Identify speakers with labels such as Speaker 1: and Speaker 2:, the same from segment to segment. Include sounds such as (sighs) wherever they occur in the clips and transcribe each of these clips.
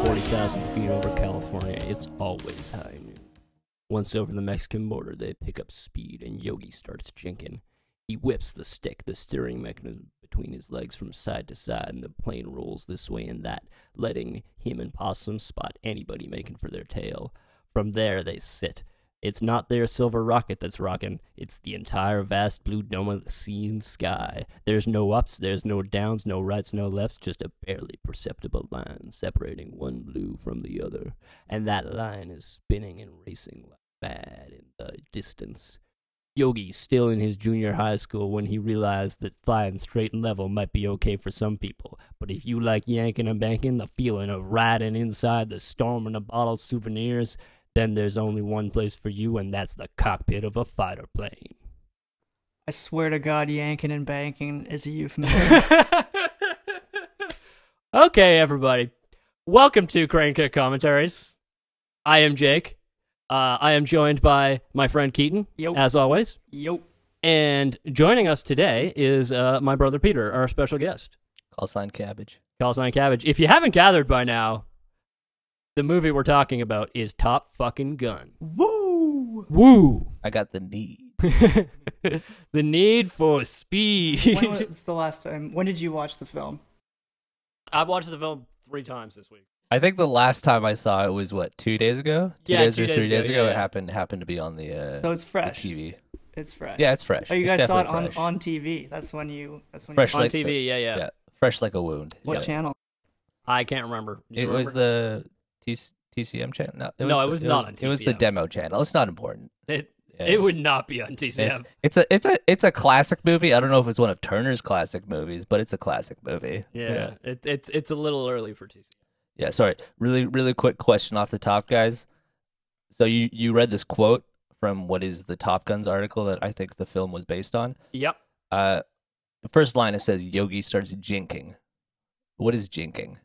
Speaker 1: 2,000 feet over California, it's always high noon. Once over the Mexican border, they pick up speed and Yogi starts jinking. He whips the stick, the steering mechanism between his legs from side to side, and the plane rolls this way and that, letting him and Possum spot anybody making for their tail. From there, they sit. It's not their silver rocket that's rocking, it's the entire vast blue dome of the sea and sky. There's no ups, there's no downs, no rights, no lefts, just a barely perceptible line separating one blue from the other. And that line is spinning and racing like mad in the distance. Yogi, still in his junior high school, when he realized that flying straight and level might be okay for some people, but if you like yanking and banking, the feeling of riding inside the storm and a bottle of souvenirs, then there's only one place for you, and that's the cockpit of a fighter plane.
Speaker 2: I swear to God, yanking and banking is a euphemism.
Speaker 1: (laughs)
Speaker 3: (laughs)
Speaker 1: okay, everybody. Welcome to Crane Kick Commentaries. I am Jake. Uh, I am joined by my friend Keaton,
Speaker 2: Yo.
Speaker 1: as always.
Speaker 2: Yo,
Speaker 1: And joining us today is uh, my brother Peter, our special guest.
Speaker 3: Call sign cabbage.
Speaker 1: Call sign Cabbage. If you haven't gathered by now, the movie we're talking about is Top Fucking Gun.
Speaker 3: (laughs)
Speaker 2: woo!
Speaker 1: Woo!
Speaker 3: I got the knee.
Speaker 1: (laughs) the need for
Speaker 2: When
Speaker 1: speed.
Speaker 2: was the last time? When did you watch the film?
Speaker 1: (laughs) I've watched the film three times this week.
Speaker 3: I think the last time I saw it was what two days ago. Two
Speaker 1: Yeah,
Speaker 3: days
Speaker 1: two
Speaker 3: or
Speaker 1: days
Speaker 3: three
Speaker 1: ago,
Speaker 3: days ago.
Speaker 1: yeah,
Speaker 3: It
Speaker 1: yeah.
Speaker 3: happened happened to be on the, uh,
Speaker 2: So it's
Speaker 3: the
Speaker 2: fresh.
Speaker 3: TV.
Speaker 2: It's fresh.
Speaker 3: Yeah, it's fresh.
Speaker 2: Oh, you
Speaker 3: It's
Speaker 2: guys saw it on,
Speaker 3: definitely fresh.
Speaker 2: on TV. That's when you. That's when
Speaker 3: Fresh
Speaker 2: you.
Speaker 1: On
Speaker 3: like
Speaker 1: TV,
Speaker 3: the-
Speaker 1: yeah, yeah,
Speaker 3: Yeah, fresh like a wound.
Speaker 2: What
Speaker 3: Yeah.
Speaker 2: channel?
Speaker 1: I can't remember. Do you
Speaker 3: It was
Speaker 1: remember?
Speaker 3: the T- TCM channel. No, it was,
Speaker 1: No,
Speaker 3: the-
Speaker 1: it was not on
Speaker 3: It was the
Speaker 1: TCM.
Speaker 3: demo channel. It's not important.
Speaker 1: It,
Speaker 3: Yeah.
Speaker 1: it would not be on
Speaker 3: It's,
Speaker 1: TCM.
Speaker 3: it's a it's a it's a classic movie. I don't know if it's one of Turner's classic movies, but it's a classic movie.
Speaker 1: yeah, It, it's it's a little early for TCM.
Speaker 3: Yeah, sorry. Really, really quick question off the top, guys. So you you read this quote from what is the Top Guns article that I think the film was based on.
Speaker 1: Yep.
Speaker 3: Uh, the first line it says Yogi starts jinking. What is jinking?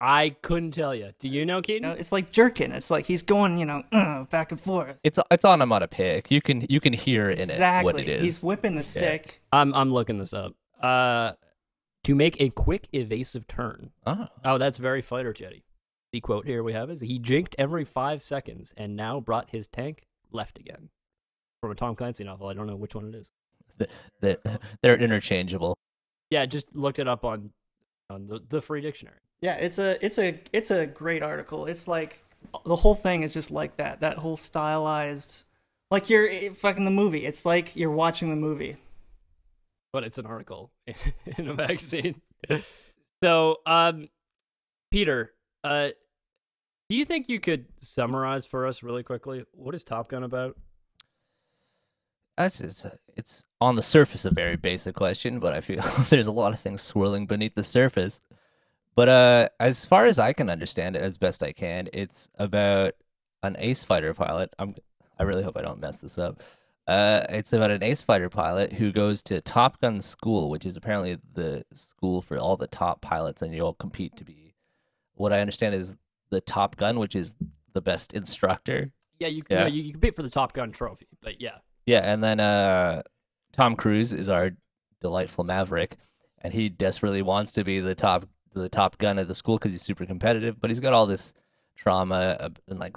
Speaker 1: I couldn't tell you. Do you know, Keaton?
Speaker 2: You know, it's like jerking. It's like he's going, you know, (clears throat) uh, back and forth.
Speaker 3: It's it's onomatopoeic. You can you can hear in it
Speaker 2: exactly.
Speaker 3: what it is.
Speaker 2: He's whipping the stick.
Speaker 1: I'm I'm looking this up. Uh, to make a quick evasive turn.
Speaker 3: Ah,
Speaker 1: Oh, that's very fighter jetty. The quote here we have is he jinked every five seconds and now brought his tank left again. From a Tom Clancy novel, I don't know which one it is.
Speaker 3: they're, they're interchangeable.
Speaker 1: Yeah, I just looked it up on on the, the free dictionary.
Speaker 2: Yeah, it's a it's a it's a great article. It's like the whole thing is just like that. That whole stylized, like you're eh, fucking the movie. It's like you're watching the movie.
Speaker 1: But it's an article (laughs) in a magazine. (laughs) so, um Peter, uh do you think you could summarize for us really quickly what is Top Gun about?
Speaker 3: That's it's uh, it's on the surface a very basic question, but I feel (laughs) there's a lot of things swirling beneath the surface. But uh, as far as I can understand it, as best I can, it's about an ace fighter pilot. I'm I really hope I don't mess this up. Uh, it's about an ace fighter pilot who goes to Top Gun school, which is apparently the school for all the top pilots, and you all compete to be. What I understand is the Top Gun, which is the best instructor.
Speaker 1: Yeah, you
Speaker 3: Yeah.
Speaker 1: No, you, you compete for the Top Gun trophy, but yeah.
Speaker 3: Yeah, and then uh, Tom Cruise is our delightful maverick, and he desperately wants to be the top the top gun at the school because he's super competitive, but he's got all this trauma uh, and like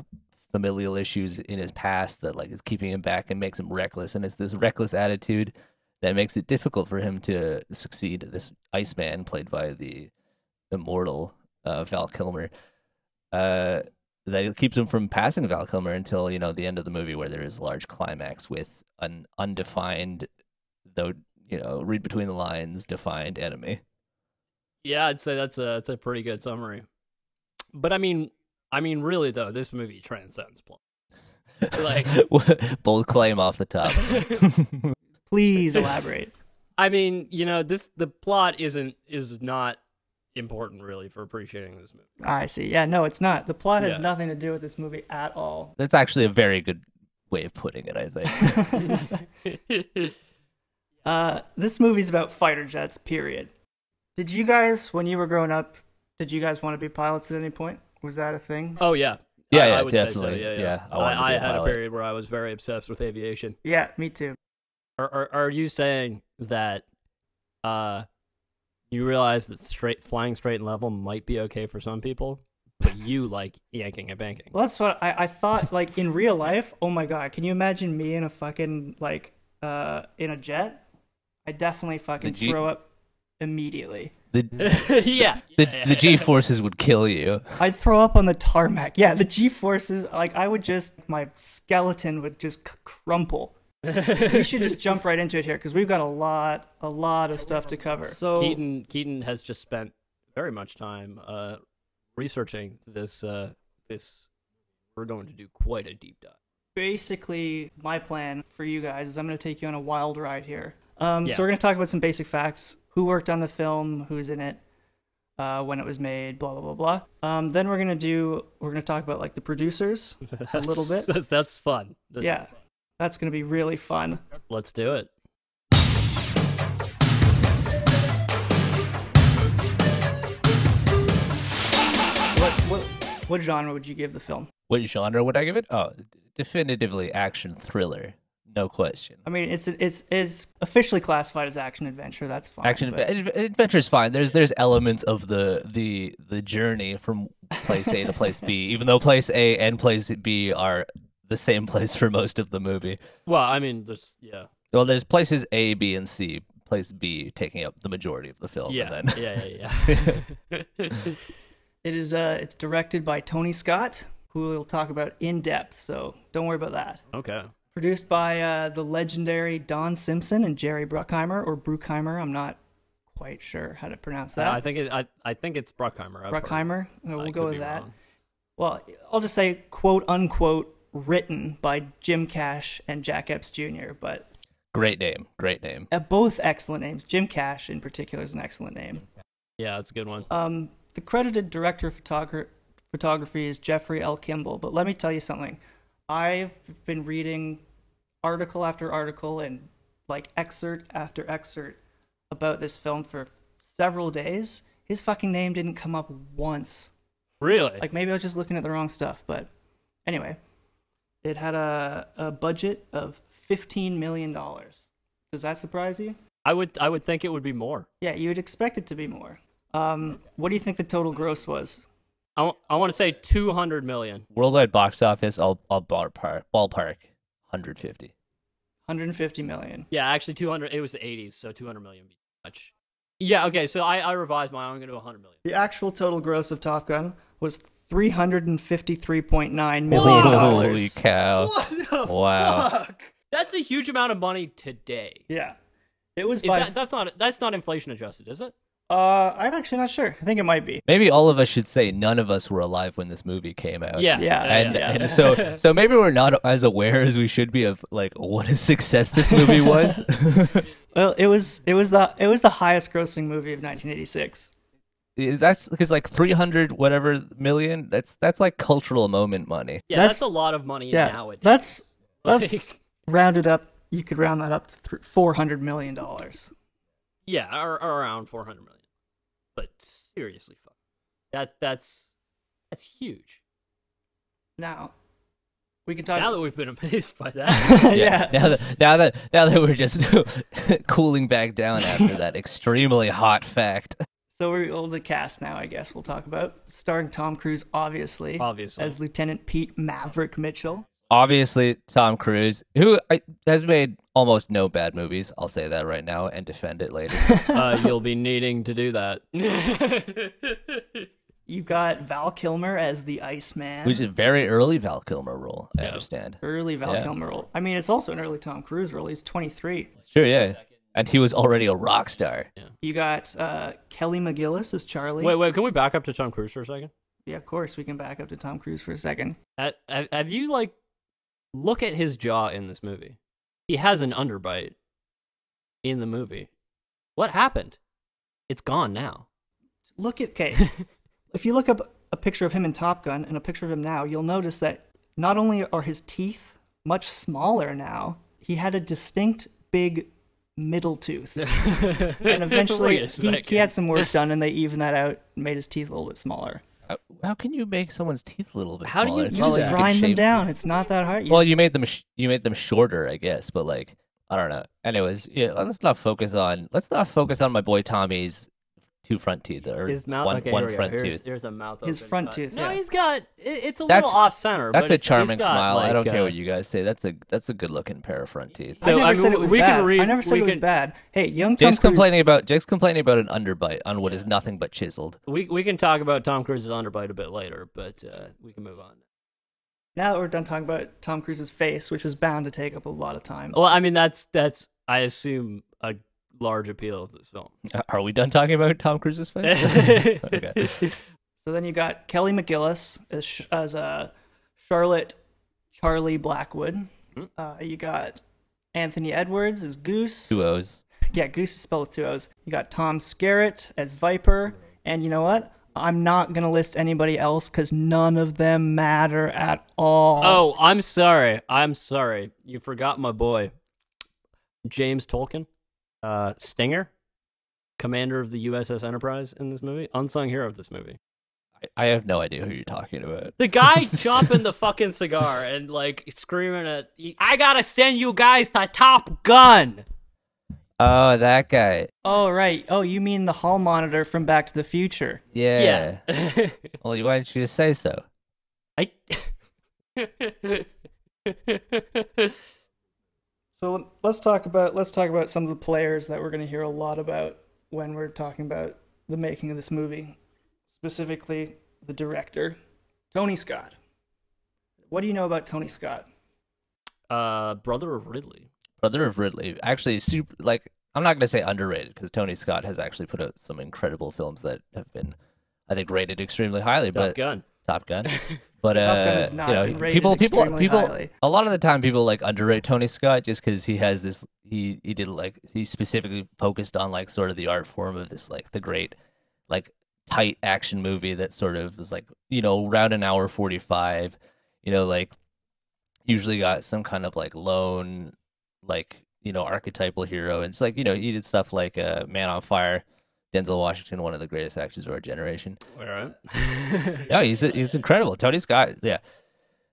Speaker 3: familial issues in his past that like is keeping him back and makes him reckless, and it's this reckless attitude that makes it difficult for him to succeed. This Iceman, played by the immortal uh, Val Kilmer. Uh, that keeps him from passing Val Kilmer until you know the end of the movie, where there is a large climax with an undefined, though you know, read between the lines, defined enemy. (laughs)
Speaker 1: Yeah, I'd say that's a that's a pretty good summary. But I mean, I mean, really though, this movie transcends
Speaker 3: (laughs)
Speaker 1: plot. Like-
Speaker 3: bold claim off the
Speaker 1: (laughs)
Speaker 3: top. (laughs)
Speaker 2: Please elaborate.
Speaker 1: I mean, you know, this the plot isn't is not important really for appreciating this movie.
Speaker 2: I see. Yeah, no, it's not. The plot has
Speaker 1: Yeah.
Speaker 2: nothing to do with this movie at all. (laughs)
Speaker 3: That's actually a very good way of putting it. I think.
Speaker 1: (laughs)
Speaker 2: Uh, this movie's about fighter jets. Period. Did you guys, when you were growing up, did you guys want to be pilots at any point? Was that a thing?
Speaker 1: Oh yeah, I,
Speaker 3: Yeah,
Speaker 1: I
Speaker 3: yeah,
Speaker 1: would Say so.
Speaker 3: definitely.
Speaker 1: Yeah, yeah.
Speaker 3: Yeah, I wanted to
Speaker 1: I, I
Speaker 3: be a
Speaker 1: had a
Speaker 3: pilot.
Speaker 1: period where I was very obsessed with aviation.
Speaker 2: Yeah, me too.
Speaker 1: Are are, are you saying that? uh you realize that straight flying straight and level might be okay for some people, but but you (laughs) like yanking and banking.
Speaker 2: Well, that's what I, I thought. Like in real life, oh my god, can you imagine me in a fucking like uh in a jet? I definitely fucking
Speaker 3: Did you-
Speaker 2: throw up immediately.
Speaker 3: The
Speaker 1: (laughs) (laughs) yeah.
Speaker 3: the,
Speaker 1: yeah,
Speaker 3: the
Speaker 1: (laughs)
Speaker 3: G forces would kill you.
Speaker 2: I'd throw up on the tarmac. Yeah, the G forces. Like I would just my skeleton would just c- crumple. we should just jump right into it here because we've got a lot, a lot of stuff to cover. So
Speaker 1: Keaton Keaton has just spent very much time uh, researching this. Uh, this we're going to do quite a deep dive.
Speaker 2: basically my plan for you guys is I'm going to take you on a wild ride here. Um,
Speaker 1: Yeah.
Speaker 2: So we're going to talk about some basic facts: who worked on the film, who's in it, uh, when it was made, blah blah blah blah. Um, then we're going to do we're going to talk about like the producers.
Speaker 1: That's,
Speaker 2: little
Speaker 1: (laughs)
Speaker 2: bit.
Speaker 1: That's, that's fun. That-
Speaker 2: Yeah, that's going to be really fun.
Speaker 1: Let's do it.
Speaker 2: What what what genre would you give the film?
Speaker 3: What genre would I give it? Oh, definitively action thriller, no question.
Speaker 2: I mean, it's it's it's officially classified as action adventure. That's fine.
Speaker 3: Action
Speaker 2: but-
Speaker 3: adve- adventure is fine. There's there's elements of the the the journey from place A to
Speaker 2: (laughs)
Speaker 3: place B, even though place A and place B are the same place for most of the movie.
Speaker 1: Well, I mean, there's yeah,
Speaker 3: Well, there's places A, B, and C. Place B taking up the majority of the film.
Speaker 1: yeah,
Speaker 3: And then (laughs)
Speaker 1: yeah, yeah, yeah.
Speaker 2: It is uh it's directed by Tony Scott, who we'll talk about in depth. So don't worry about that.
Speaker 1: okay.
Speaker 2: Produced by uh, the legendary Don Simpson and Jerry Bruckheimer or Bruckheimer. I'm not quite sure how to pronounce that.
Speaker 1: I think it, I I think it's Bruckheimer. I've heard.
Speaker 2: Bruckheimer. Uh,
Speaker 1: I
Speaker 2: we'll
Speaker 1: could
Speaker 2: go
Speaker 1: be
Speaker 2: with that.
Speaker 1: wrong.
Speaker 2: Well, I'll just say quote unquote written by Jim Cash and Jack Epps Jr. But
Speaker 3: great name, great name.
Speaker 2: uh, both excellent names. Jim Cash in particular is an excellent name.
Speaker 1: Yeah, that's a good one.
Speaker 2: Um, the credited director of photogra- photography is Jeffrey L. Kimball, but let me tell you something. I've been reading article after article and like excerpt after excerpt about this film for several days. His fucking name didn't come up once.
Speaker 1: Really?
Speaker 2: Like maybe I was just looking at the wrong stuff, but anyway, it had a, a budget of $15 million. Does that surprise you?
Speaker 1: I would I would think it would be more.
Speaker 2: Yeah, you would expect it to be more. Um, what do you think the total gross was?
Speaker 1: I, wa- I want to say 200 million.
Speaker 3: Worldwide box office, all all ballpark, ballpark, hundred fifty.
Speaker 2: 150 million.
Speaker 1: Yeah, actually 200 it was the 80s, so 200 million would be too much. Yeah, okay, so I I revised mine. I'm going to do 100 million.
Speaker 2: The actual total gross of Top Gun was 353.9 million
Speaker 3: Holy
Speaker 2: dollars.
Speaker 3: cow! Wow.
Speaker 1: That's a huge amount of money today.
Speaker 2: Yeah, it was
Speaker 1: Is
Speaker 2: by.
Speaker 1: that, that's not that's not inflation adjusted, is it?
Speaker 2: uh, I'm actually not sure. I think it might be.
Speaker 3: Maybe all of us should say none of us were alive when this movie came out.
Speaker 1: Yeah.
Speaker 2: Yeah,
Speaker 3: and,
Speaker 2: yeah.
Speaker 3: and
Speaker 2: (laughs)
Speaker 3: so so maybe we're not as aware as we should be of like what a success this
Speaker 2: (laughs)
Speaker 3: movie was.
Speaker 2: Well, it was it was the it was the highest grossing movie of 1986.
Speaker 3: that's because like three hundred whatever million. That's that's like cultural moment money.
Speaker 1: yeah, that's,
Speaker 2: That's-
Speaker 1: a lot of money
Speaker 2: Yeah,
Speaker 1: nowadays.
Speaker 2: that's
Speaker 1: (laughs)
Speaker 2: that's
Speaker 1: Like-
Speaker 2: rounded up. You could round that up to thr 400 million dollars.
Speaker 1: yeah, or, or around 400 million. But seriously, fuck. That that's that's huge.
Speaker 2: Now, we can
Speaker 1: Now
Speaker 2: talk.
Speaker 1: that we've been amazed by that.
Speaker 2: (laughs) yeah.
Speaker 3: Now that now that now that we're just (laughs) cooling back down
Speaker 2: (laughs)
Speaker 3: after that extremely hot fact.
Speaker 2: So we're all the cast now, I guess we'll talk about. Starring Tom Cruise, obviously.
Speaker 1: Obviously.
Speaker 2: As Lieutenant Pete Maverick Mitchell.
Speaker 3: Obviously, Tom Cruise, who I, has made almost no bad movies. I'll say that right now and defend
Speaker 2: (laughs)
Speaker 3: it later.
Speaker 1: uh,
Speaker 4: (laughs)
Speaker 1: you'll be needing to do that.
Speaker 2: You got Val Kilmer as the Iceman.
Speaker 3: Which is a very early Val Kilmer role. I
Speaker 1: Yeah.
Speaker 3: understand.
Speaker 2: early Val
Speaker 3: Yeah.
Speaker 2: Kilmer role. I mean, it's also an early Tom Cruise role. He's 23.
Speaker 3: It's true, yeah. And he was already a rock star.
Speaker 2: You got uh, Kelly McGillis as Charlie.
Speaker 1: Wait, wait. Can we back up to Tom Cruise for a second?
Speaker 2: Yeah, of course. We can back up to Tom Cruise for a second.
Speaker 1: At, have, have you like look at his jaw in this movie? He has an underbite in the movie. What happened? It's gone now.
Speaker 2: Look at, okay, (laughs)
Speaker 1: (laughs)
Speaker 2: if you look up a picture of him in Top Gun and a picture of him now, you'll notice that not only are his teeth much smaller now, he had a distinct big middle tooth. and
Speaker 1: Wait
Speaker 2: eventually
Speaker 1: a
Speaker 2: he, he
Speaker 1: second.
Speaker 2: had some work done and they evened that out and made his teeth a little bit smaller
Speaker 3: How, how can you make someone's teeth a little bit
Speaker 1: How do you
Speaker 3: smaller? It's
Speaker 2: you
Speaker 3: not
Speaker 2: just
Speaker 3: like you can
Speaker 2: grind them
Speaker 3: shave-
Speaker 2: down it's not that hard You-
Speaker 3: Well, you made them sh- you made them shorter, I guess, but like I don't know. Anyways, yeah, let's not focus on let's not focus on my boy Tommy's two front teeth or
Speaker 4: His mouth,
Speaker 3: one,
Speaker 4: okay,
Speaker 3: one
Speaker 4: here we go.
Speaker 3: front
Speaker 4: Here's-
Speaker 3: tooth.
Speaker 4: There's a mouth.
Speaker 2: His
Speaker 4: open
Speaker 2: front
Speaker 4: cut.
Speaker 2: tooth,
Speaker 4: No,
Speaker 2: yeah.
Speaker 4: he's got. it- it's a
Speaker 3: That's-
Speaker 4: little off center.
Speaker 3: That's
Speaker 4: but
Speaker 3: a
Speaker 4: he's
Speaker 3: charming
Speaker 4: got,
Speaker 3: smile. I
Speaker 4: like,
Speaker 3: don't care
Speaker 4: uh,
Speaker 3: what you guys say. That's a that's a good looking pair of front teeth.
Speaker 2: I
Speaker 4: No,
Speaker 2: never
Speaker 4: I mean,
Speaker 2: said it was
Speaker 4: we can
Speaker 2: bad.
Speaker 4: read-
Speaker 2: I never said
Speaker 4: we
Speaker 2: it was
Speaker 4: can-
Speaker 2: bad. Hey, young Tom
Speaker 3: Jake's
Speaker 2: Cruise.
Speaker 3: complaining about Jake's complaining about an underbite on what is nothing but chiseled.
Speaker 4: We we can talk about Tom Cruise's underbite a bit later, but uh, we can move on.
Speaker 2: Now that we're done talking about Tom Cruise's face, which was bound to take up a lot of time.
Speaker 4: Well, I mean, that's that's I assume a large appeal of this film.
Speaker 3: Are we done talking about Tom
Speaker 4: (laughs)
Speaker 3: Cruise's face? (laughs) okay.
Speaker 2: So then you got Kelly McGillis as Sh- as uh, Charlotte Charlie Blackwood.
Speaker 4: Hmm.
Speaker 2: Uh, you got Anthony Edwards as Goose.
Speaker 3: Two O's.
Speaker 2: Yeah, Goose is spelled with two O's. You got Tom Skerritt as Viper. And you know what? I'm not going to list anybody else because none of them matter at all.
Speaker 4: Oh, I'm sorry. I'm sorry. You forgot my boy, James Tolkien, uh, Stinger, commander of the USS Enterprise in this movie, unsung hero of this movie.
Speaker 3: I, I have no idea who you're talking about.
Speaker 4: The
Speaker 3: (laughs)
Speaker 4: guy chopping the fucking cigar and like screaming at, "I gotta send you guys to Top Gun."
Speaker 3: Oh, that guy.
Speaker 2: Oh, right. Oh, you mean the hall monitor from Back to the Future.
Speaker 3: Yeah.
Speaker 4: yeah.
Speaker 3: Well, why didn't you just say so?
Speaker 4: I. (laughs)
Speaker 2: So let's talk about let's talk about some of the players that we're going to hear a lot about when we're talking about the making of this movie, specifically the director, Tony Scott. What do you know about Tony Scott?
Speaker 4: uh, brother of Ridley.
Speaker 3: Brother of Ridley. Actually, super. Like, I'm not gonna say underrated because Tony Scott has actually put out some incredible films that have been, I think, rated extremely highly.
Speaker 4: Top
Speaker 3: but
Speaker 4: Gun.
Speaker 2: (laughs)
Speaker 3: Top Gun. But
Speaker 2: Top Gun
Speaker 3: uh,
Speaker 2: has not
Speaker 3: you know,
Speaker 2: been rated
Speaker 3: people, people,
Speaker 2: extremely
Speaker 3: people.
Speaker 2: highly.
Speaker 3: A lot of the time, people like underrate Tony Scott just because he has this. He he did like he specifically focused on like sort of the art form of this like the great, like tight action movie that sort of is like you know around an hour forty five, you know like usually got some kind of like lone like you know archetypal hero. And it's like you know he did stuff like uh, Man on Fire, Denzel Washington, one of the greatest actors of our generation.
Speaker 4: All right.
Speaker 3: Yeah, he's he's incredible. Tony Scott, yeah.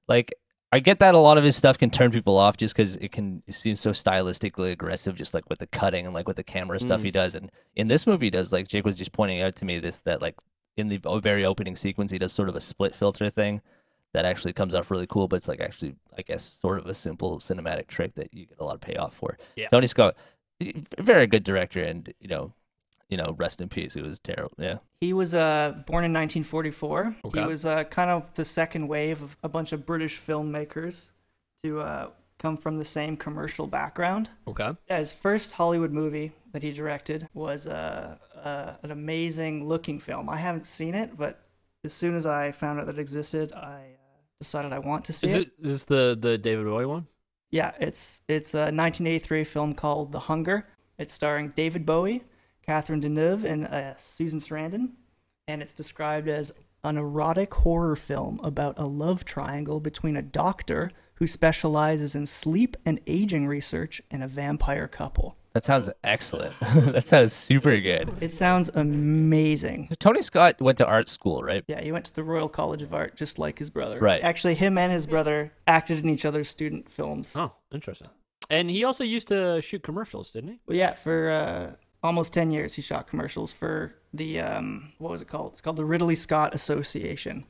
Speaker 3: Like I get that a lot of his stuff can turn people off just because it can it seems so stylistically aggressive, just like with the cutting and like with the camera stuff he does. And in this movie, he does like Jake was just pointing out to me this that like in the o- very opening sequence, he does sort of a split filter thing that actually comes off really cool, but it's like actually I guess sort of a simple cinematic trick that you get a lot of payoff for.
Speaker 4: Yeah.
Speaker 3: Tony Scott, very good director, and you know, you know, rest in peace. It was terrible. Yeah.
Speaker 2: He was uh, born in 1944.
Speaker 4: Okay.
Speaker 2: He was uh, kind of the second wave of a bunch of British filmmakers to uh, come from the same commercial background.
Speaker 4: Okay.
Speaker 2: Yeah, his first Hollywood movie that he directed was uh, uh, an amazing looking film. I haven't seen it, but as soon as I found out that it existed, I uh, decided I want to see
Speaker 4: Is
Speaker 2: it.
Speaker 4: it is this the the David Bowie one?
Speaker 2: Yeah, it's it's a 1983 film called The Hunger. It's starring David Bowie, Catherine Deneuve, and uh, Susan Sarandon, and it's described as an erotic horror film about a love triangle between a doctor who specializes in sleep and aging research and a vampire couple.
Speaker 3: That sounds excellent. (laughs) that sounds super good.
Speaker 2: It sounds amazing.
Speaker 3: Tony Scott went to art school, right?
Speaker 2: Yeah, he went to the Royal College of Art just like his brother.
Speaker 3: Right.
Speaker 2: Actually, him and his brother acted in each other's student films.
Speaker 4: Oh, interesting. And he also used to shoot commercials, didn't he?
Speaker 2: Well, yeah, for uh, almost 10 years, he shot commercials for the, um, what was it called? It's called the Ridley Scott Association.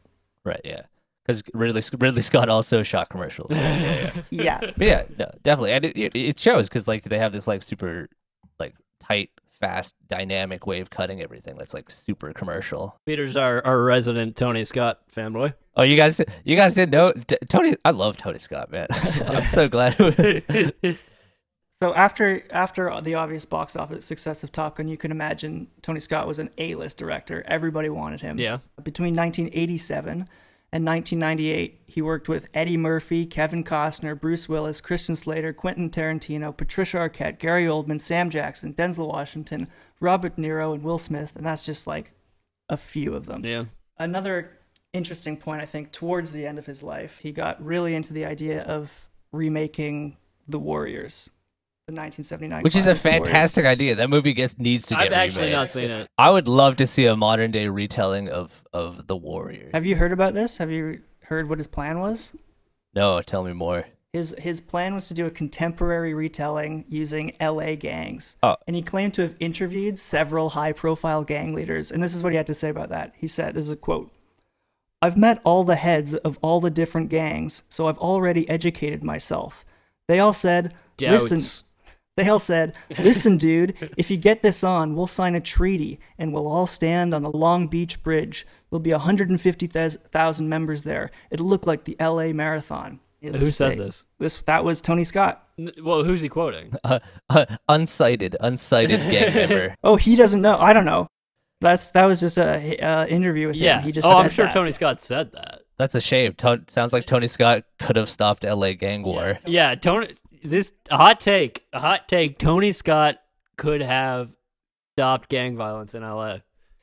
Speaker 3: Right, yeah. Because Ridley Ridley Scott also shot
Speaker 4: (laughs)
Speaker 3: commercials. right? yeah, yeah.
Speaker 2: Yeah.
Speaker 3: But yeah, no, definitely, and it, it, it shows because like they have this like super, like tight, fast, dynamic way of cutting everything that's like super commercial.
Speaker 4: Peter's our, our resident Tony Scott fanboy.
Speaker 3: Oh, you guys, you guys didn't know T- Tony? I love Tony Scott, man. (laughs) I'm so glad. (laughs)
Speaker 2: so after after the obvious box office success of Top Gun, you can imagine Tony Scott was an A-list director. Everybody wanted
Speaker 4: (laughs)
Speaker 2: him.
Speaker 4: Yeah.
Speaker 2: Between 1987 and 1998, he worked with Eddie Murphy, Kevin Costner, Bruce Willis, Christian Slater, Quentin Tarantino, Patricia Arquette, Gary Oldman, Sam Jackson, Denzel Washington, Robert De Niro, and Will Smith, and that's just like a few of them
Speaker 4: Yeah.
Speaker 2: another interesting point i think towards the end of his life he got really into the idea of remaking the warriors the 1979
Speaker 3: Which is a
Speaker 2: classic Warriors.
Speaker 3: fantastic idea. That movie gets needs to get
Speaker 4: I've actually
Speaker 3: remade.
Speaker 4: not seen it.
Speaker 3: I would love to see a modern day retelling of of the Warriors.
Speaker 2: have you heard about this have you heard what his plan was
Speaker 3: No, tell me more.
Speaker 2: His his plan was to do a contemporary retelling using LA gangs.
Speaker 3: Oh.
Speaker 2: And he claimed to have interviewed several high-profile gang leaders, and this is what he had to say about that. He said, this is a quote. I've met all the heads of all the different gangs, so I've already educated myself. They all said,
Speaker 1: Doubts.
Speaker 2: "Listen, they all said, Listen, dude, if you get this on, we'll sign a treaty and we'll all stand on the Long Beach Bridge. There'll be 150,000 members there. It'll look like the LA Marathon. He has
Speaker 1: Who
Speaker 2: to
Speaker 1: said
Speaker 2: say-
Speaker 1: this?
Speaker 2: This That was Tony Scott.
Speaker 1: N- Well, who's he quoting?
Speaker 3: Uh, uh, unsighted, unsighted gang member.
Speaker 2: Oh, he doesn't know. I don't know. That's That was just a uh, interview with
Speaker 1: Yeah.
Speaker 2: him. He just
Speaker 1: oh, I'm
Speaker 2: said
Speaker 1: sure
Speaker 2: that.
Speaker 1: Tony Scott said that.
Speaker 3: That's a shame. To- sounds like Tony Scott could have stopped LA gang war.
Speaker 1: Yeah, Tony. This a hot take. A hot take. Tony Scott could have stopped gang violence in L.A.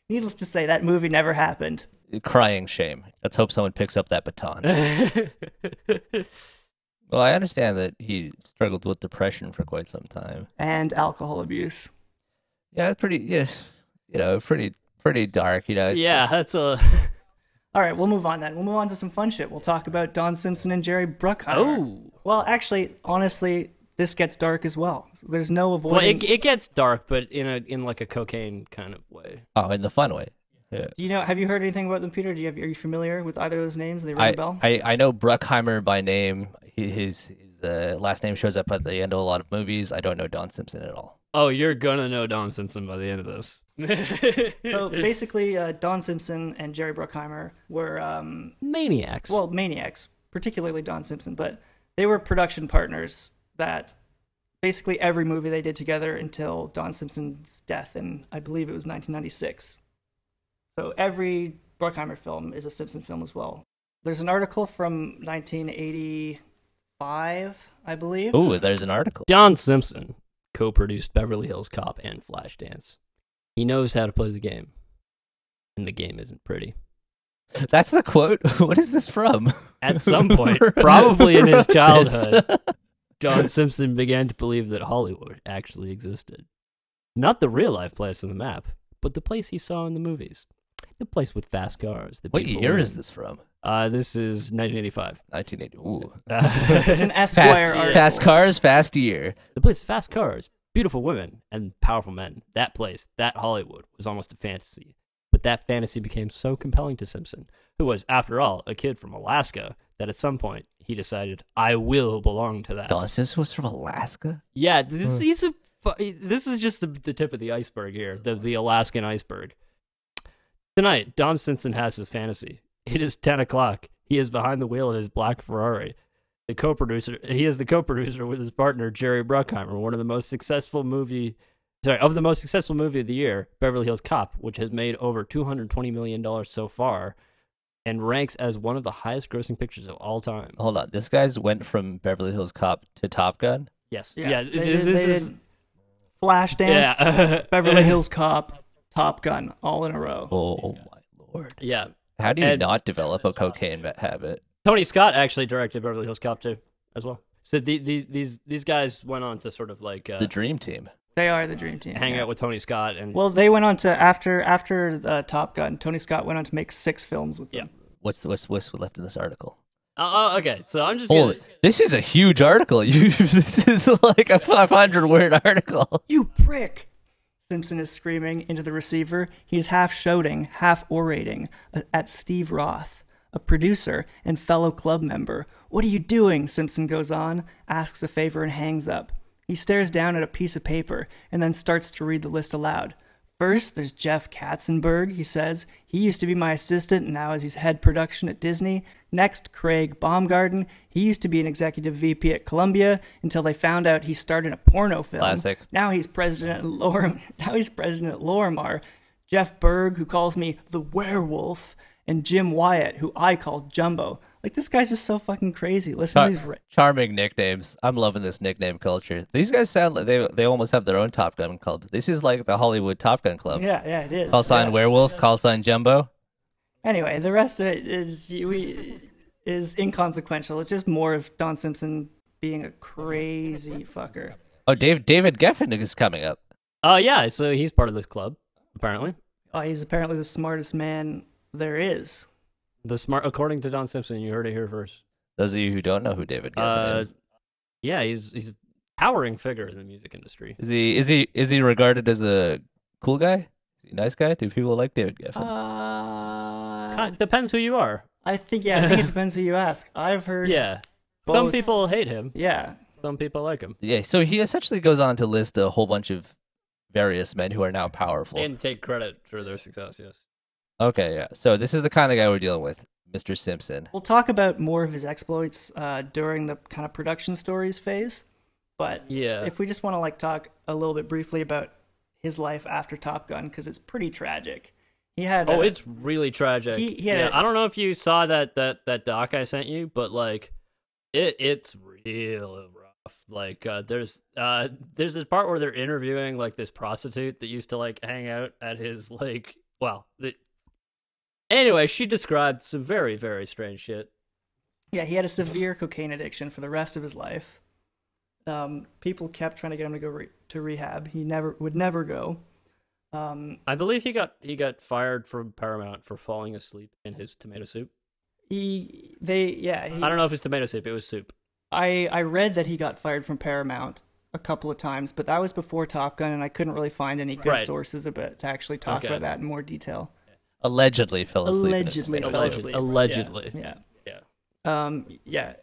Speaker 2: Needless to say, that movie never happened.
Speaker 3: Crying shame. Let's hope someone picks up that baton.
Speaker 1: (laughs)
Speaker 4: (laughs)
Speaker 3: well, I understand that he struggled with depression for quite some time.
Speaker 2: And alcohol abuse.
Speaker 3: Yeah, it's pretty. Yeah, you know, pretty, pretty dark. You know. it's-
Speaker 1: yeah, that's a.
Speaker 2: All right, we'll move on then. We'll move on to some fun shit. We'll talk about Don Simpson and Jerry Bruckheimer.
Speaker 1: Oh.
Speaker 2: Well, actually, honestly, this gets dark as well. There's no
Speaker 1: Well,
Speaker 2: avoiding.
Speaker 1: it, it gets dark, but in a in like a cocaine kind of way.
Speaker 3: Oh, in the fun way. Yeah.
Speaker 2: Do you know? Have you heard anything about them, Peter? Do you have, are you familiar with either of those names? They ring a
Speaker 3: I,
Speaker 2: bell.
Speaker 3: (laughs) I I know Bruckheimer by name. He- His his uh, last name shows up at the end of a lot of movies. I don't know Don Simpson at all.
Speaker 1: Oh, you're gonna know Dom Simpson by the end of this.
Speaker 2: so basically, uh, Don Simpson and Jerry Bruckheimer were um,
Speaker 1: Maniacs.
Speaker 2: well maniacs, particularly Don Simpson, but they were production partners that basically every movie they did together until Don Simpson's death in I believe it was 1996. So every Bruckheimer film is a Simpson film as well. There's an article from 1985, I believe.
Speaker 3: Ooh, there's an article.
Speaker 1: Don Simpson co-produced Beverly Hills Cop and Flashdance. He knows how to play the game, and the game isn't pretty.
Speaker 3: That's the quote. (laughs) What is this from? (laughs)
Speaker 1: At some point,
Speaker 3: Who
Speaker 1: probably in
Speaker 3: (laughs)
Speaker 1: his
Speaker 3: wrote this?
Speaker 1: childhood, John Simpson began to believe that Hollywood actually existed. Not the real life place on the map, but the place he saw in the movies. The place with fast cars. The
Speaker 3: What
Speaker 1: people
Speaker 3: year
Speaker 1: in-
Speaker 3: is this from?
Speaker 1: Uh, this is (laughs)
Speaker 3: (laughs)
Speaker 1: 1985.
Speaker 3: 1980. Ooh.
Speaker 1: (laughs)
Speaker 2: It's an
Speaker 3: Fast,
Speaker 2: Esquire article.
Speaker 3: fast cars, fast year.
Speaker 1: the place, fast cars, beautiful women, and powerful men. That place, that Hollywood, was almost a fantasy. But that fantasy became so compelling to Simpson, who was, after all, a kid from Alaska, that at some point he decided, I will belong to that.
Speaker 3: Don Simpson was from Alaska.
Speaker 1: Yeah, this, he's a, fu- this is just the, the tip of the iceberg here, the, the Alaskan iceberg. Tonight, Don Simpson has his fantasy. It is 10 o'clock. He is behind the wheel of his black Ferrari. The co-producer, he is the co-producer with his partner Jerry Bruckheimer, one of the most successful movie, sorry, of the most successful movie of the year, Beverly Hills Cop, which has made over 220 million dollars so far, and ranks as one of the highest-grossing pictures of all time.
Speaker 3: Hold on. This guy's went from Beverly Hills Cop to Top Gun.
Speaker 1: Yes, yeah,
Speaker 2: Yeah,
Speaker 1: th-
Speaker 2: they, did-
Speaker 1: this
Speaker 2: they
Speaker 1: is
Speaker 2: did Flashdance,
Speaker 1: yeah, (laughs)
Speaker 2: Beverly Hills Cop, Top Gun, all in a row.
Speaker 3: Oh my lord.
Speaker 1: Yeah,
Speaker 3: How do you
Speaker 1: And-
Speaker 3: not develop a cocaine va- habit?
Speaker 1: Tony Scott actually directed Beverly Hills Cop 2 as well. So the, the, these these guys went on to sort of like uh,
Speaker 3: The Dream Team.
Speaker 2: They are the dream team.
Speaker 1: hang
Speaker 2: yeah.
Speaker 1: out with Tony Scott and
Speaker 2: Well, they went on to after after uh, Top Gun. Tony Scott went on to make six films with them.
Speaker 3: What's what's what's left in this article?
Speaker 1: oh, oh, okay. So I'm just gonna,
Speaker 3: Holy, this is a huge article. (laughs) You, this is like a 500 word article.
Speaker 2: You prick! Simpson is screaming into the receiver. He is half shouting, half orating uh, at Steve Roth, a producer and fellow club member. What are you doing? Simpson goes on, asks a favor, and hangs up. He stares down at a piece of paper and then starts to read the list aloud. First, there's Jeff Katzenberg, he says. He used to be my assistant, and now is he's head production at Disney. Next, Craig Baumgarten. He used to be an executive VP at Columbia until they found out he starred in a porno film.
Speaker 3: Classic.
Speaker 2: Now he's president at Lor- (laughs) now he's president at Lorimar. Jeff Berg, who calls me the werewolf, and Jim Wyatt, who I call Jumbo. Like this guy's just so fucking crazy. Listen
Speaker 3: Char-
Speaker 2: to these. Ra-
Speaker 3: charming nicknames. I'm loving this nickname culture. These guys sound like they they almost have their own Top Gun club. This is like the Hollywood Top Gun club.
Speaker 2: yeah, yeah, it is.
Speaker 3: Call sign
Speaker 2: Yeah.
Speaker 3: Werewolf. Call sign Jumbo.
Speaker 2: Anyway, the rest of it is we is inconsequential. It's just more of Don Simpson being a crazy fucker.
Speaker 3: Oh, Dave David Geffen is coming up.
Speaker 1: uh, yeah. So he's part of this club apparently.
Speaker 2: Uh, he's apparently the smartest man there is.
Speaker 1: The smart, according to Don Simpson, you heard it here first.
Speaker 3: Those of you who don't know who David Geffen
Speaker 1: Uh,
Speaker 3: is,
Speaker 1: yeah, he's he's a towering figure in the music industry.
Speaker 3: is he is he is he regarded as a cool guy? Is he a nice guy? Do people like David Geffen?
Speaker 2: Uh,
Speaker 1: Kind- depends who you are.
Speaker 2: I think yeah. I think it depends who you ask. I've heard
Speaker 1: Yeah,
Speaker 2: both.
Speaker 1: some people hate him.
Speaker 2: Yeah,
Speaker 1: Some people like him
Speaker 3: yeah. So he essentially goes on to list a whole bunch of various men who are now powerful.
Speaker 1: and take credit for their success. Yes.
Speaker 3: okay, yeah. So this is the kind of guy we're dealing with, Mr. Simpson.
Speaker 2: we'll talk about more of his exploits uh, during the kind of production stories phase. But
Speaker 1: Yeah.
Speaker 2: if we just want to like talk a little bit briefly about his life after Top Gun because it's pretty tragic. He had
Speaker 1: Oh,
Speaker 2: a-
Speaker 1: it's really tragic.
Speaker 2: He- he had
Speaker 1: yeah,
Speaker 2: a-
Speaker 1: I I don't know if you saw that that that doc I sent you, but like, it it's real rough. Like, uh, there's uh there's this part where they're interviewing like this prostitute that used to like hang out at his like well. The... Anyway, she described some very very strange shit.
Speaker 2: yeah he had a severe cocaine addiction for the rest of his life. Um, people kept trying to get him to go re- to rehab. He never would never go. Um,
Speaker 1: I believe he got he got fired from Paramount for falling asleep in his tomato soup.
Speaker 2: he they yeah he,
Speaker 1: I don't know if it's tomato soup. It was soup.
Speaker 2: I I read that he got fired from Paramount a couple of times, but that was before Top Gun, and I couldn't really find any good
Speaker 1: Right.
Speaker 2: sources about to actually talk
Speaker 1: Okay.
Speaker 2: about that in more detail.
Speaker 3: Allegedly fell asleep. in his
Speaker 2: Allegedly
Speaker 3: tomato
Speaker 2: fell
Speaker 3: soup.
Speaker 2: asleep.
Speaker 1: Allegedly.
Speaker 2: Yeah.
Speaker 1: Yeah.
Speaker 2: yeah. Um. Yeah.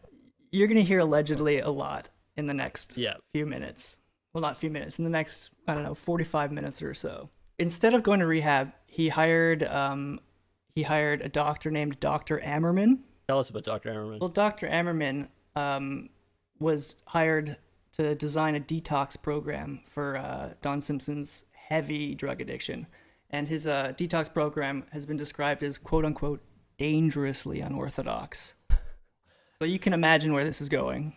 Speaker 2: You're gonna hear allegedly a lot in the next
Speaker 1: Yeah.
Speaker 2: few minutes. Well, not few minutes. In the next, I don't know, 45 minutes or so. Instead of going to rehab, he hired um, he hired a doctor named Doctor Ammerman.
Speaker 1: Tell us about Doctor Ammerman.
Speaker 2: Well, Dr. Ammerman um, was hired to design a detox program for uh, Don Simpson's heavy drug addiction. And his uh, detox program has been described as quote unquote dangerously unorthodox. So you can imagine where this is going.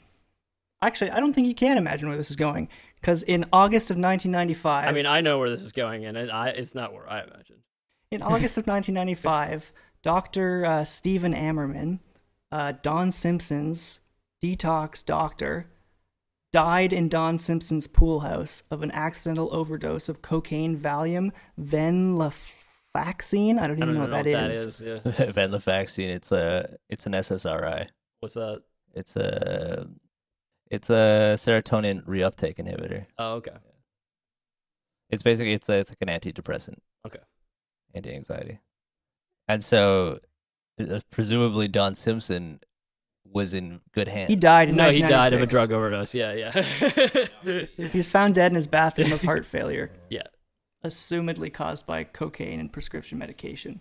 Speaker 2: Actually, I don't think you can imagine where this is going because in August of 1995,
Speaker 1: I mean, I know where this is going, and it, I, it's not where I imagined.
Speaker 2: In August of 1995, Dr. Uh, Stephen Ammerman, uh, Don Simpson's detox doctor, died in Don Simpson's pool house of an accidental overdose of cocaine, Valium, venlafaxine. I don't even
Speaker 1: I don't
Speaker 2: know
Speaker 1: know,
Speaker 2: what
Speaker 1: what that is.
Speaker 2: (laughs)
Speaker 1: Yeah.
Speaker 3: (laughs) Venlafaxine. It's a it's an SSRI.
Speaker 1: What's that?
Speaker 3: It's a it's a serotonin reuptake inhibitor.
Speaker 1: Oh, okay.
Speaker 3: It's basically it's a, it's like an antidepressant.
Speaker 1: Okay.
Speaker 3: Anti anxiety. And so uh, presumably Don Simpson was in good hands.
Speaker 2: He died in
Speaker 1: no, he died of a
Speaker 2: 1996.
Speaker 1: drug overdose. Yeah, yeah.
Speaker 2: (laughs) He was found dead in his bathroom
Speaker 1: (laughs)
Speaker 2: of heart failure,
Speaker 1: yeah.
Speaker 2: assumedly caused by cocaine and prescription medication.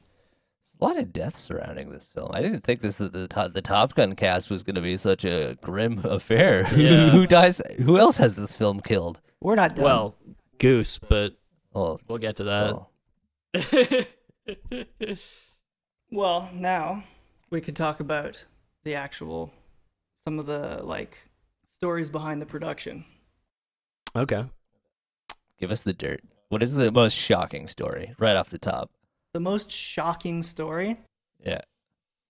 Speaker 3: a lot of deaths surrounding this film. I didn't think this the the Top, the Top Gun cast was going to be such a grim (laughs) affair. Who-
Speaker 1: Yeah.
Speaker 3: (laughs) who dies? Who else has this film killed?
Speaker 2: We're not done.
Speaker 1: Well, Goose, but
Speaker 3: Well,
Speaker 1: we'll uh, get to that.
Speaker 3: well,
Speaker 2: Well, now we could talk about the actual, some of the like stories behind the production.
Speaker 1: (laughs) okay.
Speaker 3: give us the dirt. What is the most shocking story right off the top?
Speaker 2: The most shocking story.
Speaker 3: Yeah.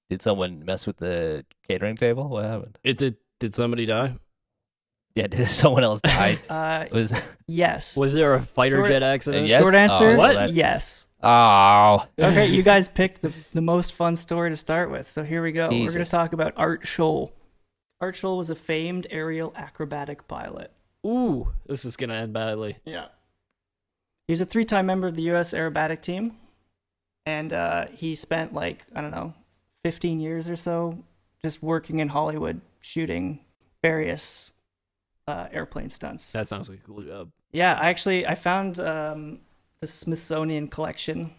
Speaker 3: Did someone mess with the catering table? What happened?
Speaker 1: It, did did somebody die?
Speaker 3: Yeah, (laughs) did someone else die?
Speaker 2: Uh,
Speaker 3: was (laughs)
Speaker 2: yes.
Speaker 1: Was there a fighter
Speaker 2: Short-
Speaker 1: jet
Speaker 3: a
Speaker 1: accident?
Speaker 3: yes?
Speaker 2: Short answer.
Speaker 1: What?
Speaker 3: Oh, well, that's- (laughs)
Speaker 2: Yes.
Speaker 3: Oh,
Speaker 2: Okay, you guys picked the the most fun story to start with. So here we go. We're going
Speaker 3: Jesus.
Speaker 2: to talk about Art Scholl. Art Scholl was a famed aerial acrobatic pilot.
Speaker 1: Ooh, this is gonna end badly.
Speaker 2: Yeah. He was a three time member of the U.S. aerobatic team. And uh, he spent, like, I don't know, 15 years or so just working in Hollywood shooting various uh, airplane stunts.
Speaker 1: That sounds like a cool job.
Speaker 2: Yeah, I actually I found um, the Smithsonian collection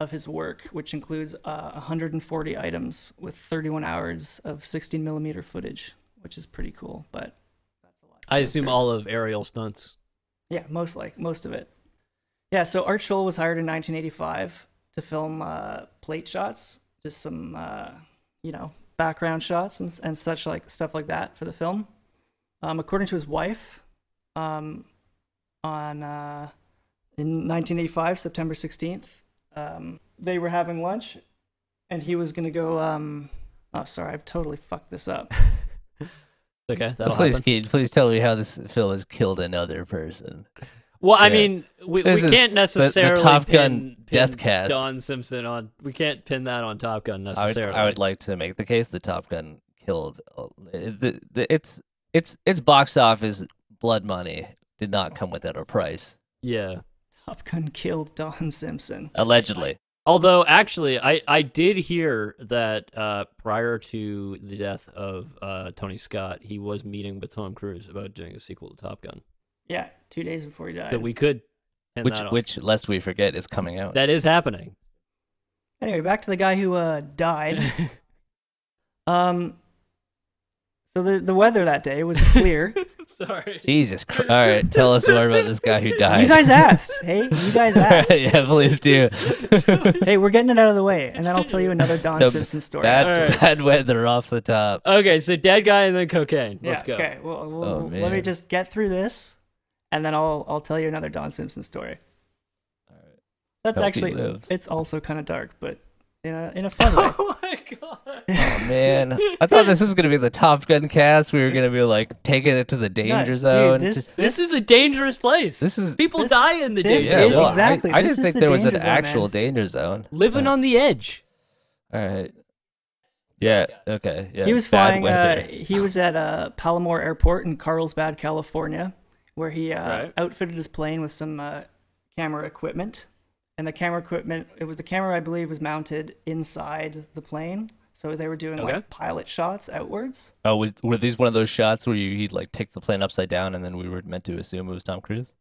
Speaker 2: of his work, which includes uh, 140 items with 31 hours of 16 millimeter footage, which is pretty cool. But that's a lot.
Speaker 1: I assume
Speaker 2: Sure.
Speaker 1: all of aerial
Speaker 2: (laughs)
Speaker 1: stunts.
Speaker 2: Yeah, most like most of it. Yeah, so Art Scholl was hired in 1985 to film uh, plate shots, just some uh, you know background shots and and such like stuff like that for the film. Um, according to his wife, um, on uh, in 1985 September 16th, um, they were having lunch, and he was gonna go. Um, oh, sorry, I've totally fucked this up. (laughs)
Speaker 1: Okay, that'll
Speaker 3: please,
Speaker 1: happen.
Speaker 3: Keith, please tell me how this film has killed another person.
Speaker 1: Well, I
Speaker 3: Yeah.
Speaker 1: mean, we, we
Speaker 3: This is
Speaker 1: can't
Speaker 3: the- the
Speaker 1: necessarily
Speaker 3: Top Gun
Speaker 1: pin, pin
Speaker 3: death cast.
Speaker 1: Don Simpson on. We can't pin that on Top Gun
Speaker 3: I would,
Speaker 1: necessarily.
Speaker 3: I would like to make the case the Top Gun killed. Uh, the- the- It's it's it's box office blood money did not come without a price.
Speaker 4: Yeah.
Speaker 2: Top Gun killed Don Simpson.
Speaker 3: Allegedly,
Speaker 4: Although, actually, I, I did hear that uh, prior to the death of uh, Tony Scott, he was meeting with Tom Cruise about doing a sequel to Top Gun.
Speaker 2: Yeah, two days before he died.
Speaker 4: That we could. pin
Speaker 3: which
Speaker 4: that on.
Speaker 3: which lest we forget is coming out.
Speaker 4: that is happening.
Speaker 2: Anyway, back to the guy who uh,
Speaker 4: (laughs)
Speaker 3: (laughs)
Speaker 2: died. Um, so the the weather that day was
Speaker 3: (laughs)
Speaker 2: clear.
Speaker 4: Sorry.
Speaker 3: Jesus Christ! All right, tell us more about this guy who died.
Speaker 2: you guys asked. Hey, you
Speaker 3: (laughs)
Speaker 2: guys asked.
Speaker 3: yeah, please do.
Speaker 2: (laughs) Hey, we're getting it out of the way, and then I'll tell you another Don
Speaker 3: (laughs) So,
Speaker 2: Simpson story.
Speaker 3: bad,
Speaker 4: Alright.
Speaker 3: bad weather off the top.
Speaker 4: Okay, so dead guy and then cocaine.
Speaker 2: yeah,
Speaker 4: Let's go.
Speaker 2: Okay. Well, we'll-
Speaker 3: Oh,
Speaker 2: let me
Speaker 3: man.
Speaker 2: just get through this, and then I'll I'll tell you another Don Simpson story. That's
Speaker 3: Hope he
Speaker 2: actually
Speaker 3: lives.
Speaker 2: it's also kind of dark, but in a in a fun way.
Speaker 4: (laughs) Oh my god.
Speaker 3: Oh man, I thought this was gonna be the Top Gun cast. We were gonna be like taking it to
Speaker 2: Yeah,
Speaker 3: the (laughs) danger
Speaker 2: dude,
Speaker 3: zone.
Speaker 2: this,
Speaker 3: Just-
Speaker 4: This is a dangerous place.
Speaker 3: This is-
Speaker 4: people
Speaker 2: This-
Speaker 4: die in the
Speaker 2: this
Speaker 4: danger.
Speaker 3: yeah,
Speaker 2: is-
Speaker 4: zone.
Speaker 3: well, I-
Speaker 2: exactly,
Speaker 3: I,
Speaker 2: this
Speaker 3: didn't
Speaker 2: is
Speaker 3: think
Speaker 2: the
Speaker 3: there was an
Speaker 2: danger zone, man.
Speaker 3: actual danger zone.
Speaker 4: Living on the edge.
Speaker 3: All right. Yeah. Okay. Yeah.
Speaker 2: he was
Speaker 3: bad
Speaker 2: flying. Uh,
Speaker 3: weather.
Speaker 2: he was at uh, Palomar Airport in Carlsbad, California, where he uh,
Speaker 4: Right.
Speaker 2: outfitted his plane with some uh, camera equipment. And the camera equipment, it was the camera I believe was mounted inside the plane, so they were doing
Speaker 4: Okay.
Speaker 2: like pilot shots outwards.
Speaker 3: oh, was were these one of those shots where you he'd like take the plane upside down and then we were meant to assume it was Tom Cruise?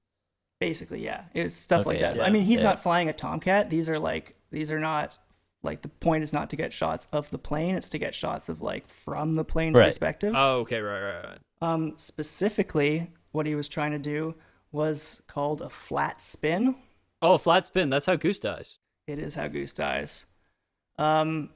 Speaker 2: Basically, yeah, it was stuff like
Speaker 3: Okay,
Speaker 2: that.
Speaker 3: yeah,
Speaker 2: I mean, he's
Speaker 3: yeah.
Speaker 2: not flying a Tomcat. These are like these are not like the point is not to get shots of the plane; it's to get shots of like from the plane's
Speaker 3: Right.
Speaker 2: perspective.
Speaker 4: Oh, okay, right, right, right.
Speaker 2: Um, specifically, what he was trying to do was called a flat spin.
Speaker 4: Oh, flat spin. That's how Goose dies.
Speaker 2: It is how Goose dies. Um,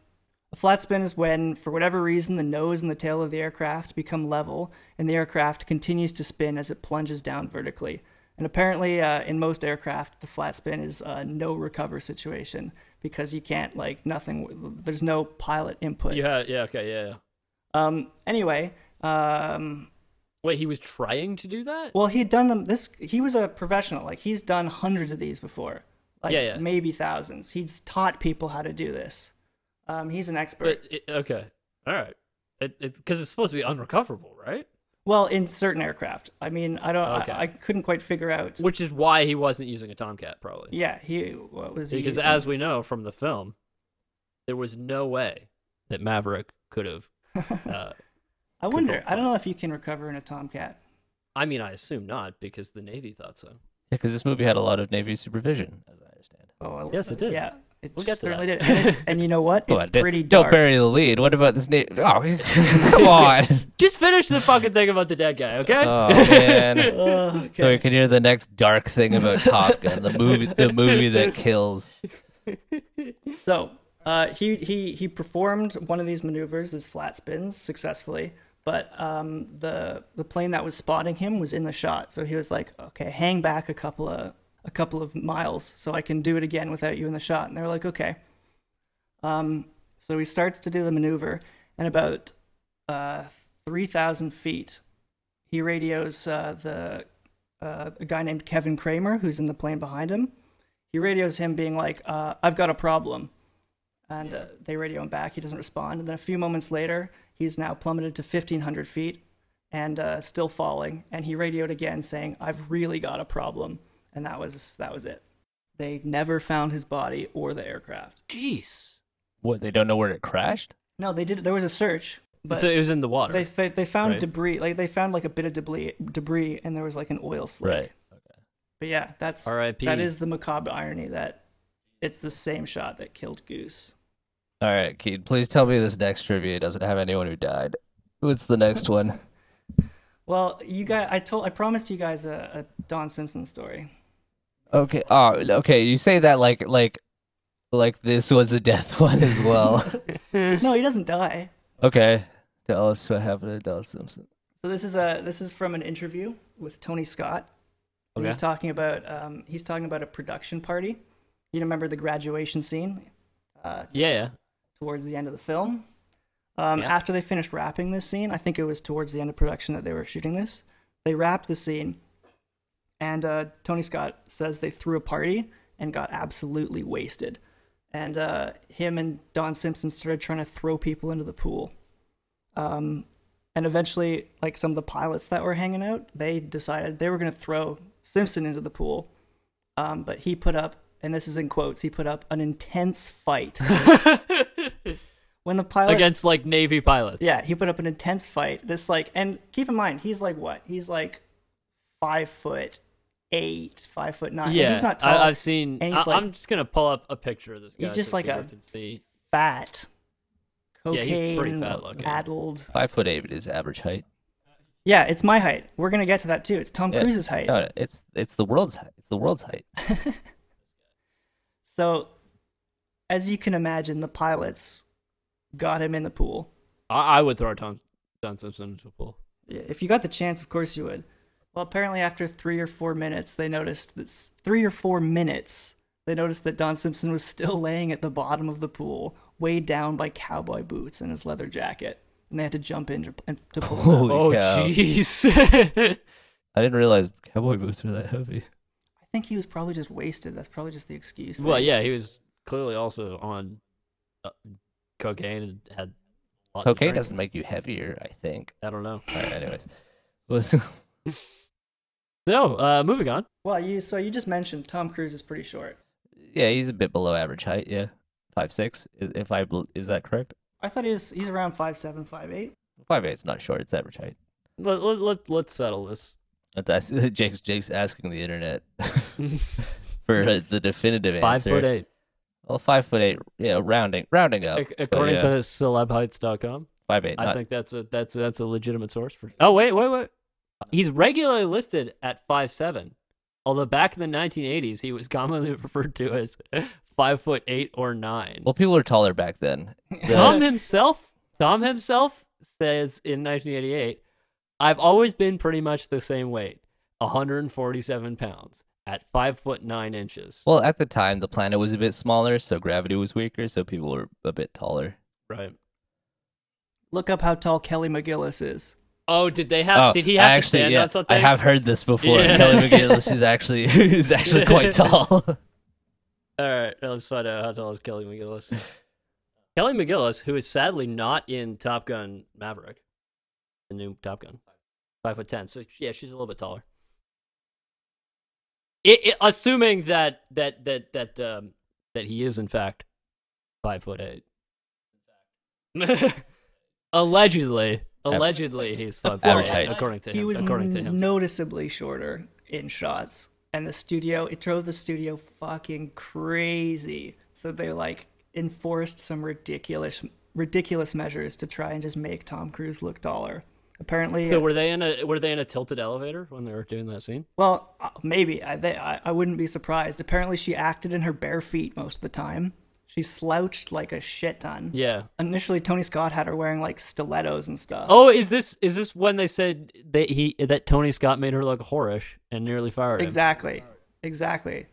Speaker 2: a flat spin is when, for whatever reason, the nose and the tail of the aircraft become level, and the aircraft continues to spin as it plunges down vertically. And apparently, uh, in most aircraft, the flat spin is a no recover situation because you can't like nothing. There's no pilot input.
Speaker 4: Yeah, yeah, okay, yeah. yeah.
Speaker 2: Um. Anyway. Um.
Speaker 4: Wait, he was trying to do that?
Speaker 2: Well, he'd done them. This he was a professional. Like he's done hundreds of these before. Like
Speaker 4: Yeah, yeah.
Speaker 2: maybe thousands. He's taught people how to do this. Um, he's an expert.
Speaker 4: But it, okay, all right, because it, because it's supposed to be unrecoverable, right?
Speaker 2: well, in certain aircraft. I mean, I don't.
Speaker 4: Okay.
Speaker 2: I, I couldn't quite figure out.
Speaker 4: Which is why he wasn't using a Tomcat, probably.
Speaker 2: Yeah, he what was he?
Speaker 4: because
Speaker 2: using?
Speaker 4: as we know from the film, there was no way that Maverick could
Speaker 2: (laughs)
Speaker 4: have. Uh,
Speaker 2: I wonder.
Speaker 4: control
Speaker 2: I don't know if you can recover in a Tomcat.
Speaker 4: I mean, I assume not because the Navy thought so.
Speaker 3: Yeah, because this movie had a lot of Navy supervision, as I understand.
Speaker 2: Oh, I-
Speaker 4: Yes, it did.
Speaker 2: Yeah, it
Speaker 4: We'll get to
Speaker 2: certainly
Speaker 4: that. Oh,
Speaker 2: did. And, it's, and you
Speaker 4: (laughs)
Speaker 2: know what?
Speaker 3: Come
Speaker 2: It's
Speaker 3: on, d-
Speaker 2: pretty
Speaker 3: don't
Speaker 2: dark.
Speaker 3: bury the lead. What about this Navy? Oh, (laughs)
Speaker 2: (laughs)
Speaker 3: come on.
Speaker 4: Just finish the fucking thing about the dead guy, okay?
Speaker 3: Oh
Speaker 2: (laughs)
Speaker 3: man.
Speaker 2: Ugh,
Speaker 3: So we
Speaker 2: Oh, okay.
Speaker 3: can hear the next dark thing about Top Gun, the movie, the movie that kills.
Speaker 2: So uh, he he he performed one of these maneuvers, these flat spins, successfully. But um, the the plane that was spotting him was in the shot, so he was like, "Okay, hang back a couple of a couple of miles, so I can do it again without you in the shot." And they were like, "Okay." Um, so he starts to do the maneuver, and about uh, three thousand feet, he radios uh, the uh, a guy named Kevin Kramer, who's in the plane behind him, he radios him being like, uh, I've got a problem. And uh, they radio him back. He doesn't respond. And then a few moments later, he's now plummeted to 1,500 feet and uh, still falling. And he radioed again saying, I've really got a problem. And that was, that was it. They never found his body or the aircraft.
Speaker 4: Jeez.
Speaker 3: What? They don't know where it crashed.
Speaker 2: No, they did. There was a search, but
Speaker 4: so it was in the water.
Speaker 2: they, fa- they found
Speaker 4: right?
Speaker 2: debris. Like they found like a bit of debris, debris, and there was like an oil slick. But yeah, that's
Speaker 4: R.I.P..
Speaker 2: that is the macabre irony that it's the same shot that killed Goose.
Speaker 3: All right, Keaton. Please tell me this next trivia doesn't have anyone who died. What's the next one?
Speaker 2: Well, you guys, I told, I promised you guys a, a Don Simpson story. (laughs)
Speaker 3: Okay. Oh, okay. You say that like like like this was a death one as
Speaker 2: (laughs)
Speaker 3: well.
Speaker 2: No, he doesn't die.
Speaker 3: okay. Tell us what happened to Don Simpson.
Speaker 2: So this is a this is from an interview with Tony Scott. And He's
Speaker 4: Okay.
Speaker 2: talking about um, he's talking about a production party. You remember the graduation scene uh,
Speaker 4: yeah, yeah.
Speaker 2: towards the end of the film. Um,
Speaker 4: Yeah.
Speaker 2: After they finished wrapping this scene, I think it was towards the end of production that they were shooting this. They wrapped the scene, and uh, Tony Scott says they threw a party and got absolutely wasted. And uh, him and Don Simpson started trying to throw people into the pool. Um, and eventually, like some of the pilots that were hanging out, they decided they were going to throw Simpson into the pool. Um, but he put up, and this is in quotes, he put up an intense fight. when the pilot
Speaker 1: Against like Navy pilots.
Speaker 2: yeah, he put up an intense fight. This like, and keep in mind, he's like what? He's like five foot eight, five foot nine. And
Speaker 1: Yeah.
Speaker 2: he's not tall.
Speaker 1: I, I've seen.
Speaker 2: and he's
Speaker 1: I,
Speaker 2: like-
Speaker 1: am just gonna pull up a picture of this guy.
Speaker 2: He's just
Speaker 1: so
Speaker 2: like
Speaker 1: people
Speaker 2: a-
Speaker 1: Can see.
Speaker 2: fat,
Speaker 1: Yeah, he's pretty
Speaker 2: cocaine
Speaker 1: fat looking.
Speaker 2: addled.
Speaker 3: Five foot eight is average height.
Speaker 2: Yeah, it's my height. We're gonna get to that too. It's Tom
Speaker 3: Yeah.
Speaker 2: Cruise's height.
Speaker 3: No, it's it's the world's height. It's the world's height.
Speaker 2: So, as you can imagine, the pilots got him in the pool.
Speaker 1: I, I would throw Tom Don Simpson into a pool.
Speaker 2: Yeah, If you got the chance, of course you would. Well, apparently, after three or four minutes, they noticed that s- three or four minutes they noticed that Don Simpson was still laying at the bottom of the pool, weighed down by cowboy boots and his leather jacket, and they had to jump in to, and- to pull him out.
Speaker 3: Holy
Speaker 1: oh
Speaker 3: cow. (laughs)
Speaker 1: jeez.
Speaker 3: I didn't realize cowboy boots were that
Speaker 1: (laughs)
Speaker 3: heavy.
Speaker 2: I think he was probably just wasted. That's probably just the excuse.
Speaker 1: well,
Speaker 2: thing.
Speaker 1: yeah, he was clearly also on uh, cocaine and had. Lots of
Speaker 3: Cocaine
Speaker 1: drinks.
Speaker 3: doesn't make you heavier, I think.
Speaker 1: I don't know.
Speaker 3: All right, (laughs) anyways. Let's-
Speaker 1: (laughs) So, uh, moving on.
Speaker 2: Well, you so you just mentioned Tom Cruise is pretty short.
Speaker 3: yeah, he's a bit below average height. Yeah, five six. Is, if I bel- is that correct?
Speaker 2: I thought he was he's around five seven, five eight.
Speaker 3: Five eight's not short. It's average height.
Speaker 1: Let let, let let's settle this.
Speaker 3: That's, (laughs) Jake's Jake's asking
Speaker 1: (laughs)
Speaker 3: the internet (laughs) for uh, the definitive answer.
Speaker 1: Five foot eight,
Speaker 3: Well, five foot eight. Yeah, rounding rounding up.
Speaker 1: Ac- according
Speaker 3: oh, yeah.
Speaker 1: to celebheights.com.
Speaker 3: Five eight.
Speaker 1: I think that's a that's that's a legitimate source for. Oh wait, wait, wait. He's regularly listed at five seven, although back in the 1980s he was commonly (laughs) referred to as five foot eight or nine.
Speaker 3: Well, people were taller back then. The-
Speaker 1: Tom himself, Tom himself says in 1988, "I've always been pretty much the same weight, 147 pounds, at five foot nine inches."
Speaker 3: well, at the time, the planet was a bit smaller, so gravity was weaker, so people were a bit taller.
Speaker 1: Right.
Speaker 2: Look up how tall Kelly McGillis is.
Speaker 1: Oh, did they have?
Speaker 3: oh,
Speaker 1: did he have
Speaker 3: I
Speaker 1: to
Speaker 3: actually,
Speaker 1: stand
Speaker 3: yeah,
Speaker 1: on something?
Speaker 3: I have heard this before.
Speaker 1: Yeah.
Speaker 3: Kelly McGillis is actually (laughs) is
Speaker 1: (laughs)
Speaker 3: actually quite tall.
Speaker 1: All right, now let's find out how tall is Kelly McGillis. Kelly McGillis, who is sadly not in Top Gun Maverick, the new Top Gun, five foot ten. So yeah, she's a little bit taller. It, it- assuming that that that that um, that he is in fact five foot eight. (laughs) allegedly, allegedly he's five
Speaker 3: Average
Speaker 1: foot eight,
Speaker 3: height.
Speaker 1: according to him.
Speaker 2: He was
Speaker 1: according to him,
Speaker 2: noticeably shorter in shots, and the studio it drove the studio fucking crazy. So they like enforced some ridiculous ridiculous measures to try and just make Tom Cruise look taller. Apparently,
Speaker 1: So were they in a were they in a tilted elevator when they were doing that scene?
Speaker 2: well, uh, maybe I, they, I I wouldn't be surprised. Apparently, she acted in her bare feet most of the time. She slouched like a shit ton.
Speaker 1: Yeah,
Speaker 2: Initially, Tony Scott had her wearing like stilettos and stuff.
Speaker 1: Oh, is this is this when they said that he that Tony Scott made her look whorish and nearly fired him?
Speaker 2: Exactly. (laughs) Exactly.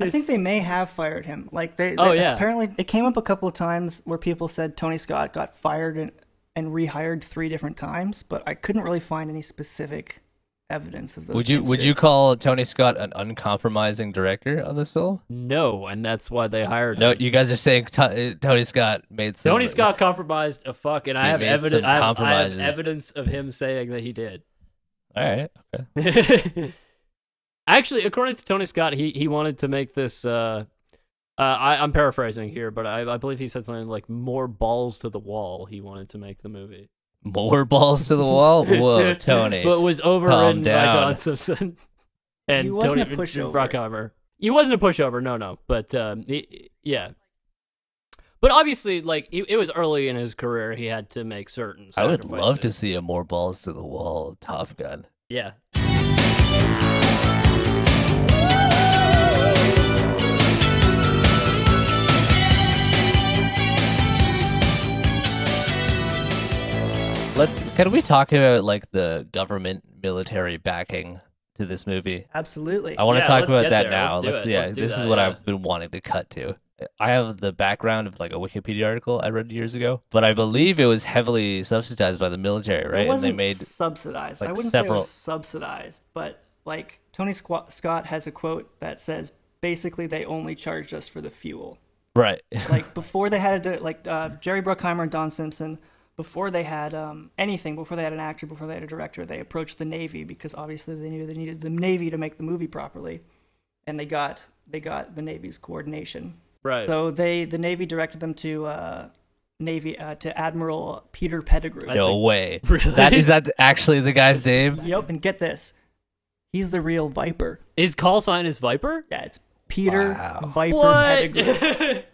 Speaker 2: I think they may have fired him. Like they,
Speaker 1: Oh,
Speaker 2: they-
Speaker 1: yeah.
Speaker 2: apparently it came up a couple of times where people said Tony Scott got fired and, and rehired three different times, but I couldn't really find any specific evidence of those.
Speaker 3: (laughs) would you would you
Speaker 2: incidents.
Speaker 3: call Tony Scott an uncompromising director of this film?
Speaker 1: No, and that's why they hired
Speaker 3: No,
Speaker 1: him.
Speaker 3: you guys are saying To- uh, Tony Scott made some.
Speaker 1: Tony Scott compromised a fuck, and I
Speaker 3: He
Speaker 1: have
Speaker 3: made
Speaker 1: evidence.
Speaker 3: some
Speaker 1: I have, I have
Speaker 3: compromises.
Speaker 1: evidence of him saying that he did. (laughs)
Speaker 3: All right. Okay.
Speaker 1: Actually, according to Tony Scott, he he wanted to make this. Uh, uh, I, I'm paraphrasing here, but I, I believe he said something like "more balls to the wall." He wanted to make the movie,
Speaker 3: More balls to the
Speaker 1: (laughs)
Speaker 3: wall. Whoa, Tony.
Speaker 1: but was overridden by
Speaker 3: down.
Speaker 1: Don Simpson (laughs) and
Speaker 2: He wasn't
Speaker 1: Tony
Speaker 2: a pushover.
Speaker 1: Bruckheimer. He wasn't a pushover, no, no, but um, he, yeah. But obviously, like it, it was early in his career, he had to make certain.
Speaker 3: I would love to
Speaker 1: sacrifices.
Speaker 3: see a more balls to the wall Top Gun.
Speaker 1: Yeah,
Speaker 3: Let can we talk about like the government military backing to this movie?
Speaker 2: Absolutely.
Speaker 3: I want to
Speaker 1: Yeah,
Speaker 3: talk
Speaker 1: let's
Speaker 3: about
Speaker 1: get
Speaker 3: that
Speaker 1: there.
Speaker 3: now.
Speaker 1: Let's do it.
Speaker 3: yeah,
Speaker 1: Let's do
Speaker 3: this is
Speaker 1: that,
Speaker 3: what
Speaker 1: yeah.
Speaker 3: I've been wanting to cut to. I have the background of like a Wikipedia article I read years ago, but I believe it was heavily subsidized by the military,
Speaker 2: It
Speaker 3: right? And they
Speaker 2: wasn't
Speaker 3: made
Speaker 2: subsidized. I
Speaker 3: like,
Speaker 2: wouldn't say it
Speaker 3: several-
Speaker 2: was subsidized, but like Tony Squ- Scott has a quote that says basically they only charged us for the fuel.
Speaker 3: right. (laughs)
Speaker 2: like before they had to do it, like uh, Jerry Bruckheimer and Don Simpson before they had um, anything, before they had an actor, before they had a director, they approached the Navy because obviously they knew they needed the Navy to make the movie properly, and they got they got the Navy's coordination.
Speaker 1: Right.
Speaker 2: So they the Navy directed them to uh, Navy uh, to Admiral Peter Pettigrew.
Speaker 3: no
Speaker 1: (laughs)
Speaker 3: way.
Speaker 1: (laughs) Really?
Speaker 3: That is that actually the guy's name?
Speaker 2: Yep, and get this, he's the real Viper.
Speaker 1: His call sign is Viper?
Speaker 2: Yeah, it's Peter
Speaker 3: Wow.
Speaker 2: Viper Pettigrew.
Speaker 1: (laughs)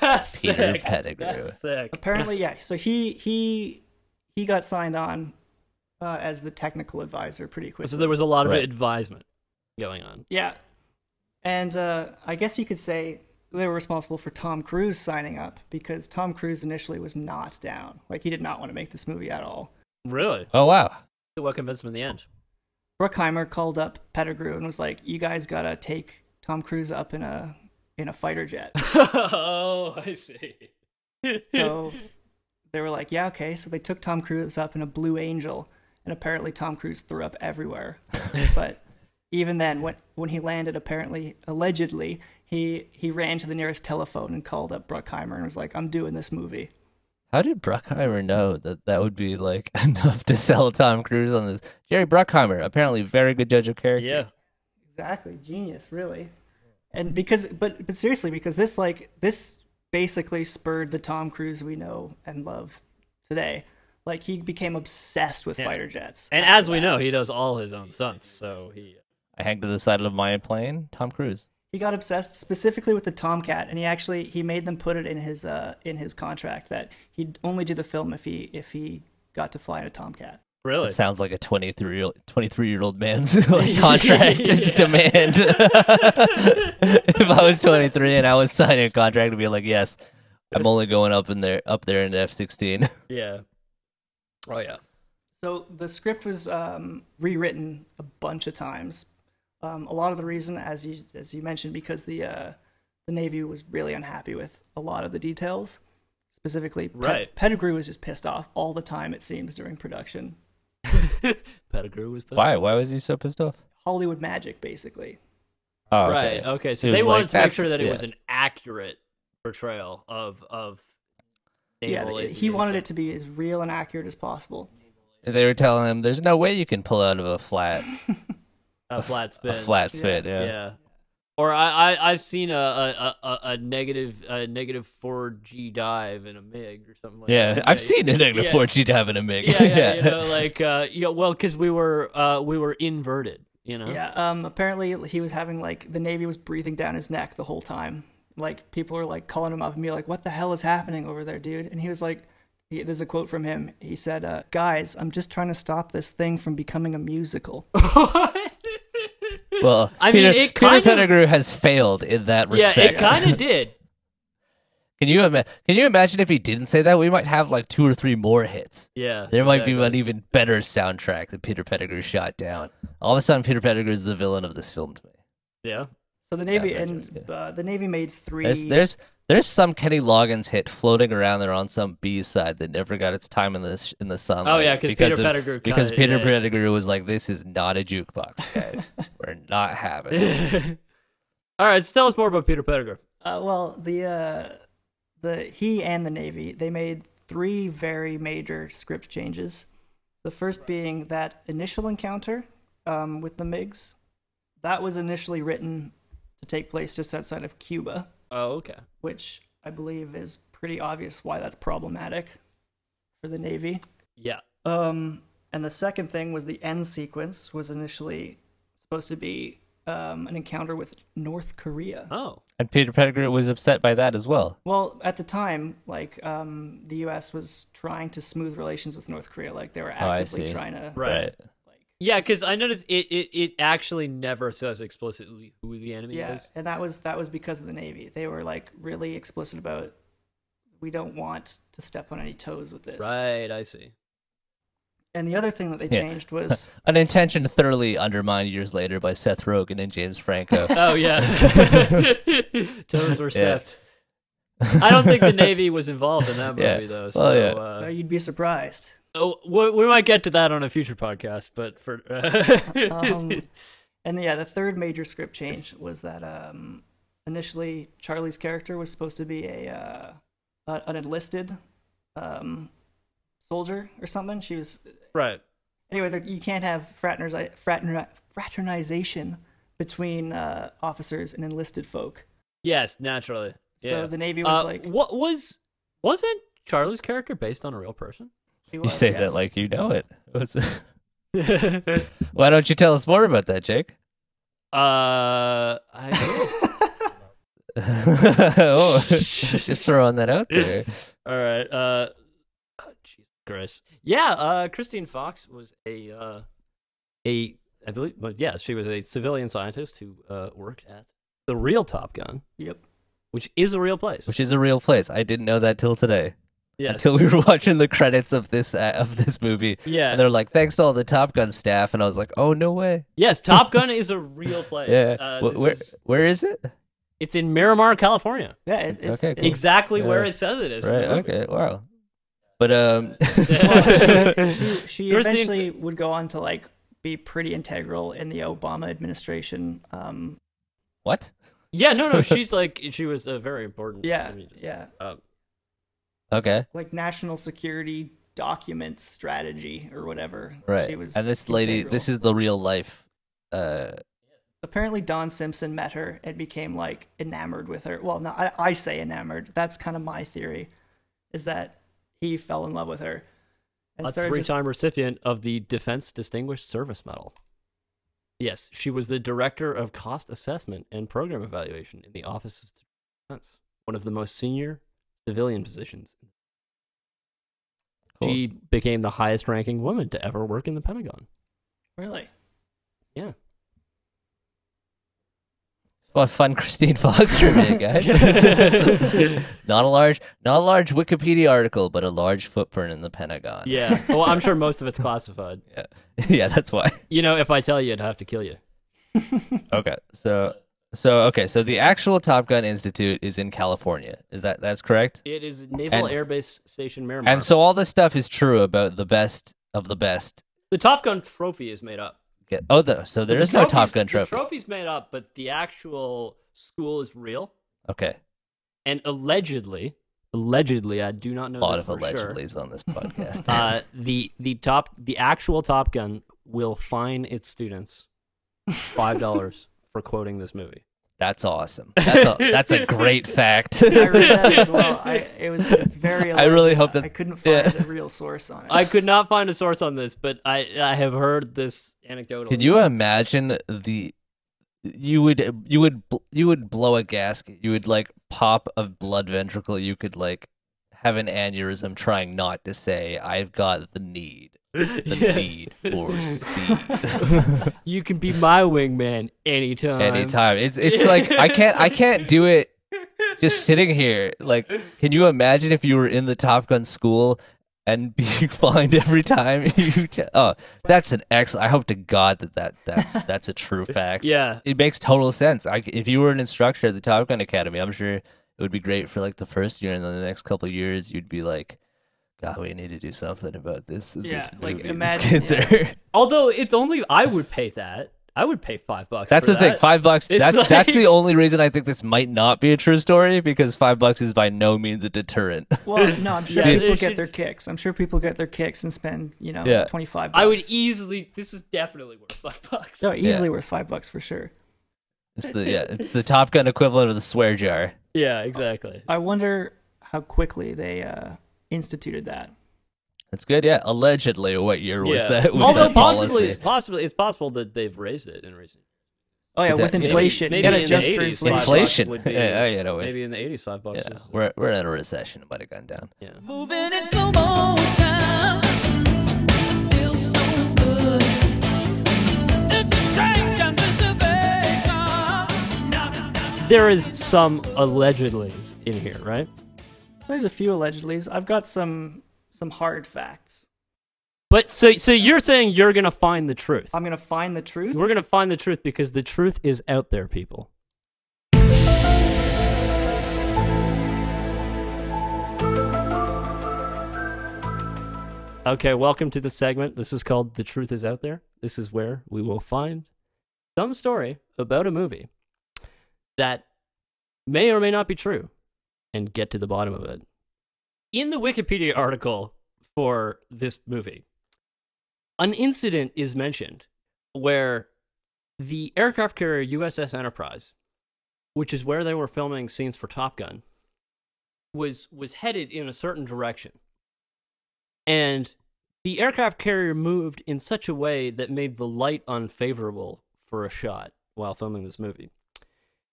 Speaker 1: That's
Speaker 3: Peter
Speaker 1: sick.
Speaker 3: Pettigrew.
Speaker 1: That's sick.
Speaker 2: apparently yeah so he he he got signed on uh, as the technical advisor pretty quickly
Speaker 1: Oh, So there was a lot of
Speaker 3: Right.
Speaker 1: advisement going on.
Speaker 2: yeah and uh, i guess you could say they were responsible for tom cruise signing up because tom cruise initially was not down like he did not want to make this movie at all
Speaker 1: Really?
Speaker 3: Oh wow.
Speaker 1: So what convinced him in the end?
Speaker 2: (laughs) bruckheimer called up pettigrew and was like you guys gotta take tom cruise up in a in a fighter jet
Speaker 1: oh, I see.
Speaker 2: so they were like yeah okay so they took tom cruise up in a blue angel and apparently tom cruise threw up everywhere but even then, when when he landed, apparently, allegedly, he he ran to the nearest telephone and called up Bruckheimer and was like, "I'm doing this movie."
Speaker 3: How did Bruckheimer know that that would be like (laughs) enough to sell Tom Cruise on this? Jerry Bruckheimer, apparently very good judge of character.
Speaker 1: (laughs) yeah.
Speaker 2: Exactly, genius, really. And because, but but seriously, because this like this basically spurred the Tom Cruise we know and love today. Like he became obsessed with
Speaker 1: Yeah.
Speaker 2: fighter jets.
Speaker 1: And as we know, he does all his own stunts, so he
Speaker 3: I hang to the side of my plane, Tom Cruise.
Speaker 2: he got obsessed specifically with the tomcat and he actually he made them put it in his uh in his contract that he'd only do the film if he if he got to fly in a tomcat
Speaker 1: really
Speaker 3: It sounds like a 23 year, 23 year old man's
Speaker 1: (laughs)
Speaker 3: (laughs) like, contract (laughs) demand. if I was 23 and I was signing a contract to be like, yes, I'm only going up in there, up there in the (laughs) F-16.
Speaker 1: yeah. Oh yeah.
Speaker 2: so the script was um rewritten a bunch of times um a lot of the reason as you as you mentioned because the uh the navy was really unhappy with a lot of the details specifically Pet-
Speaker 1: Right.
Speaker 2: pettigrew was just pissed off all the time it seems during production
Speaker 1: Pettigrew was pissed.
Speaker 3: Why? Why was he so pissed off?
Speaker 2: hollywood magic basically
Speaker 3: Oh,
Speaker 1: Right. Okay. So
Speaker 3: He
Speaker 1: they
Speaker 3: was
Speaker 1: wanted
Speaker 3: like,
Speaker 1: to make
Speaker 3: "That's-
Speaker 1: sure that it
Speaker 3: yeah."
Speaker 1: was an accurate portrayal of of. naval
Speaker 2: yeah he wanted
Speaker 1: aviation.
Speaker 2: it to be as real and accurate as possible
Speaker 3: They were telling him, "There's no way you can pull out of a flat,
Speaker 1: a flat spin.
Speaker 3: (laughs) a flat spit."
Speaker 1: Yeah.
Speaker 3: Yeah.
Speaker 1: Or I, I I've seen a a, a, a- a negative a negative four G dive in a Mig or something like
Speaker 3: Yeah,
Speaker 1: that.
Speaker 3: I've seen a
Speaker 1: (laughs)
Speaker 3: negative
Speaker 1: Yeah.
Speaker 3: 4G dive in a MiG.
Speaker 1: Yeah,
Speaker 3: (laughs)
Speaker 1: yeah, you know, like uh, yeah, well, because we were uh, we were inverted, you know.
Speaker 2: Yeah. Um. Apparently, he was having like the Navy was breathing down his neck the whole time. Like people were like calling him up and be like, "What the hell is happening over there, dude?" And he was like, he, "There's a quote from him. He said, uh, guys, I'm just trying to stop this thing from becoming a musical.'
Speaker 1: (laughs)
Speaker 2: (laughs)
Speaker 3: Well,
Speaker 1: I mean,
Speaker 3: Peter,
Speaker 1: it
Speaker 3: Peter
Speaker 1: kind of-
Speaker 3: Pettigrew has failed in that
Speaker 1: yeah,
Speaker 3: respect.
Speaker 1: it kind
Speaker 3: (laughs)
Speaker 1: of did.
Speaker 3: can you ima- can you imagine if he didn't say that? We might have like two or three more hits.
Speaker 1: Yeah,
Speaker 3: There might be
Speaker 1: exactly.
Speaker 3: an even better soundtrack that Peter Pettigrew shot down. All of a sudden, Peter Pettigrew is the villain of this film to me.
Speaker 1: Yeah,
Speaker 2: So the Navy
Speaker 3: Yeah,
Speaker 2: and uh, the Navy made three.
Speaker 3: There's there's there's some Kenny Loggins hit floating around there on some B side that never got its time in the sh- in the sunlight.
Speaker 1: Oh, yeah, 'cause
Speaker 3: because
Speaker 1: Peter
Speaker 3: of-
Speaker 1: Pettigrew cut
Speaker 3: because
Speaker 1: it,
Speaker 3: Peter
Speaker 1: yeah.
Speaker 3: Pettigrew was like, "This is not a
Speaker 1: (laughs)
Speaker 3: jukebox, guys. We're not having." it."
Speaker 1: All right, so tell us more about Peter Pettigrew.
Speaker 2: Uh, well, the uh, the he and the Navy they made three very major script changes. The first being that initial encounter um, with the MIGs, that was initially written to take place just outside of Cuba,
Speaker 1: Oh, okay.
Speaker 2: which I believe is pretty obvious why that's problematic for the Navy.
Speaker 1: Yeah.
Speaker 2: Um, and the second thing was the end sequence was initially supposed to be um, an encounter with North Korea.
Speaker 1: Oh,
Speaker 3: And Peter Pettigrew was upset by that as well.
Speaker 2: Well, at the time, like um, the U.S. was trying to smooth relations with North Korea. Like they were
Speaker 3: Oh, I
Speaker 2: actively
Speaker 3: see.
Speaker 2: trying to.
Speaker 1: Right.
Speaker 2: Like,
Speaker 1: yeah. Because I noticed it, it it actually never says explicitly who the enemy
Speaker 2: yeah,
Speaker 1: is.
Speaker 2: and that was that was because of the Navy. They were like really explicit about we don't want to step on any toes with this.
Speaker 1: Right. I (laughs) see.
Speaker 2: And the other thing that they
Speaker 3: Yeah.
Speaker 2: changed
Speaker 3: (laughs)
Speaker 2: was
Speaker 3: An intention thoroughly undermined years later by Seth Rogen and James Franco.
Speaker 1: Oh
Speaker 3: (laughs)
Speaker 1: yeah. Toes were
Speaker 3: Yeah.
Speaker 1: stepped. I don't
Speaker 3: (laughs)
Speaker 1: think the Navy was involved in that movie
Speaker 3: Yeah.
Speaker 1: though.
Speaker 3: Well,
Speaker 1: So
Speaker 3: yeah.
Speaker 2: uh,
Speaker 1: uh,
Speaker 2: you'd be surprised.
Speaker 1: oh, we, we might get to that on a future podcast, but for (laughs)
Speaker 2: Um,
Speaker 3: (laughs)
Speaker 2: and yeah, the third major script change was that um, initially Charlie's character was supposed to be a uh, a- an enlisted um, soldier or something. She was
Speaker 1: Right.
Speaker 2: anyway. There, you can't have fraterniz- fraterni- fraternization between uh, officers and enlisted folk.
Speaker 1: Yes, naturally.
Speaker 2: So
Speaker 1: yeah.
Speaker 2: the Navy was
Speaker 1: Uh,
Speaker 2: like,
Speaker 1: what was wasn't Charlie's character based on a real
Speaker 2: (laughs)
Speaker 1: person?
Speaker 2: she
Speaker 3: You
Speaker 2: was,
Speaker 3: say
Speaker 2: yes.
Speaker 3: that like you know it. (laughs) What's- Why don't you tell us more about that, Jake? (laughs)
Speaker 1: uh, I
Speaker 2: (laughs)
Speaker 3: oh, (laughs) just throwing that out there.
Speaker 1: all right. Uh, oh, Jesus Christ. Yeah. Uh, Christine Fox was a uh, a I believe, but yeah, she was a civilian scientist who uh, worked at the real Top Gun,
Speaker 2: Yep.
Speaker 1: which is a real place.
Speaker 3: Which is a real place. I didn't know that till today.
Speaker 1: yes.
Speaker 3: Until we (laughs) were watching the credits of this uh, of this movie,
Speaker 1: yeah.
Speaker 3: and they're like, "Thanks to all the Top Gun staff," and I was like, "Oh no way!"
Speaker 1: Yes, Top Gun is a
Speaker 3: (laughs)
Speaker 1: real place.
Speaker 3: Yeah,
Speaker 1: Uh,
Speaker 3: Wh-
Speaker 1: this
Speaker 3: where
Speaker 1: is-
Speaker 3: where is it?
Speaker 1: it's in Miramar,
Speaker 3: (laughs)
Speaker 1: California.
Speaker 2: (laughs) Yeah, it, it's,
Speaker 3: Okay, cool.
Speaker 2: it's-
Speaker 1: Exactly where
Speaker 3: Yeah.
Speaker 1: it says it is. in
Speaker 3: Right?
Speaker 1: the movie.
Speaker 3: Okay. Wow. But um, (laughs)
Speaker 1: (laughs)
Speaker 2: well, she, she, she
Speaker 1: There was the
Speaker 2: eventually would go on to like be pretty integral in the Obama administration. Um,
Speaker 3: what?
Speaker 1: Yeah, no, no,
Speaker 3: (laughs)
Speaker 1: she's like she was uh, very important.
Speaker 2: yeah,
Speaker 1: I mean, just-
Speaker 2: yeah,
Speaker 1: um,
Speaker 3: Okay.
Speaker 2: like national security documents strategy or whatever.
Speaker 3: Right.
Speaker 2: She was
Speaker 3: And this lady,
Speaker 2: integral.
Speaker 3: this is the real life. Uh,
Speaker 2: apparently Don Simpson met her and became like enamored with her. Well, no, I, I say enamored. That's kind of my theory, is that he fell in love with her and
Speaker 1: a
Speaker 2: started just
Speaker 1: three-time recipient of the Defense Distinguished Service Medal. Yes, she was the director of cost assessment and program evaluation in the Office of Defense, one of the most senior civilian positions.
Speaker 3: cool.
Speaker 1: She became the highest-ranking woman to ever work in the
Speaker 3: (laughs)
Speaker 1: (laughs) Pentagon.
Speaker 2: really.
Speaker 1: Yeah.
Speaker 3: Well, fun Christine Fox trivia, guys. It's-
Speaker 1: (laughs)
Speaker 3: it's- not a large, not a large Wikipedia article, but a large footprint in the Pentagon.
Speaker 1: Yeah. Well, I'm sure most of it's classified.
Speaker 3: yeah, (laughs) yeah. That's why.
Speaker 1: You know, if I tell you, I'd have to kill you.
Speaker 3: Okay, so, so okay, so the actual Top Gun Institute is in California. Is that that's correct?
Speaker 1: It is Naval
Speaker 3: And-
Speaker 1: Air Base Station Miramar.
Speaker 3: And so all this stuff is true about the best of the best.
Speaker 1: the Top Gun trophy is made up.
Speaker 3: Get, oh, the, so there
Speaker 1: The
Speaker 3: is no Top
Speaker 1: trophy's-
Speaker 3: Gun
Speaker 1: The
Speaker 3: trophy.
Speaker 1: trophy's made up, but the actual school is real.
Speaker 3: okay,
Speaker 1: And allegedly, allegedly, I do not know
Speaker 3: a lot
Speaker 1: this
Speaker 3: of
Speaker 1: for sure,
Speaker 3: allegedlys
Speaker 1: (laughs)
Speaker 3: on this podcast.
Speaker 1: uh, the the top the actual Top Gun will fine its students five
Speaker 3: (laughs)
Speaker 1: dollars for quoting this movie.
Speaker 3: that's awesome. That's a that's a
Speaker 1: (laughs)
Speaker 3: great fact.
Speaker 2: I read that as well. I, it was it's very.
Speaker 3: (laughs) I really
Speaker 2: elaborate.
Speaker 3: hope that-
Speaker 2: I couldn't find
Speaker 3: yeah.
Speaker 2: a real source on it.
Speaker 1: I could not find a source on this, but I I have heard this anecdotally.
Speaker 3: Can you uh, imagine the you would you would bl- you would blow a gasket. You would like pop a blood ventricle. You could like have an aneurysm trying not to say I've got the need. The need for speed.
Speaker 1: You can be my wingman anytime.
Speaker 3: Anytime. It's it's like I can't I can't do it just sitting here. Like can you imagine if you were in the Top Gun school and (laughs) being fined every time you ju- Oh, that's an excellent I hope to god that, that that's that's a true fact.
Speaker 1: Yeah.
Speaker 3: it makes total sense. I, if you were an instructor at the Top Gun Academy, I'm sure it would be great for like the first year, and then the next couple of years, you'd be like, "God, we need to do something about this."
Speaker 2: Yeah,
Speaker 3: this
Speaker 2: like,
Speaker 3: movie. These
Speaker 2: imagine-
Speaker 3: kids (laughs) are-
Speaker 1: Although it's only I would pay that. I would pay five bucks.
Speaker 3: That's
Speaker 1: for
Speaker 3: the thing.
Speaker 1: that.
Speaker 3: Five bucks.
Speaker 1: It's
Speaker 3: that's that's
Speaker 1: like-
Speaker 3: the only reason I think this might not be a true story because five bucks is by no means a deterrent.
Speaker 2: (laughs)
Speaker 3: (laughs)
Speaker 2: well, no, I'm sure
Speaker 1: Yeah,
Speaker 2: people
Speaker 1: it
Speaker 2: get
Speaker 1: should-
Speaker 2: their kicks. I'm sure people get their kicks and spend you know
Speaker 3: Yeah.
Speaker 2: twenty five.
Speaker 1: I would easily. This is definitely worth five bucks.
Speaker 2: No, easily worth five bucks for sure.
Speaker 3: It's the yeah. It's the Top Gun equivalent of the swear jar.
Speaker 1: (laughs) Yeah, exactly.
Speaker 2: I wonder how quickly they uh, instituted that.
Speaker 3: That's good. Yeah. Allegedly, what year was
Speaker 1: Yeah.
Speaker 3: that? Was
Speaker 1: Although
Speaker 3: that
Speaker 1: possibly,
Speaker 3: policy?
Speaker 1: possibly, it's possible that they've raised it in recent.
Speaker 2: Oh yeah,
Speaker 3: But
Speaker 2: with
Speaker 3: that- maybe-
Speaker 2: inflation,
Speaker 1: maybe
Speaker 2: you
Speaker 1: in
Speaker 2: gotta
Speaker 1: the
Speaker 2: adjust for
Speaker 1: 80s, five bucks
Speaker 2: inflation.
Speaker 3: Inflation.
Speaker 1: would be-
Speaker 3: Yeah, yeah, no, it's-
Speaker 1: maybe in the eighties, five bucks.
Speaker 3: Yeah.
Speaker 1: is-
Speaker 3: We're we're in a recession. It might have gone down.
Speaker 1: yeah.
Speaker 5: Moving in slow motion feels so good. It's a strange anticipation. Knock, knock.
Speaker 1: There is some allegedly in here, right?
Speaker 2: There's a few allegedlys. I've got some some hard facts.
Speaker 1: But so, so you're saying you're gonna find the truth.
Speaker 2: I'm gonna find the truth.
Speaker 1: We're gonna find the truth because the truth is out there, people. Okay, welcome to the segment. This is called The Truth is Out There. This is where we will find some story about a movie that may or may not be true and get to the bottom of it. In the Wikipedia article for this movie. An incident is mentioned where the aircraft carrier USS Enterprise, which is where they were filming scenes for Top Gun, was was headed in a certain direction. And the aircraft carrier moved in such a way that made the light unfavorable for a shot while filming this movie.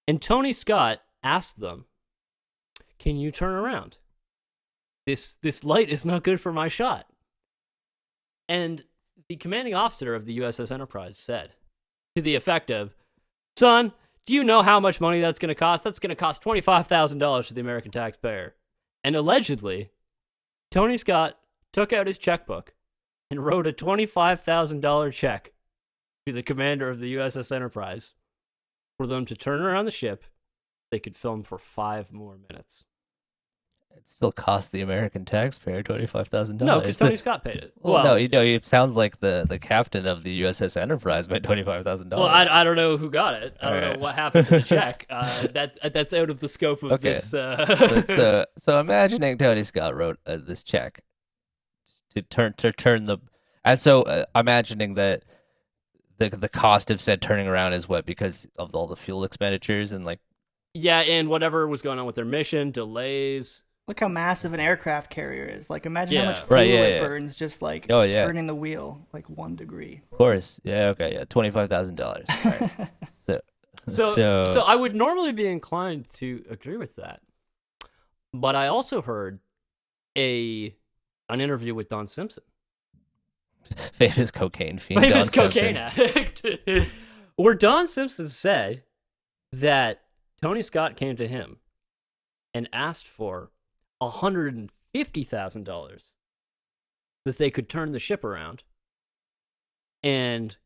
Speaker 1: And Tony Scott asked them, "Can you turn around? This this light is not good for my shot." And the commanding officer of the USS Enterprise said, to the effect of, "Son, do you know how much money that's going to cost? That's going to cost twenty five thousand dollars to the American taxpayer." And allegedly, Tony Scott took out his checkbook and wrote a twenty five thousand dollar check to the commander of the USS Enterprise for them to turn around the ship. They could film for five more minutes.
Speaker 3: It still cost the American taxpayer twenty five thousand
Speaker 1: No,
Speaker 3: dollars.
Speaker 1: because Tony Scott paid it.
Speaker 3: Well, no, you know, it sounds like the, the captain of the USS Enterprise by twenty five thousand
Speaker 1: Well,
Speaker 3: dollars.
Speaker 1: I, I don't know who got it. I don't
Speaker 3: Alright.
Speaker 1: know what happened to (laughs) the check. Uh, that that's out of the scope of
Speaker 3: Okay.
Speaker 1: this. Uh...
Speaker 3: But so (laughs) so imagining Tony Scott wrote uh, this check to turn to turn the and so uh, imagining that the the cost of said turning around is what because of all the fuel expenditures and like
Speaker 1: (laughs) yeah, and whatever was going on with their mission, delays.
Speaker 2: Look how massive an aircraft carrier is. Like, imagine how
Speaker 1: Yeah.
Speaker 2: much fuel
Speaker 3: Right, yeah,
Speaker 2: it
Speaker 3: yeah.
Speaker 2: burns just like
Speaker 3: Oh, yeah.
Speaker 2: turning the wheel like one degree.
Speaker 3: of course yeah okay yeah twenty five thousand dollars
Speaker 1: (laughs)
Speaker 3: so
Speaker 1: So, so I would normally be inclined to agree with that, but I also heard a an interview with Don Simpson.
Speaker 3: famous cocaine fiend
Speaker 1: famous
Speaker 3: Don
Speaker 1: cocaine
Speaker 3: Simpson.
Speaker 1: addict, (laughs) where Don Simpson said that Tony Scott came to him and asked for hundred and fifty thousand dollars that they could turn the ship around, and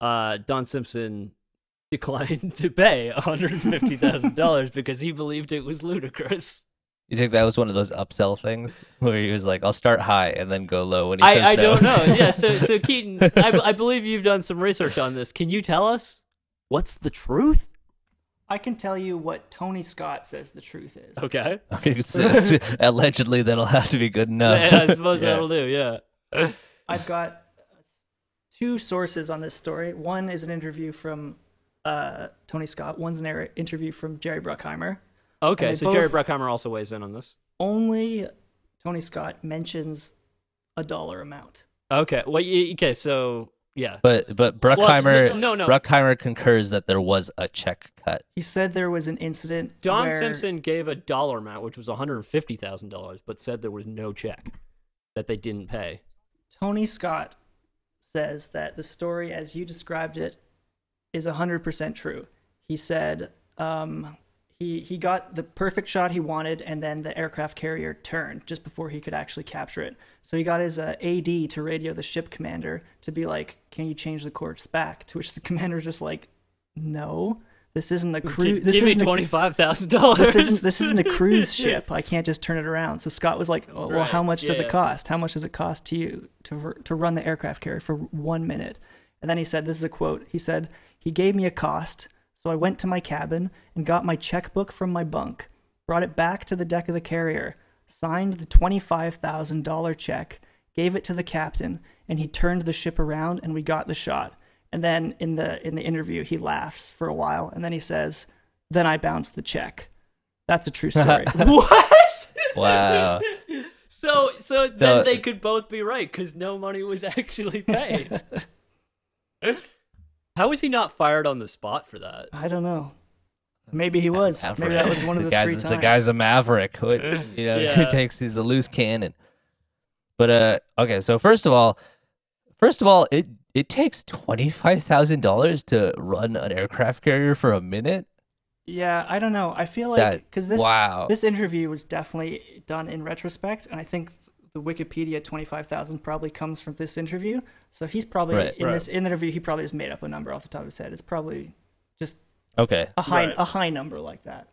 Speaker 1: uh, Don Simpson (laughs) declined to pay hundred and fifty thousand dollars because he believed it was ludicrous.
Speaker 3: You think that was one of those upsell things where he was like, "I'll start high and then go low"? When he says
Speaker 1: I, I
Speaker 3: no.
Speaker 1: don't know. Yeah. So, so Keaton, I, I believe you've done some research on this. Can you tell us what's the truth?
Speaker 2: I can tell you what Tony Scott says the truth is.
Speaker 1: Okay.
Speaker 3: (laughs) Okay, so- so allegedly, that'll have to be good enough.
Speaker 1: Yeah, I suppose
Speaker 3: Uh, Yeah.
Speaker 1: that'll do. Yeah.
Speaker 2: I've got uh, s- two sources on this story. One is an interview from uh, Tony Scott. One's an er- interview from Jerry Bruckheimer.
Speaker 1: Okay.
Speaker 2: And they
Speaker 1: So Jerry
Speaker 2: both-
Speaker 1: Bruckheimer also weighs in on this.
Speaker 2: Only Tony Scott mentions a dollar amount.
Speaker 1: Okay. Well. y- Okay. So yeah.
Speaker 3: But but
Speaker 1: Well,
Speaker 3: Bruckheimer
Speaker 1: no, no, no.
Speaker 3: Bruckheimer concurs that there was a check cut.
Speaker 2: He said there was an incident.
Speaker 1: Don
Speaker 2: where-
Speaker 1: Simpson gave a dollar amount, which was one hundred and fifty thousand dollars, but said there was no check that they didn't pay.
Speaker 2: Tony Scott says that the story as you described it is 100% true. He said um, he, he got the perfect shot he wanted, and then the aircraft carrier turned just before he could actually capture it. So he got his uh, AD to radio the ship commander to be like, Can you change the course back? To which the (laughs) commander's just like, No. This isn't a cruise.
Speaker 1: Give,
Speaker 2: This
Speaker 1: give me
Speaker 2: isn't
Speaker 1: twenty
Speaker 2: a,
Speaker 1: five thousand dollars.
Speaker 2: this isn't this isn't a cruise ship. I can't just turn it around. So Scott was like, oh, "Well, how
Speaker 1: Right,
Speaker 2: much does it
Speaker 1: yeah.
Speaker 2: cost? How much does it cost to you to ver- to run the aircraft carrier for one minute?" And then he said, "This is a quote." He said, "He gave me a cost, so I went to my cabin and got my checkbook from my bunk, brought it back to the deck of the carrier, signed the twenty-five thousand dollar check, gave it to the captain, and he turned the ship around, and we got the shot." And then in the in the interview, he laughs for a while, and then he says, "Then I bounced the check." That's a true
Speaker 3: (laughs)
Speaker 2: story.
Speaker 1: (laughs) What? (laughs)
Speaker 3: Wow.
Speaker 1: So, so then
Speaker 3: So-
Speaker 1: they could both be right because no money was (laughs) actually
Speaker 2: (laughs)
Speaker 1: paid. How was he not fired on the spot for that?
Speaker 2: I don't know. Maybe he was. Maybe that was one of the,
Speaker 3: guy's,
Speaker 2: three times.
Speaker 3: The guy's a maverick. Who, you know, who
Speaker 1: Yeah.
Speaker 3: takes he's a loose cannon. But uh, okay. So first of all, first of all, it it takes twenty five thousand dollars to run an aircraft carrier for a minute.
Speaker 2: yeah, I don't know. I feel like
Speaker 3: That-
Speaker 2: because this
Speaker 3: wow.
Speaker 2: this interview was definitely done in retrospect, and I think the Wikipedia twenty five thousand probably comes from this interview. So he's probably
Speaker 3: Right.
Speaker 2: in
Speaker 1: Right.
Speaker 2: this in the interview he probably just made up a number off the top of his head. It's probably just
Speaker 3: Okay.
Speaker 2: a high
Speaker 1: Right.
Speaker 2: a high number like that.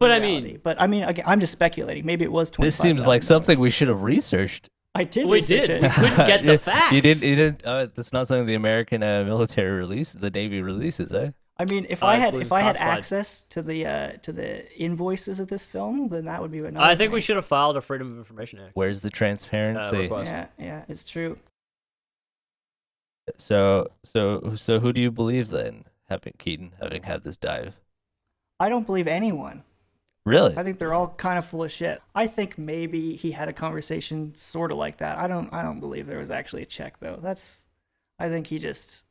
Speaker 1: But
Speaker 2: in
Speaker 1: I mean-
Speaker 2: reality. but I mean, again, I'm just speculating. Maybe it was twenty.
Speaker 3: This seems like something we should have (laughs) researched.
Speaker 2: I did.
Speaker 1: We
Speaker 2: research
Speaker 1: did.
Speaker 2: it.
Speaker 1: We couldn't get the
Speaker 3: You-
Speaker 1: facts.
Speaker 3: You didn't. You didn't. Uh, that's not something the American uh, military release, the Navy releases, eh?
Speaker 2: I mean, if
Speaker 1: Uh,
Speaker 2: I
Speaker 1: I
Speaker 2: had
Speaker 1: believe
Speaker 2: if I had
Speaker 1: classified.
Speaker 2: access to the uh, to the invoices of this film, then that would be another.
Speaker 1: I think we
Speaker 2: thing.
Speaker 1: should have filed a Freedom of Information Act.
Speaker 3: Where's the transparency?
Speaker 1: request.
Speaker 2: Yeah, yeah, it's true.
Speaker 3: so, so, so, who do you believe then? Having Keaton, having had this dive,
Speaker 2: I don't believe anyone.
Speaker 3: really?
Speaker 2: I think they're all kind of full of shit. I think maybe he had a conversation sort of like that. I don't I don't believe there was actually a check though. That's I think he just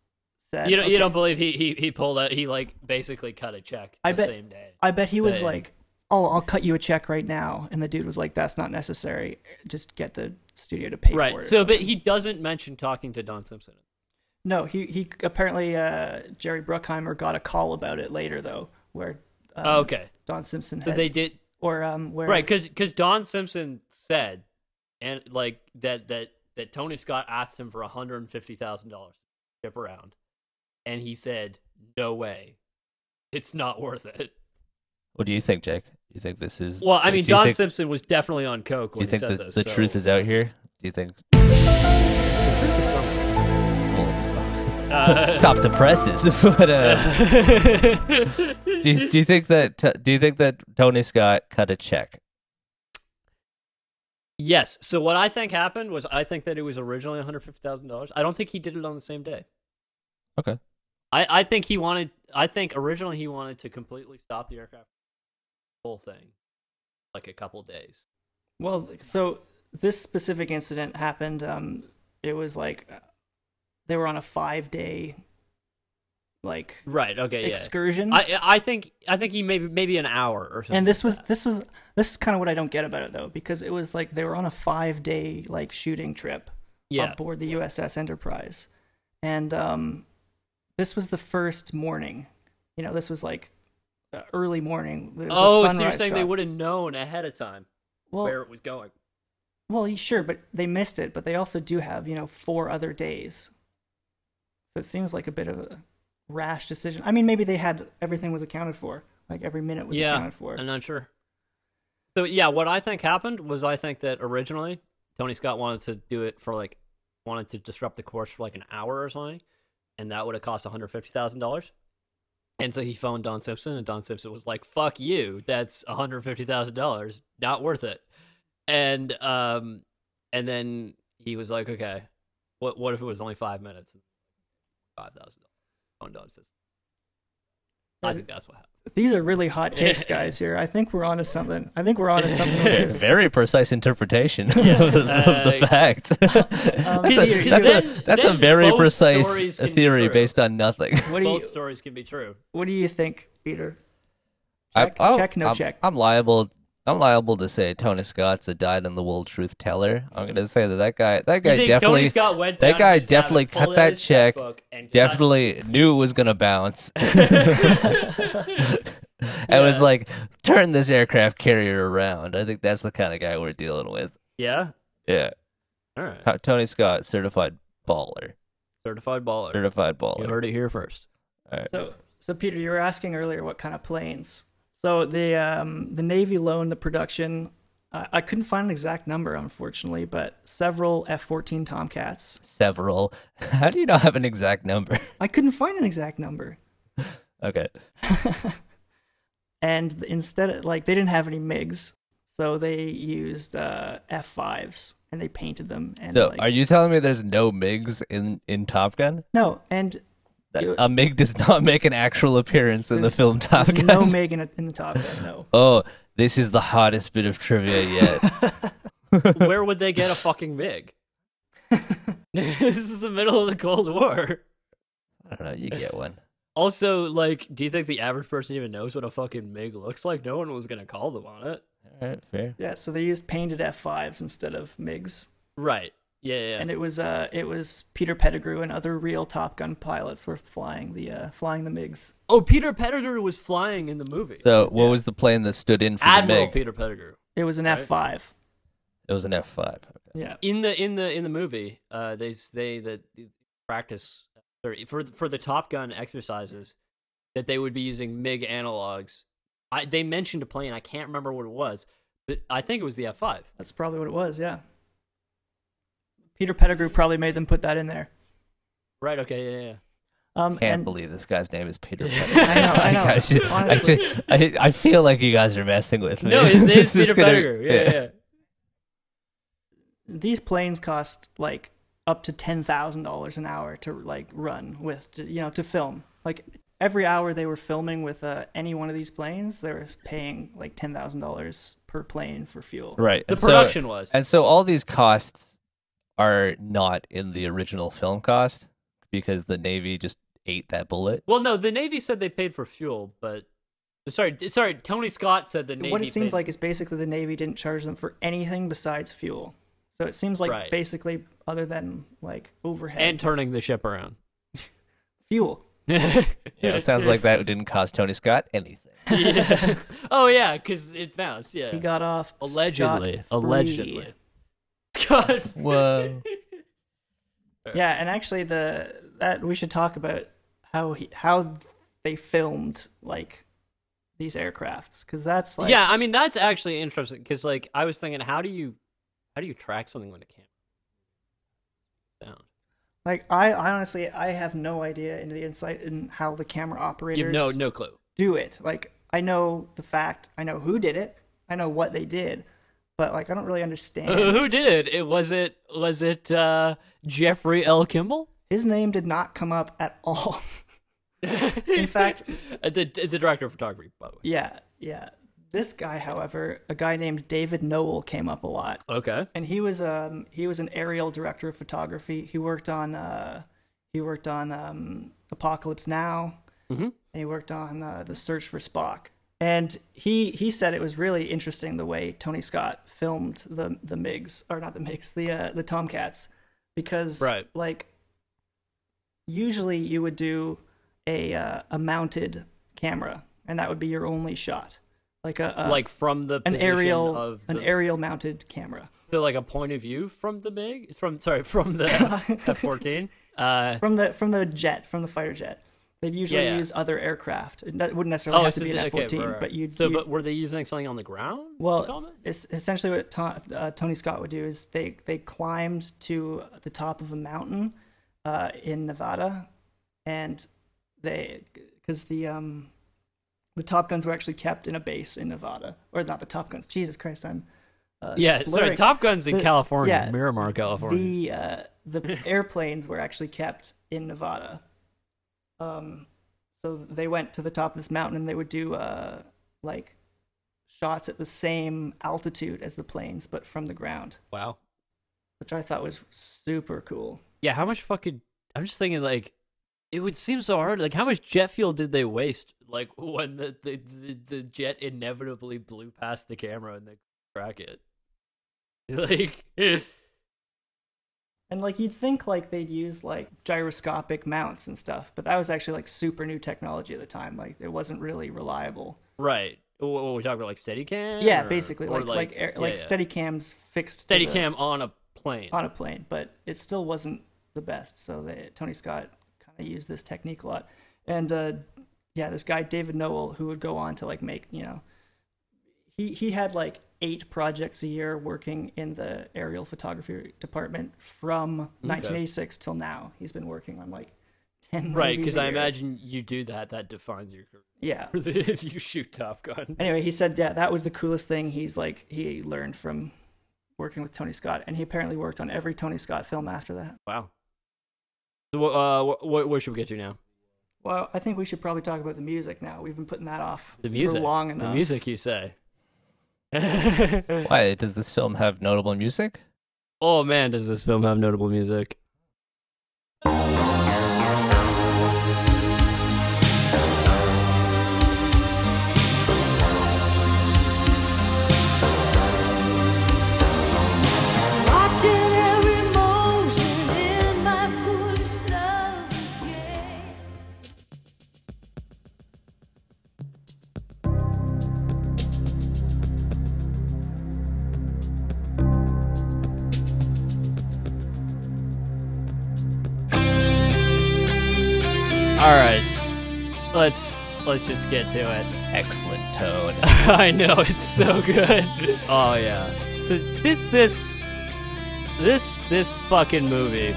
Speaker 2: said
Speaker 1: You don't,
Speaker 2: "Okay."
Speaker 1: you don't believe he, he he pulled out he like basically cut a check
Speaker 2: I
Speaker 1: the
Speaker 2: bet-
Speaker 1: same day.
Speaker 2: I bet he was
Speaker 1: Hey.
Speaker 2: like, "Oh, I'll cut you a check right now." And the dude was like, "That's not necessary. Just get the studio to pay
Speaker 1: Right.
Speaker 2: for it." or
Speaker 1: So
Speaker 2: something."
Speaker 1: but he doesn't mention talking to Don Simpson.
Speaker 2: No, he he apparently uh, Jerry Bruckheimer got a call about it later though, where um,
Speaker 1: Oh, okay.
Speaker 2: Don Simpson
Speaker 1: So
Speaker 2: had,
Speaker 1: they did
Speaker 2: or um where
Speaker 1: right because Don Simpson said and like that that that Tony Scott asked him for one hundred and fifty thousand dollars to ship around, and he said no way, it's not worth it.
Speaker 3: What do you think, Jake? You think this is?
Speaker 1: Well, I
Speaker 3: like,
Speaker 1: mean
Speaker 3: do you
Speaker 1: Don
Speaker 3: think-
Speaker 1: Simpson was definitely on coke
Speaker 3: Do
Speaker 1: when
Speaker 3: you
Speaker 1: he
Speaker 3: think
Speaker 1: said
Speaker 3: the,
Speaker 1: this.
Speaker 3: the
Speaker 1: so-
Speaker 3: truth is out here? Do you think? Well,
Speaker 1: Uh,
Speaker 3: (laughs) stop the presses, (laughs) but uh,
Speaker 1: (laughs)
Speaker 3: do you, do you think that do you think that Tony Scott cut a check?
Speaker 1: Yes. So what I think happened was I think that it was originally one hundred fifty thousand dollars. I don't think he did it on the same day.
Speaker 3: Okay.
Speaker 1: I I think he wanted. I think originally he wanted to completely stop the aircraft whole thing, like a couple days.
Speaker 2: Well, so this specific incident happened. Um, it was like uh, they were on a five day, like
Speaker 1: Right. Okay. Yeah.
Speaker 2: excursion,
Speaker 1: I I think I think he maybe maybe an hour or something.
Speaker 2: and this was
Speaker 1: like that.
Speaker 2: this was this is kind of what I don't get about it though, because it was like they were on a five day like shooting trip
Speaker 1: yeah.
Speaker 2: aboard the USS Enterprise, and um, this was the first morning. You know, this was like uh, early morning. There was a
Speaker 1: Oh, so you're
Speaker 2: sunrise
Speaker 1: saying they
Speaker 2: shot.
Speaker 1: would have known ahead of time
Speaker 2: Well,
Speaker 1: where it was going?
Speaker 2: Well, y- sure, but they missed it. But they also do have, you know, four other days. So it seems like a bit of a rash decision. I mean, maybe they had everything was accounted for, like every minute was
Speaker 1: yeah,
Speaker 2: accounted for.
Speaker 1: I'm not sure. So yeah, what I think happened was I think that originally Tony Scott wanted to do it for like wanted to disrupt the course for like an hour or something, and that would have cost one hundred fifty thousand dollars. And so he phoned Don Simpson, and Don Simpson was like, "Fuck you! That's one hundred fifty thousand dollars, not worth it." And um, and then he was like, "Okay, what what if it was only five minutes? Five thousand dollars." Phoned Don Simpson. I think that's what happened.
Speaker 2: These are
Speaker 1: (laughs)
Speaker 2: really hot takes, guys. Here, I think we're onto something. I think we're onto something. with
Speaker 3: (laughs)
Speaker 2: this.
Speaker 3: Very precise interpretation (laughs) of, the, of the
Speaker 1: Uh,
Speaker 3: facts.
Speaker 1: (laughs)
Speaker 3: (laughs) that's
Speaker 2: here-
Speaker 3: a,
Speaker 2: here-
Speaker 3: that's,
Speaker 1: Um, then-
Speaker 3: a, that's a
Speaker 1: then
Speaker 3: very
Speaker 1: both
Speaker 3: precise
Speaker 1: stories can be
Speaker 3: theory
Speaker 1: true.
Speaker 3: based on nothing.
Speaker 2: What do
Speaker 1: Both
Speaker 2: you
Speaker 1: stories can be true.
Speaker 2: What do you think, Peter?
Speaker 3: I-
Speaker 2: Check,
Speaker 3: I'll-
Speaker 2: check, no
Speaker 3: I'm,
Speaker 2: check.
Speaker 3: I'm liable. I'm liable to say Tony Scott's a died-in-the-wool truth teller. I'm going to say that that guy, that guy
Speaker 1: You think
Speaker 3: definitely,
Speaker 1: Tony Scott went
Speaker 3: that
Speaker 1: down
Speaker 3: guy
Speaker 1: to his cabinet,
Speaker 3: definitely
Speaker 1: pulled
Speaker 3: cut
Speaker 1: out
Speaker 3: that
Speaker 1: his
Speaker 3: check.
Speaker 1: checkbook, and cut-
Speaker 3: definitely knew it was going to bounce. (laughs) I was
Speaker 1: Yeah.
Speaker 3: like, turn this aircraft carrier around. I think that's the kind of guy we're dealing with.
Speaker 1: (laughs) yeah.
Speaker 3: Yeah,
Speaker 1: All right.
Speaker 3: T- Tony Scott, certified baller,
Speaker 1: Certified baller.
Speaker 3: certified
Speaker 1: You
Speaker 3: baller.
Speaker 1: heard it here
Speaker 3: (laughs)
Speaker 1: first.
Speaker 2: So, so Peter, you were asking earlier what kind of planes. So the um, the Navy loaned the production. I I couldn't find an exact number, unfortunately, but several F-14 Tomcats.
Speaker 3: Several. (laughs) How do you not have an exact number? (laughs)
Speaker 2: I couldn't find an exact number,
Speaker 3: okay.
Speaker 2: and instead, like they didn't have any Migs, so they used uh, F-5s and they painted them. And,
Speaker 3: So,
Speaker 2: like-
Speaker 3: are you telling me there's no MiGs in in Top Gun?
Speaker 2: No,
Speaker 3: (laughs)
Speaker 2: and
Speaker 3: That-
Speaker 2: You-
Speaker 3: a MiG does not (laughs) make an actual appearance in the
Speaker 2: There's-
Speaker 3: film Top
Speaker 2: there's
Speaker 3: Gun. (laughs)
Speaker 2: no Mig in, in the Top Gun. No,
Speaker 3: oh, this is the hottest bit of trivia
Speaker 2: (laughs)
Speaker 3: yet.
Speaker 1: Where would they get a fucking MiG?
Speaker 3: (laughs)
Speaker 1: this is the middle of the Cold War.
Speaker 3: I don't know. You get one.
Speaker 1: Also, like, do you think the average person even knows what a fucking MiG looks like? No one was gonna call them on it.
Speaker 3: All right, fair.
Speaker 2: yeah. So they used painted F-5s instead of Migs.
Speaker 1: Right. Yeah. yeah, Yeah.
Speaker 2: and it was uh it was Peter Pettigrew and other real Top Gun pilots were flying the uh, flying the MiGs.
Speaker 1: oh, Peter Pettigrew was flying in the movie.
Speaker 3: So, what was the plane that stood in for the
Speaker 1: Admiral
Speaker 3: MiG?
Speaker 1: Peter Pettigrew.
Speaker 2: It was an F five.
Speaker 3: It was an F five.
Speaker 2: Yeah,
Speaker 1: in the in the in the movie uh they s- they that practice or for for the top gun exercises that they would be using mig analogs i they mentioned a plane i can't remember what it was but i think it was the f5
Speaker 2: that's probably what it was. Yeah, Peter Pettigrew probably made them put that in there.
Speaker 1: right okay yeah yeah, yeah
Speaker 2: Um,
Speaker 3: Can't
Speaker 2: and
Speaker 3: believe this guy's name is Peter.
Speaker 1: Yeah.
Speaker 2: (laughs)
Speaker 3: Pettigrew.
Speaker 2: I know,
Speaker 3: (laughs)
Speaker 2: I
Speaker 3: Like,
Speaker 2: know.
Speaker 3: should- I,
Speaker 2: Honestly.
Speaker 3: should- I, I feel like you guys are messing with me.
Speaker 1: No,
Speaker 3: (laughs)
Speaker 1: his name's
Speaker 3: This is
Speaker 1: Peter
Speaker 3: gonna-
Speaker 1: Pettigrew. Yeah, yeah.
Speaker 2: these planes cost like up to ten thousand dollars an hour to like run with, to, you know, to film. Like every hour they were filming with uh, any one of these planes, they were paying like ten thousand dollars per plane for fuel.
Speaker 3: Right.
Speaker 1: The
Speaker 3: and so-
Speaker 1: production was.
Speaker 3: and so all these costs are not in the original film cost because the Navy just ate that bullet.
Speaker 1: Well, no, the Navy said they paid for fuel, but sorry, sorry, Tony Scott said the Navy.
Speaker 2: what it seems
Speaker 1: paid-
Speaker 2: like is basically the Navy didn't charge them for anything besides fuel. So it seems like
Speaker 1: Right.
Speaker 2: basically other than like overhead
Speaker 1: and turning the ship around.
Speaker 2: fuel.
Speaker 3: Yeah, it sounds
Speaker 1: (laughs)
Speaker 3: like that didn't cost Tony Scott anything.
Speaker 1: Yeah. Oh yeah, because it bounced. Yeah,
Speaker 2: He got off
Speaker 1: allegedly,
Speaker 2: scot-free.
Speaker 1: allegedly. God,
Speaker 3: Whoa.
Speaker 2: Yeah, and actually the that we should talk about how he, how they filmed like these aircrafts because that's like
Speaker 1: yeah. I mean, that's actually interesting because, like, I was thinking, how do you, how do you track something with a camera? Sound.
Speaker 2: like I honestly I have no idea into the insight in how the camera
Speaker 1: You
Speaker 2: operators
Speaker 1: have no, no
Speaker 2: (laughs)
Speaker 1: clue.
Speaker 2: do it. Like I know the fact, I know who did it, I know what they did, but like I don't really understand.
Speaker 1: Who- Uh, Who did it? It was it was it uh, Jeffrey L. Kimball?
Speaker 2: His name did not come up at all. (laughs) in fact,
Speaker 1: Uh, the the director of photography, by the way.
Speaker 2: yeah, yeah. This guy, however, a guy named David Noel came up a lot.
Speaker 1: Okay.
Speaker 2: and he was um he was an aerial director of photography. He worked on uh he worked on um Apocalypse Now,
Speaker 1: Mhm.
Speaker 2: and he worked on uh, the Search for Spock. And he he said it was really interesting the way Tony Scott filmed the the Migs or not the Migs the uh, the Tomcats because
Speaker 1: Right.
Speaker 2: like usually you would do a uh, a mounted camera and that would be your only shot like a, a
Speaker 1: Uh, like from the
Speaker 2: an
Speaker 1: position
Speaker 2: aerial
Speaker 1: of
Speaker 2: an
Speaker 1: the-
Speaker 2: aerial mounted camera
Speaker 1: so, like a point of view from the mig from sorry from
Speaker 2: (laughs)
Speaker 1: the F fourteen. Uh,
Speaker 2: from the from the jet from the fighter jet. They'd usually
Speaker 1: Yeah, yeah.
Speaker 2: use other aircraft. It wouldn't necessarily
Speaker 1: oh,
Speaker 2: have
Speaker 1: so
Speaker 2: to be an
Speaker 1: the-
Speaker 2: F
Speaker 1: okay,
Speaker 2: fourteen,
Speaker 1: right, right.
Speaker 2: but you'd
Speaker 1: so
Speaker 2: you'd-
Speaker 1: but were they using something on the ground? to film
Speaker 2: well,
Speaker 1: it?
Speaker 2: it's essentially what Tom, uh, Tony Scott would do is they they climbed to the top of a mountain uh, in Nevada, and they because the um the Top Guns were actually kept in a base in Nevada, or not the Top Guns. Jesus Christ, I'm uh,
Speaker 1: yeah. Sorry,
Speaker 2: slurring.
Speaker 1: Top Guns in
Speaker 2: The-
Speaker 1: California,
Speaker 2: yeah,
Speaker 1: Miramar, California.
Speaker 2: the uh, the
Speaker 1: (laughs)
Speaker 2: airplanes were actually kept in Nevada. Um, so they went to the top of this mountain and they would do uh, like shots at the same altitude as the planes, but from the ground,
Speaker 1: wow.
Speaker 2: which I thought was super cool.
Speaker 1: Yeah. How much fucking? I'm just thinking like. It would seem so hard. Like, how much jet fuel did they waste? Like, (laughs) when the, the, the, the jet inevitably blew past the camera and they couldn't track it. (laughs) Like, (laughs)
Speaker 2: And like you'd think like they'd use like gyroscopic mounts and stuff, but that was actually like super new technology at the time. Like it wasn't really reliable.
Speaker 1: Right. What, what we talking about, like Steadicam?
Speaker 2: yeah,
Speaker 1: or-
Speaker 2: basically
Speaker 1: or
Speaker 2: like like air,
Speaker 1: yeah,
Speaker 2: like
Speaker 1: yeah.
Speaker 2: Steadicams fixed to the-
Speaker 1: Steadicam on a plane.
Speaker 2: on a plane, but it still wasn't the best. So they, Tony Scott kind of used this technique a lot. And uh, yeah, this guy David Noel, who would go on to like make you know, he he had like eight projects a year working in the aerial photography department from 1986 till now. He's been working on like ten.
Speaker 1: right,
Speaker 2: movies
Speaker 1: because
Speaker 2: a
Speaker 1: I
Speaker 2: year.
Speaker 1: imagine you do that, that defines your career.
Speaker 2: Yeah.
Speaker 1: (laughs) if you shoot Top Gun.
Speaker 2: Anyway, he said yeah, that was the coolest thing he's like he learned from working with Tony Scott, and he apparently worked on every Tony Scott film after that.
Speaker 1: Wow. So, wh- uh, wh- wh- where should we get to now?
Speaker 2: Well, I think we should probably talk about the music now. We've been putting that off
Speaker 1: The music.
Speaker 2: for long enough.
Speaker 1: The music, you say. (laughs) oh
Speaker 3: Why does this film have notable music?
Speaker 1: man, does this film have notable music?
Speaker 5: Watching every motion in my foolish lover's gaze.
Speaker 1: All right. Let's let's just get to it.
Speaker 3: Excellent tone.
Speaker 1: (laughs) I know it's so good. Oh yeah. So this this this this fucking movie.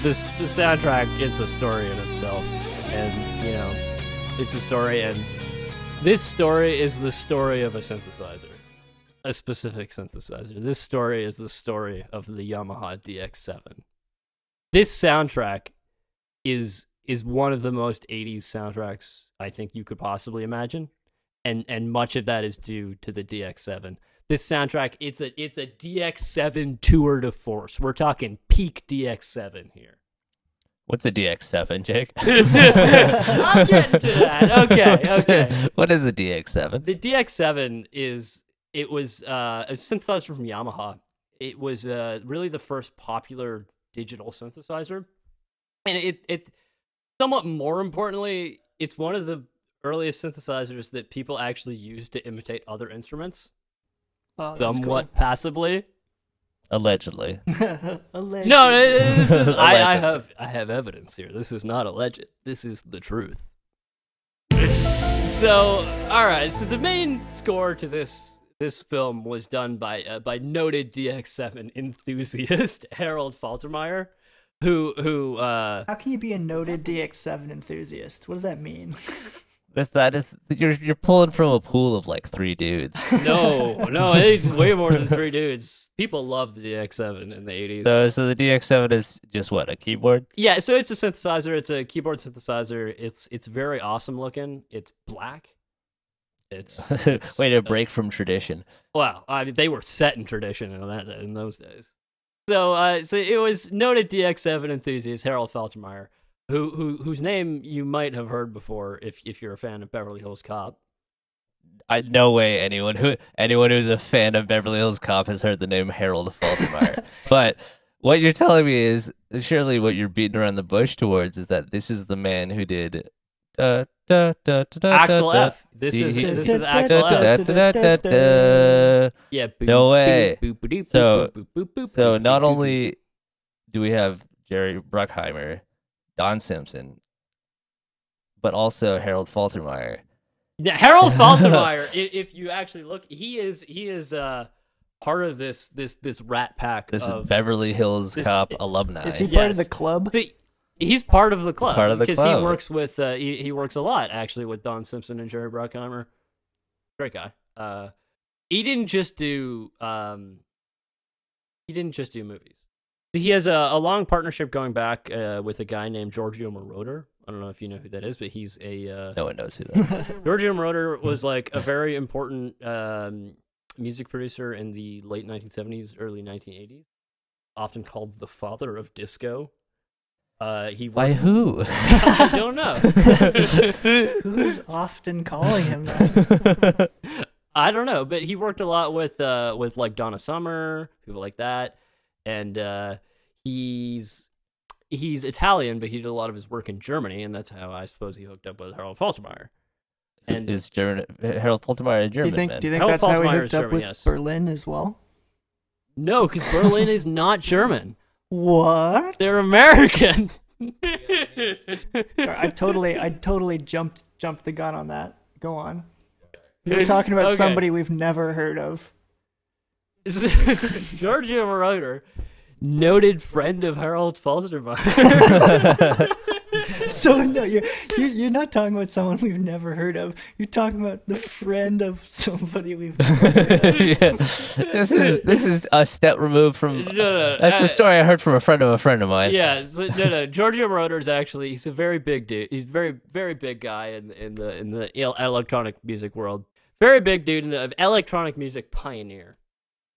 Speaker 1: this the soundtrack is a story in itself, and you know, it's a story, and this story is the story of a synthesizer, a specific synthesizer. This story is the story of the Yamaha DX7. This soundtrack is is one of the most 80s soundtracks I think you could possibly imagine and and much of that is due to the DX7. This soundtrack, it's a it's a DX7 tour de force. We're talking peak DX7 here.
Speaker 3: What's a
Speaker 1: (laughs)
Speaker 3: DX7, Jake?
Speaker 1: I'm getting to that. Okay,
Speaker 3: (laughs) What's a-
Speaker 1: okay.
Speaker 3: What is a DX7?
Speaker 1: The DX7 is it was uh, a synthesizer from Yamaha. It was uh, really the first popular digital synthesizer, and it it somewhat more importantly, it's one of the earliest synthesizers that people actually used to imitate other instruments.
Speaker 2: Oh, that's
Speaker 1: somewhat passively.
Speaker 3: Allegedly.
Speaker 2: cool. Alleged.
Speaker 1: (laughs) No, this
Speaker 3: (laughs)
Speaker 1: is, I, I
Speaker 3: Alleged.
Speaker 1: have I have evidence here. This is not alleged. This is the
Speaker 3: (laughs)
Speaker 1: truth. so, all right. So the main score to this this film was done by uh, by noted DX7 enthusiast (laughs) Harold Faltermeyer, who who uh,
Speaker 2: How can you be a noted DX7 enthusiast? What does that mean?
Speaker 3: This, that is, you're, you're pulling from a pool of like
Speaker 1: (laughs)
Speaker 3: three dudes.
Speaker 1: no no it's way more than
Speaker 3: (laughs)
Speaker 1: three dudes. People loved the DX7 in the eighties.
Speaker 3: So, so the DX7 is just what, a keyboard? (laughs)
Speaker 1: Yeah, so it's a synthesizer. It's a keyboard synthesizer. It's it's very awesome looking. It's black. It's, it's
Speaker 3: (laughs) Way to break from tradition.
Speaker 1: Wow, I mean they were set in tradition in that in those days. So uh, so it was noted DX7 enthusiast Harold Faltermeyer, who who whose name you might have heard before if if you're a fan of Beverly Hills Cop.
Speaker 3: I no way anyone who anyone who's a fan of Beverly Hills Cop has heard the name Harold
Speaker 1: (laughs)
Speaker 3: Faltermeyer. but what you're telling me is surely what you're beating around the bush towards is that this is the man who did da, da, da, da, da,
Speaker 1: Axel
Speaker 3: da,
Speaker 1: F. This
Speaker 3: (laughs)
Speaker 1: is
Speaker 3: He-
Speaker 1: this is Axel
Speaker 3: da,
Speaker 1: F.
Speaker 3: da, da, da, da, da.
Speaker 1: Yeah. boop,
Speaker 3: No
Speaker 1: boop,
Speaker 3: way.
Speaker 1: boop, boop, doop,
Speaker 3: So-
Speaker 1: boop, boop, boop,
Speaker 3: So
Speaker 1: boop,
Speaker 3: not
Speaker 1: boop, boop.
Speaker 3: only do we have Jerry Bruckheimer, Don Simpson, but also Harold Faltermeyer.
Speaker 1: Yeah,
Speaker 3: (laughs)
Speaker 1: Harold Faltermeyer. i- if you actually look, he is he is uh part of this this this rat pack.
Speaker 3: This
Speaker 1: of,
Speaker 3: is Beverly Hills
Speaker 1: this-
Speaker 3: Cop alumni.
Speaker 2: Is he part of the
Speaker 1: Uh, yes.
Speaker 2: club?
Speaker 1: But he's part of the club.
Speaker 3: part of the
Speaker 1: because
Speaker 3: club.
Speaker 1: he works with uh, he, he works a lot actually with Don Simpson and Jerry Bruckheimer. Great guy. Uh, he didn't just do um, he didn't just do movies. He has a, a long partnership going back uh, with a guy named Giorgio Moroder. I don't know if you know who that is, but he's a uh,
Speaker 3: No one knows who that is.
Speaker 1: (laughs) Giorgio Moroder was like a very important um, music producer in the late 1970s, early 1980s, often called the father of disco. Uh, he
Speaker 3: By (laughs)
Speaker 1: worked-
Speaker 3: who?
Speaker 1: I (laughs) don't know.
Speaker 2: Who's often calling
Speaker 1: (laughs)
Speaker 2: him (laughs) that?
Speaker 1: I don't know, but he worked a lot with uh, with like Donna Summer, people like that, and uh, he's he's Italian, but he did a lot of his work in Germany, and that's how I suppose he hooked up with Harold Faltermeyer.
Speaker 3: and
Speaker 1: And
Speaker 3: is German, Harold Faltermeyer a
Speaker 2: Do
Speaker 3: German
Speaker 2: you think?
Speaker 3: man?
Speaker 2: Do you think
Speaker 1: Harold
Speaker 2: that's how he
Speaker 1: Faltermeyer
Speaker 2: hooked
Speaker 1: is
Speaker 2: up
Speaker 1: German,
Speaker 2: with
Speaker 1: yes.
Speaker 2: Berlin as well?
Speaker 1: no, because Berlin is not German.
Speaker 2: What? (laughs)
Speaker 1: They're American. (laughs)
Speaker 2: I totally, I totally jumped, jumped the gun on that. Go on.
Speaker 1: (laughs)
Speaker 2: You were talking about
Speaker 1: Okay.
Speaker 2: somebody we've never heard of. (laughs)
Speaker 1: Giorgio Moroder, noted friend of Harold Faltermeyer.
Speaker 2: So no, you're, you're you're not talking about someone we've never heard of. You're talking about the friend of somebody we've.
Speaker 3: (laughs) Yeah. This is this is a step removed from.
Speaker 1: (laughs) No, no,
Speaker 3: that's
Speaker 1: uh,
Speaker 3: the story I heard from a friend of a friend of mine.
Speaker 1: yeah, so, no, no. Giorgio Moroder is actually he's a very big dude. He's a very very big guy in in the in the el- electronic music world. Very big dude in the electronic music pioneer.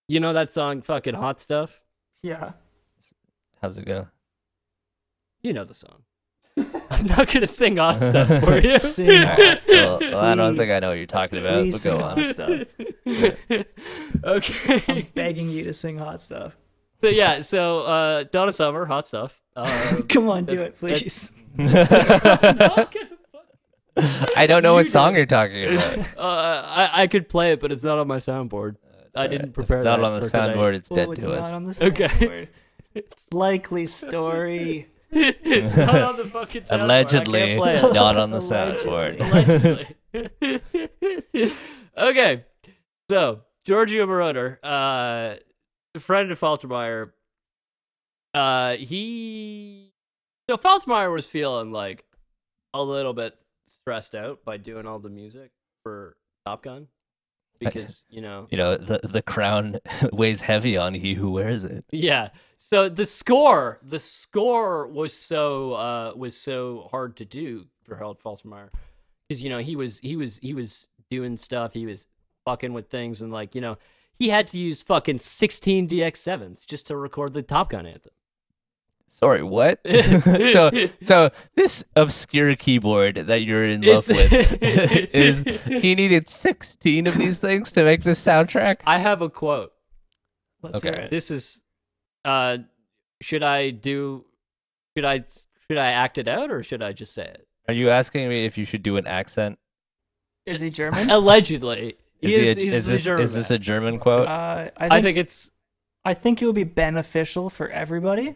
Speaker 1: You know that song fucking hot stuff.
Speaker 2: Yeah.
Speaker 3: How's it go?
Speaker 1: You know the
Speaker 3: (laughs)
Speaker 1: song. I'm not gonna sing hot stuff for you.
Speaker 2: Sing
Speaker 3: All right, well, well, I don't
Speaker 2: Please.
Speaker 3: think I know what you're talking about.
Speaker 2: Please
Speaker 3: but
Speaker 2: sing
Speaker 3: go
Speaker 2: hot
Speaker 3: on.
Speaker 2: stuff.
Speaker 3: (laughs)
Speaker 1: okay.
Speaker 2: I'm (laughs) begging you to sing hot stuff.
Speaker 1: (laughs) So yeah, so uh, Donna Summer, hot stuff. Uh,
Speaker 3: (laughs)
Speaker 2: Come on, do
Speaker 1: That's-
Speaker 2: it, please.
Speaker 3: I don't know what song you're talking about.
Speaker 1: uh, I, I could play it, but it's not on my soundboard. (laughs) I didn't prepare.
Speaker 3: It's not
Speaker 1: that
Speaker 3: on the
Speaker 1: for today.
Speaker 3: soundboard. It's
Speaker 2: Well,
Speaker 3: dead
Speaker 2: Oh, it's
Speaker 3: to
Speaker 2: not
Speaker 3: us.
Speaker 2: on the
Speaker 1: Okay.
Speaker 2: soundboard. (laughs) Likely story.
Speaker 1: (laughs) it's not on the fucking soundboard. I
Speaker 3: Allegedly,
Speaker 1: can't play it.
Speaker 3: not on the
Speaker 2: Allegedly.
Speaker 3: soundboard.
Speaker 1: Allegedly. okay, so Giorgio Moroder, uh, friend of Faltermeyer, uh, he So Feltzmeyer was feeling like a little bit stressed out by doing all the music for Top Gun because, you know,
Speaker 3: You know, the the crown (laughs) weighs heavy on he who wears it.
Speaker 1: yeah. So the score, the score was so uh was so hard to do for Harold Faltermeyer because you know he was he was he was doing stuff, he was fucking with things, and like you know he had to use fucking sixteen DX sevens just to record the Top Gun anthem.
Speaker 3: Sorry, what? (laughs) so so this obscure keyboard that you're in love
Speaker 1: It's- (laughs)
Speaker 3: (laughs) with is he needed 16 of these things to make this soundtrack?
Speaker 1: I have a quote.
Speaker 2: Let's hear
Speaker 3: Okay.
Speaker 2: it.
Speaker 1: This is uh should I do should I should I act it out or should I just say it?
Speaker 3: Are you asking me if you should do an accent?
Speaker 2: Is he
Speaker 3: (laughs)
Speaker 2: German?
Speaker 1: Allegedly. He
Speaker 3: he
Speaker 1: is,
Speaker 3: a-
Speaker 1: he's
Speaker 3: is
Speaker 1: a
Speaker 3: this
Speaker 1: German.
Speaker 3: is this a German quote?
Speaker 2: Uh, I
Speaker 1: I
Speaker 2: think, I
Speaker 1: think
Speaker 2: think
Speaker 1: it's
Speaker 2: it would be beneficial for everybody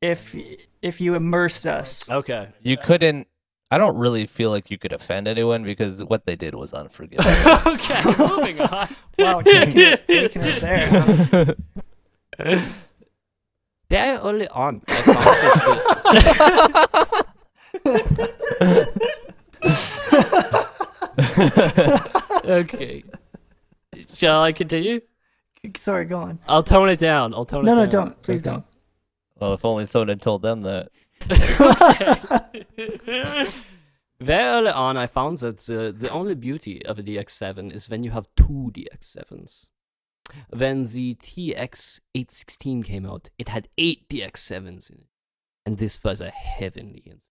Speaker 2: if if you immersed
Speaker 3: (laughs)
Speaker 2: us.
Speaker 1: okay.
Speaker 3: you couldn't I don't really feel like you could offend anyone because what they did was unforgivable.
Speaker 1: (laughs) (laughs) okay,
Speaker 2: (laughs)
Speaker 1: moving on.
Speaker 2: Wow, taking
Speaker 1: (laughs)
Speaker 2: it, taking it there. huh?
Speaker 4: They're only on.
Speaker 1: (laughs)
Speaker 2: (laughs)
Speaker 1: Okay. Shall I continue?
Speaker 2: (laughs) Sorry, go on.
Speaker 1: I'll tone it down. I'll tone
Speaker 2: No,
Speaker 1: it
Speaker 2: no,
Speaker 1: down.
Speaker 2: don't. Please don't.
Speaker 3: well, if only someone had told them that.
Speaker 1: (laughs) Very early on, I found that the, the only beauty of a DX7 is when you have two DX7s. When the TX816 came out, it had eight DX7s in it, and this was a heavenly insight.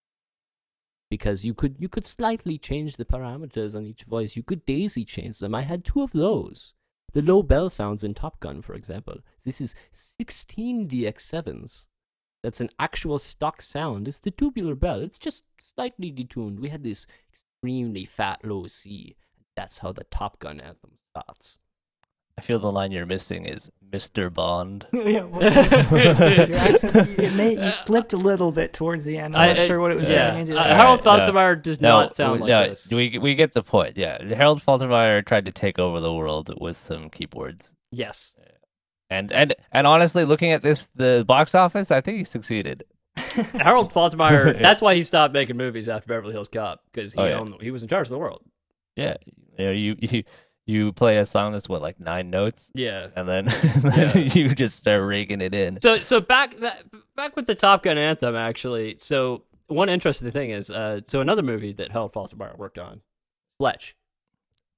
Speaker 1: Because you could you could slightly change the parameters on each voice. You could daisy change them. I had two of those. The low bell sounds in Top Gun, for example. This is 16 DX7s that's an actual stock sound. It's the tubular bell. It's just slightly detuned. We had this extremely fat low C. That's how the Top Gun anthem starts.
Speaker 3: I feel the line you're missing is Mr. Bond.
Speaker 2: (laughs) yeah,
Speaker 3: (laughs)
Speaker 2: well, your accent, you- it may, you slipped a little bit towards the end. I'm not sure what it was
Speaker 1: yeah.
Speaker 2: turning into.
Speaker 1: Uh,
Speaker 3: All
Speaker 1: Harold
Speaker 3: right, no.
Speaker 1: Faltermeyer does not sound like
Speaker 3: no,
Speaker 1: this.
Speaker 3: We we get the point. Yeah, Harold Faltermeyer tried to take over the world with some keyboards,
Speaker 1: Yes.
Speaker 3: and and and honestly, looking at this, the box office, I think he succeeded.
Speaker 1: Harold Faltermeyer, (laughs) that's why he stopped making movies after Beverly Hills Cop, because he,
Speaker 3: Oh, yeah.
Speaker 1: owned he was in charge of the world.
Speaker 3: Yeah, you know, you you, you play a song that's what like nine notes,
Speaker 1: Yeah.
Speaker 3: and then, (laughs) then
Speaker 1: Yeah.
Speaker 3: you just start raking it in.
Speaker 1: So so back back- back with the Top Gun anthem actually. So one interesting thing is uh, so another movie that Harold Faltermeyer worked on, Fletch.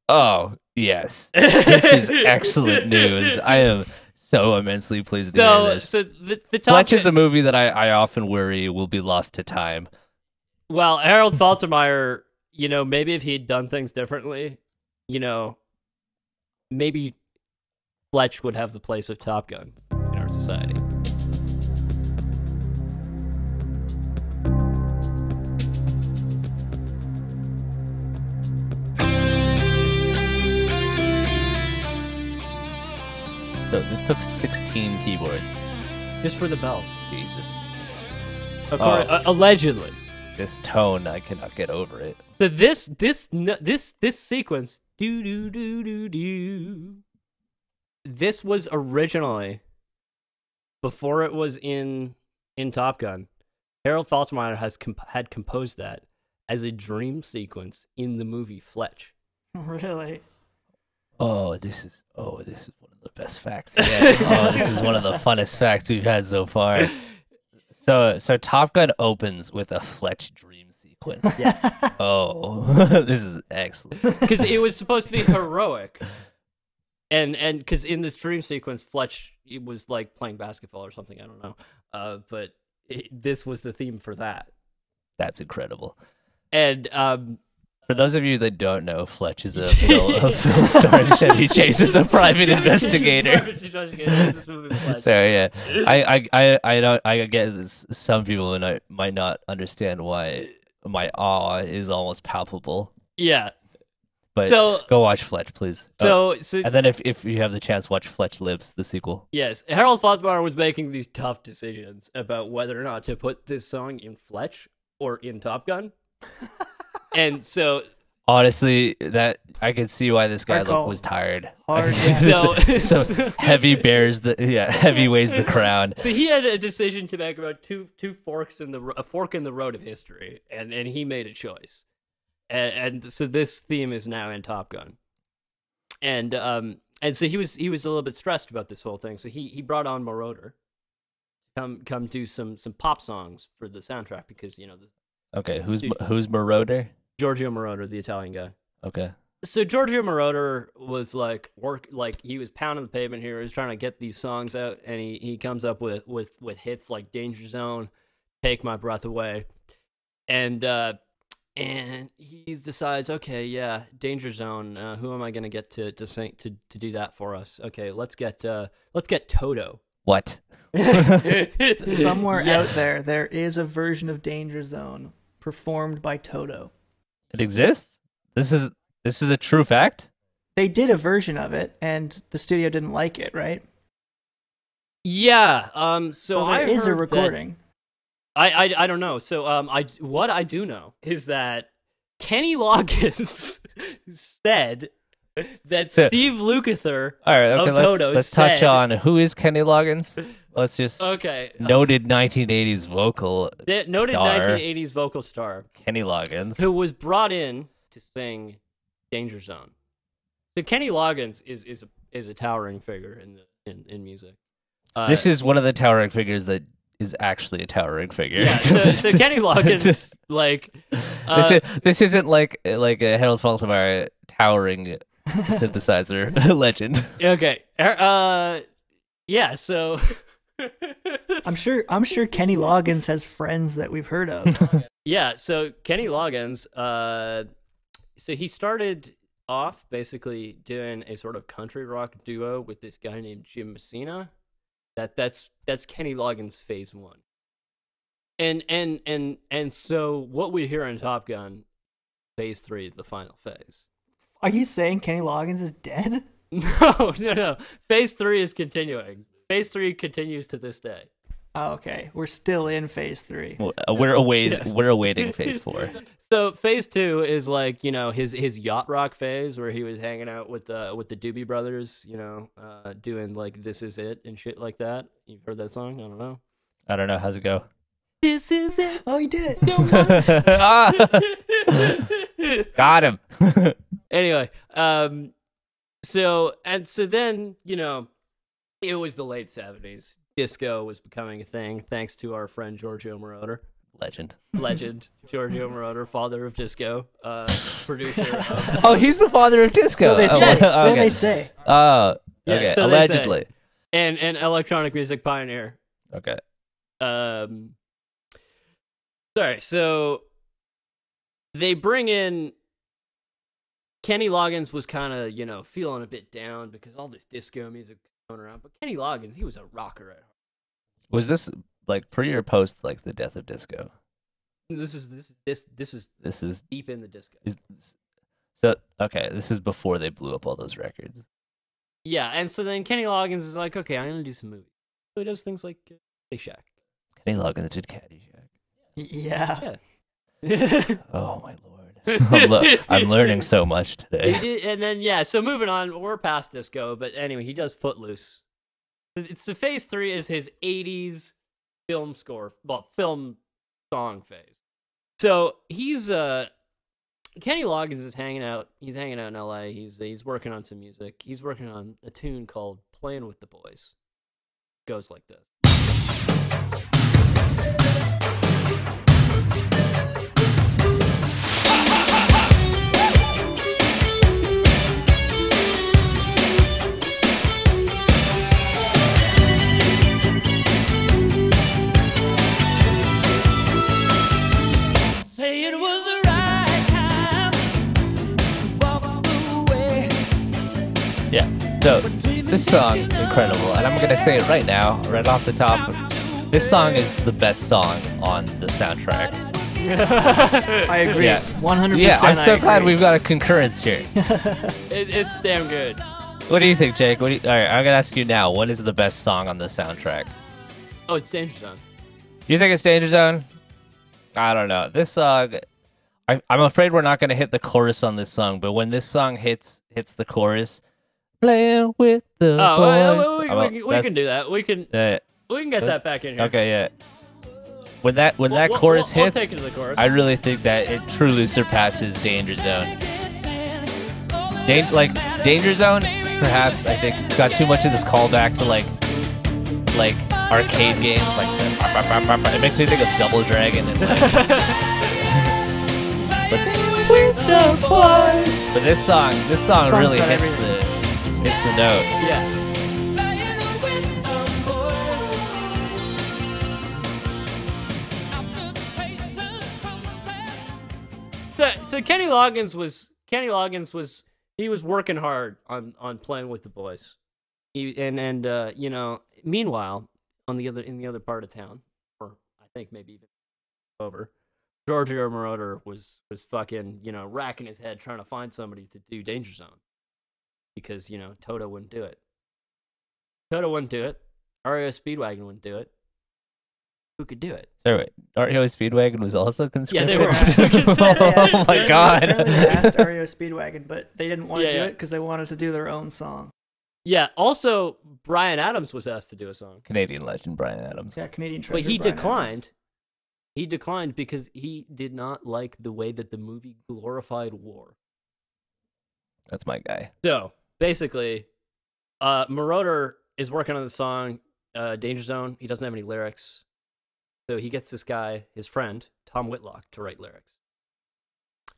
Speaker 3: Oh yes, this
Speaker 1: (laughs)
Speaker 3: is excellent news. I am so immensely pleased to hear
Speaker 1: So
Speaker 3: this.
Speaker 1: so the, the Top
Speaker 3: Fletch
Speaker 1: Gun
Speaker 3: is a movie that I, I often worry will be lost to time.
Speaker 1: Well, Harold Faltermeyer, you know, maybe if he'd done things differently, you know, maybe Fletch would have the place of Top Gun in our society.
Speaker 3: So this took 16 keyboards.
Speaker 1: Just for the bells.
Speaker 3: Jesus.
Speaker 1: According,
Speaker 3: Oh.
Speaker 1: uh, allegedly.
Speaker 3: This tone, I cannot get over it.
Speaker 1: So this this n- this this sequence do do do do do. This was originally before it was in in Top Gun. Harold Faltermeyer has comp- had composed that as a dream sequence in the movie Fletch.
Speaker 2: (laughs) Really?
Speaker 3: Oh, this is oh, this is one of the best facts. yet. (laughs) oh, this is one of the funnest facts we've had so (laughs) far. So, so Top Gun opens with a Fletch dream sequence.
Speaker 1: Yes.
Speaker 3: (laughs) Oh, (laughs) this is excellent.
Speaker 1: because it was supposed to be heroic and and because in this dream sequence fletch he was like playing basketball or something i don't know uh, but it, this was the theme for that
Speaker 3: That's incredible.
Speaker 1: and um
Speaker 3: For those of you that don't know, Fletch is a (laughs) film, a film starring Chevy Chase as a (laughs) private
Speaker 1: (laughs)
Speaker 3: investigator.
Speaker 1: investigator
Speaker 3: So yeah, I I I I don't I get this. Some people and I might not understand why my awe is almost palpable.
Speaker 1: yeah
Speaker 3: But
Speaker 1: so
Speaker 3: go watch Fletch, please. Oh,
Speaker 1: so so
Speaker 3: uh, and then if if you have the chance, watch Fletch Lives, the sequel.
Speaker 1: yes harold Faltermeyer was making these tough decisions about whether or not
Speaker 3: (laughs)
Speaker 1: to put this song in fletch or in top gun and so
Speaker 3: Honestly, that I could see why this guy
Speaker 2: Hard
Speaker 3: look
Speaker 2: call.
Speaker 3: was tired. (laughs)
Speaker 2: Hard,
Speaker 3: so,
Speaker 1: yeah.
Speaker 3: so heavy bears the yeah heavy weighs the crown.
Speaker 1: So he had a decision to make about two two forks in the ro- a fork in the road of history, and and he made a choice, and, and so this theme is now in Top Gun, and um and so he was he was a little bit stressed about this whole thing, so he he brought on Moroder, come come do some some pop songs for the soundtrack because you know the,
Speaker 3: Okay, who's
Speaker 1: Dude.
Speaker 3: who's Marauder?
Speaker 1: Giorgio Moroder, the Italian guy.
Speaker 3: Okay,
Speaker 1: so Giorgio Moroder was like work like he was pounding the pavement here. He was trying to get these songs out, and he he comes up with with with hits like Danger Zone, Take My Breath Away, and uh and he decides, okay, yeah, Danger Zone. Uh, who am I gonna get to to sing to to do that for us? Okay, let's get uh let's get
Speaker 2: (laughs)
Speaker 1: Toto.
Speaker 3: what?
Speaker 2: Somewhere
Speaker 1: (laughs) Yeah.
Speaker 2: out there, there is a version of Danger Zone performed by Toto.
Speaker 3: It exists. This is this is a true fact.
Speaker 2: They did a version of it, and the studio didn't like it, right?
Speaker 1: Yeah. Um. So,
Speaker 2: So
Speaker 1: I
Speaker 2: there is a
Speaker 1: heard that-
Speaker 2: recording.
Speaker 1: I, I I don't know. So um, I what I do know is that Kenny Loggins (laughs) said that
Speaker 3: So-
Speaker 1: Steve Lukather.
Speaker 3: All right, okay,
Speaker 1: Of
Speaker 3: let's,
Speaker 1: Toto
Speaker 3: let's touch
Speaker 1: said-
Speaker 3: on who is Kenny Loggins. Let's just
Speaker 1: Okay, uh,
Speaker 3: noted 1980s vocal
Speaker 1: the noted
Speaker 3: star
Speaker 1: 1980s vocal star
Speaker 3: Kenny Loggins.
Speaker 1: who was brought in to sing Danger Zone. So Kenny Loggins is is a, is a towering figure in the, in in music. Uh,
Speaker 3: this is one of the towering figures that is actually a towering figure.
Speaker 1: yeah.
Speaker 3: (laughs)
Speaker 1: So, so Kenny Loggins like uh,
Speaker 3: this, is, this isn't like like a Harold Faltermeyer towering
Speaker 1: (laughs)
Speaker 3: synthesizer (laughs) legend.
Speaker 1: okay. er, Uh, yeah. So.
Speaker 2: I'm sure. I'm sure Kenny Loggins has friends that we've heard of.
Speaker 1: Yeah, so Kenny Loggins, uh, so he started off basically doing a sort of country rock duo with this guy named Jim Messina. That that's that's Kenny Loggins phase one. And and and and so what we hear in Top Gun, phase three, the final phase. (laughs)
Speaker 2: Are you saying Kenny Loggins is dead?
Speaker 1: No, no, no. Phase three is continuing. Phase three continues to this day.
Speaker 2: Oh, okay, we're still in phase three.
Speaker 3: we're away. We're awaiting phase four.
Speaker 1: So phase two is like you know his his yacht rock phase where he was hanging out with the with the Doobie Brothers, you know, uh, doing like this is it and shit like that. You've heard that song? I don't know.
Speaker 3: I don't know how's
Speaker 1: (laughs)
Speaker 3: it go. (laughs)
Speaker 5: This is it.
Speaker 2: Oh, he did it.
Speaker 3: Ah! Got him. (laughs)
Speaker 1: Anyway, um, so and so then you know, it was the late seventies. Disco was becoming a thing thanks to our friend Giorgio Moroder,
Speaker 3: Legend.
Speaker 1: legend Giorgio Moroder, father of disco, uh, producer. Of,
Speaker 3: Oh, he's the father of disco.
Speaker 2: So they
Speaker 3: Oh,
Speaker 2: say.
Speaker 3: well,
Speaker 2: So they
Speaker 3: okay.
Speaker 2: say.
Speaker 3: Oh,
Speaker 1: Yeah,
Speaker 3: okay.
Speaker 1: so they say.
Speaker 3: Allegedly.
Speaker 1: and and electronic music pioneer.
Speaker 3: Okay.
Speaker 1: um sorry so they bring in kenny loggins was kind of you know feeling a bit down because all this disco music going around but kenny loggins he was a rocker at heart
Speaker 3: Was this like pre or post like the death of disco?
Speaker 1: this is this is this this is
Speaker 3: This is
Speaker 1: deep in the disco
Speaker 3: is so okay. This is before they blew up all those records.
Speaker 1: yeah and so then kenny loggins is like okay i'm gonna do some movies so he does things like uh, Big Shack.
Speaker 3: Kenny Loggins did Caddyshack.
Speaker 1: (laughs)
Speaker 2: Yeah.
Speaker 3: Oh my lord. (laughs) I'm, le- I'm learning so much
Speaker 1: He
Speaker 3: today.
Speaker 1: did- and then yeah, so moving on, we're past disco, but anyway, he does Footloose. It's the phase three is his '80s film score, well, film song phase. So he's uh, Kenny Loggins is hanging out. He's hanging out in L.A. He's he's working on some music. He's working on a tune called "Playing with the Boys." Goes like this.
Speaker 5: Say it was the right time to walk away.
Speaker 3: Yeah. So this song is incredible, and I'm gonna say it right now, right off the top. This song is the best song on the soundtrack.
Speaker 2: I agree.
Speaker 3: Yeah.
Speaker 2: One hundred
Speaker 3: Yeah,
Speaker 2: percent.
Speaker 3: I'm so glad we've got a concurrence
Speaker 1: (laughs)
Speaker 3: here.
Speaker 1: It, it's damn good.
Speaker 3: What do you think, Jake? What do you, all right, I'm gonna ask you now. What is the best song on the soundtrack?
Speaker 1: Oh, it's Danger Zone.
Speaker 3: You think it's Danger Zone? I don't know. This song, I, I'm afraid we're not going to hit the chorus on this song, but when this song hits hits the chorus, playing with the
Speaker 1: Oh, well,
Speaker 3: boys.
Speaker 1: we, we,
Speaker 3: I'm a-
Speaker 1: we
Speaker 3: that's-
Speaker 1: can do that. We can
Speaker 3: uh,
Speaker 1: we can get that back in here.
Speaker 3: okay, yeah. When that when
Speaker 1: We'll-
Speaker 3: that
Speaker 1: we'll-
Speaker 3: chorus
Speaker 1: we'll-
Speaker 3: hits,
Speaker 1: we'll take it to the chorus.
Speaker 3: I really think that it truly surpasses Danger Zone. Dan- like Danger Zone, perhaps I think it's got too much of this callback to like like arcade games. Like the bah, bah, bah, bah, bah. it makes me think of Double Dragon and like, But this song, this song
Speaker 2: Song's
Speaker 3: really
Speaker 2: got
Speaker 3: hits
Speaker 2: everything.
Speaker 3: the hits the note.
Speaker 1: yeah. So, so Kenny Loggins was Kenny Loggins was he was working hard on on playing with the boys. He and and uh, you know, meanwhile, on the other in the other part of town, or I think maybe even over, Giorgio Moroder was was fucking you know racking his head trying to find somebody to do Danger Zone because you know Toto wouldn't do it. Toto wouldn't do it. REO Speedwagon wouldn't do it. Who could do it?
Speaker 3: Sorry, wait. REO Speedwagon was also
Speaker 2: (laughs)
Speaker 3: conscripted.
Speaker 1: they were
Speaker 3: (laughs) oh my
Speaker 2: They really
Speaker 3: god.
Speaker 2: asked REO Speedwagon, but they didn't want to
Speaker 1: Yeah,
Speaker 2: do
Speaker 1: yeah.
Speaker 2: it because they wanted to do their own song.
Speaker 1: Yeah. Also, Brian Adams was asked to do a song,
Speaker 3: Canadian legend Brian Adams.
Speaker 2: Yeah, Canadian treasure.
Speaker 1: but he
Speaker 2: Brian Adams.
Speaker 1: declined. He declined because he did not like the way that the movie glorified war.
Speaker 3: That's my guy.
Speaker 1: So basically, uh, Marauder is working on the song uh, "Danger Zone." He doesn't have any lyrics, so he gets this guy, his friend Tom Whitlock, to write lyrics.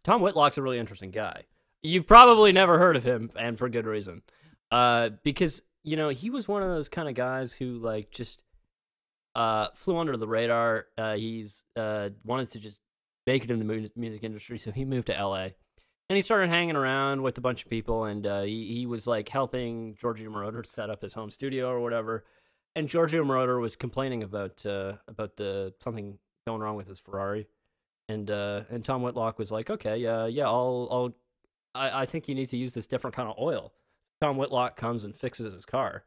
Speaker 1: Tom Whitlock's a really interesting guy. You've probably never heard of him, and for good reason, uh, because you know he was one of those kind of guys who like just uh, flew under the radar. Uh, he's uh, wanted to just make it in the mu- music industry, so he moved to L.A and he started hanging around with a bunch of people and uh, he, he was like helping Giorgio Moroder set up his home studio or whatever and Giorgio Moroder was complaining about uh, about the something going wrong with his Ferrari and uh, and Tom Whitlock was like okay uh, yeah I'll I'll I, I think you need to use this different kind of oil Tom Whitlock comes and fixes his car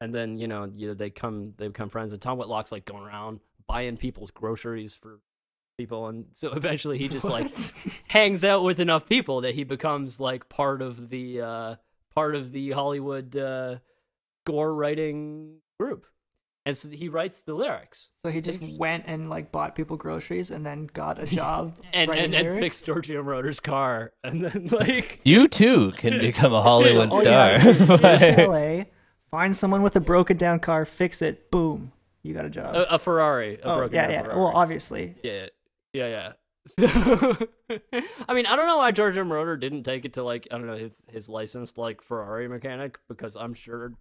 Speaker 1: and then you know you, they come they become friends and Tom Whitlock's like going around buying people's groceries for people and so eventually he just like
Speaker 2: What?
Speaker 1: hangs out with enough people that he becomes like part of the uh part of the Hollywood uh gore writing group. And so he writes the lyrics
Speaker 2: So he just went and like bought people groceries and then got a job
Speaker 1: and
Speaker 2: writing
Speaker 1: and, and
Speaker 2: lyrics?
Speaker 1: fixed Giorgio Moroder's car (laughs) and then like
Speaker 3: You too can become a Hollywood
Speaker 2: (laughs) Oh,
Speaker 3: star.
Speaker 2: yeah.
Speaker 3: (laughs) But-
Speaker 2: LA, find someone with a broken down car, fix it, boom, you got a job.
Speaker 1: a, a Ferrari, a
Speaker 2: oh
Speaker 1: broken
Speaker 2: yeah,
Speaker 1: down
Speaker 2: yeah.
Speaker 1: Ferrari.
Speaker 2: Well, obviously,
Speaker 1: yeah, yeah, yeah. (laughs) So, I mean, I don't know why Giorgio Moroder didn't take it to like I don't know his his licensed like Ferrari mechanic because I'm sure he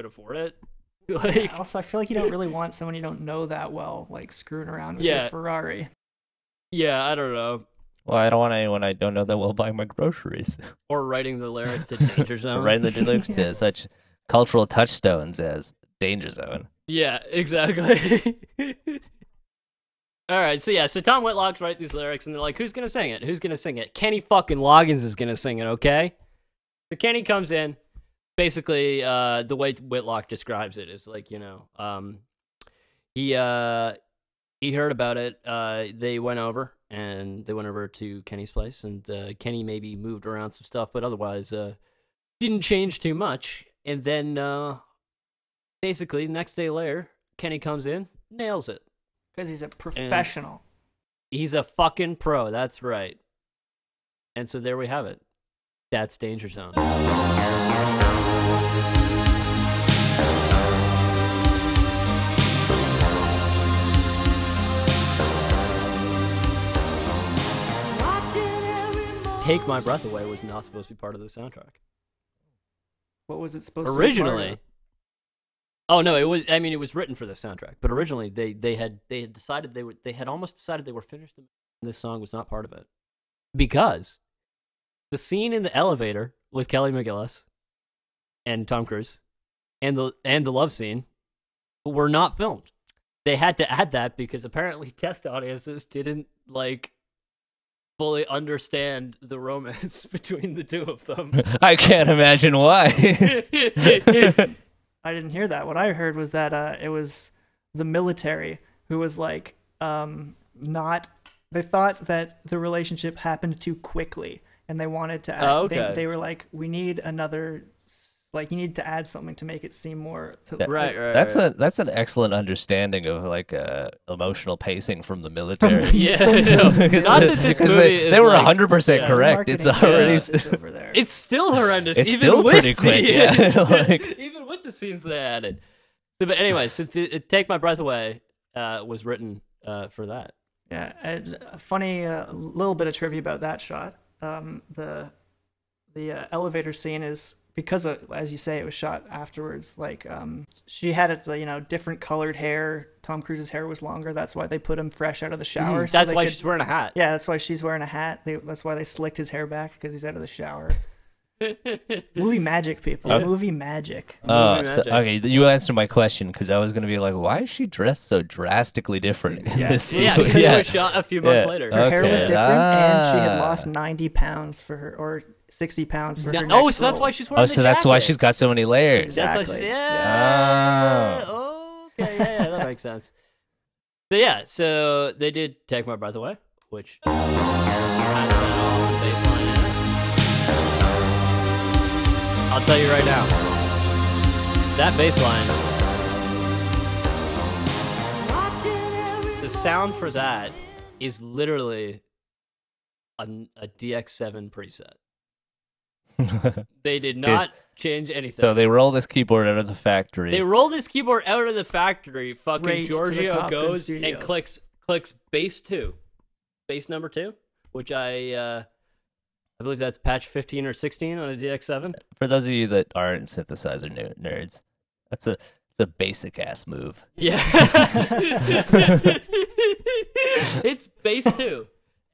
Speaker 1: could afford it. (laughs) Like,
Speaker 2: Also, I feel like you don't really want someone you don't know that well, like screwing around with
Speaker 1: Yeah.
Speaker 2: your Ferrari.
Speaker 1: yeah, I don't know.
Speaker 3: well, I don't want anyone I don't know that will buy my groceries.
Speaker 1: or writing the lyrics to Danger
Speaker 3: (laughs)
Speaker 1: Zone.
Speaker 3: Right
Speaker 2: (laughs)
Speaker 3: in the lyrics to such cultural touchstones as Danger Zone. (laughs)
Speaker 1: yeah, (laughs) exactly. All right, so yeah, so Tom Whitlock's write these lyrics, and they're like, "Who's gonna sing it? Who's gonna sing it? Kenny fucking Loggins is gonna sing it, okay?" So Kenny comes in. Basically, uh, the way Whitlock describes it is like, you know, um, he uh, he heard about it. Uh, they went over and they went over to Kenny's place, and uh, Kenny maybe moved around some stuff, but otherwise uh, didn't change too much. And then uh, basically, next day later, Kenny comes in, nails it.
Speaker 2: Because he's a professional.
Speaker 1: He's a fucking pro. That's right. And so there we have it. That's Danger Zone. Take My Breath Away was not supposed to be part of the soundtrack.
Speaker 2: What was it supposed to be?
Speaker 1: Originally. Oh no, it was I mean it was written for the soundtrack, but originally they they had they had decided they were they had almost decided they were finished and this song was not part of it. Because the scene in the elevator with Kelly McGillis and Tom Cruise and the and the love scene were not filmed. They had to add that because apparently (laughs) test audiences didn't like fully understand the romance (laughs) between the two of
Speaker 3: (laughs)
Speaker 1: them. (laughs)
Speaker 3: I can't
Speaker 2: (laughs)
Speaker 3: imagine why.
Speaker 2: I didn't hear that. What I heard was that uh, it was the military who was like um, not they thought that the relationship happened too quickly and they wanted to add,
Speaker 1: Oh,
Speaker 2: they,
Speaker 1: okay.
Speaker 2: they were like we need another s- like you need to add something to make it seem more to,
Speaker 3: Yeah.
Speaker 1: Right, right.
Speaker 3: That's
Speaker 1: right.
Speaker 3: a that's an excellent understanding of like uh, emotional pacing from the military.
Speaker 1: (laughs)
Speaker 3: (laughs)
Speaker 1: Yeah, I know.
Speaker 3: Because-
Speaker 1: Not that
Speaker 3: (laughs)
Speaker 1: this
Speaker 3: because
Speaker 1: movie
Speaker 3: they,
Speaker 1: is
Speaker 3: they were
Speaker 1: like-
Speaker 3: 100%
Speaker 1: yeah.
Speaker 3: correct. It's
Speaker 2: marketing
Speaker 3: already
Speaker 2: is over
Speaker 3: (laughs)
Speaker 2: there
Speaker 1: It's still horrendous.
Speaker 3: It's
Speaker 1: even
Speaker 3: still
Speaker 1: with
Speaker 3: pretty
Speaker 1: the- (laughs)
Speaker 3: quick, (laughs) yeah, like-
Speaker 1: even with the scenes they added. So, but anyway, so the, "Take My Breath Away" uh, was written uh, for that.
Speaker 2: Yeah, and a funny uh, little bit of trivia about that shot. Um, the the uh, elevator scene is because of, as you say, it was shot afterwards. Like um, she had it, you know, different colored hair. Tom Cruise's hair was longer. That's why they put him fresh out of the shower. so
Speaker 1: Mm, That's
Speaker 2: they
Speaker 1: why
Speaker 2: could-
Speaker 1: she's wearing a hat.
Speaker 2: Yeah, that's why she's wearing a hat. They, that's why they slicked his hair back because he's out of
Speaker 1: (laughs)
Speaker 2: the shower. Movie magic, people.
Speaker 3: Uh,
Speaker 2: Movie magic.
Speaker 3: Oh,
Speaker 1: Movie
Speaker 3: so,
Speaker 1: magic.
Speaker 3: okay. You answered my question because I was gonna be like, why is she dressed so drastically different in
Speaker 2: Yeah.
Speaker 3: this scene? (laughs)
Speaker 1: Yeah, because it was shot a few months
Speaker 3: Yeah.
Speaker 1: later.
Speaker 2: Her hair was
Speaker 3: okay.
Speaker 2: different, and she had
Speaker 3: Ah.
Speaker 2: lost ninety pounds for her, or sixty pounds for her.
Speaker 1: No- oh,
Speaker 2: next
Speaker 1: so that's
Speaker 2: role.
Speaker 1: why she's wearing.
Speaker 3: Oh,
Speaker 1: the
Speaker 3: so that's why
Speaker 1: jacket.
Speaker 3: she's got so many layers.
Speaker 2: Yeah.
Speaker 1: That's why she's.
Speaker 2: Exactly.
Speaker 1: Yeah.
Speaker 3: Oh.
Speaker 1: Okay. Yeah, yeah, that makes sense. (laughs) So yeah, so they did "Take My Breath Away," which. has that awesome bass line in it. I'll tell you right now. That bass line The sound for that is literally a, a DX7 preset. They did not change anything.
Speaker 3: so they roll this keyboard out of the factory.
Speaker 1: they roll this keyboard out of the factory. Fucking
Speaker 2: Straight to the
Speaker 1: Giorgio
Speaker 2: Top Gun
Speaker 1: goes
Speaker 2: studio.
Speaker 1: and clicks clicks bass two, bass number two, which I uh, I believe that's patch 15 or 16 on a DX7.
Speaker 3: For those of you that aren't synthesizer ner- nerds, that's a it's a basic ass move.
Speaker 1: Yeah. (laughs) it's bass two.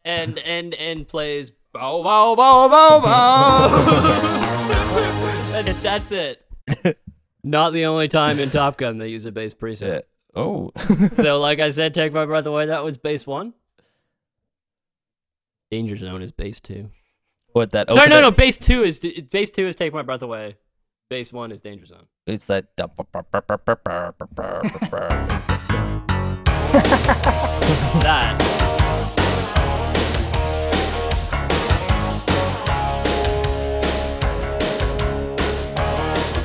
Speaker 1: And and and plays bow bow bow bow bow. (laughs) and that's it.
Speaker 2: (laughs)
Speaker 1: Not the only time in Top Gun they use a bass preset.
Speaker 3: Oh. (laughs)
Speaker 1: So like I said, take my breath away, that was bass one. Danger Zone is bass two.
Speaker 3: what that?
Speaker 1: Sorry, no, no,
Speaker 3: opening-
Speaker 1: bass two is bass two is take my breath away. Bass one is Danger Zone.
Speaker 3: It's that. It's the-
Speaker 1: that.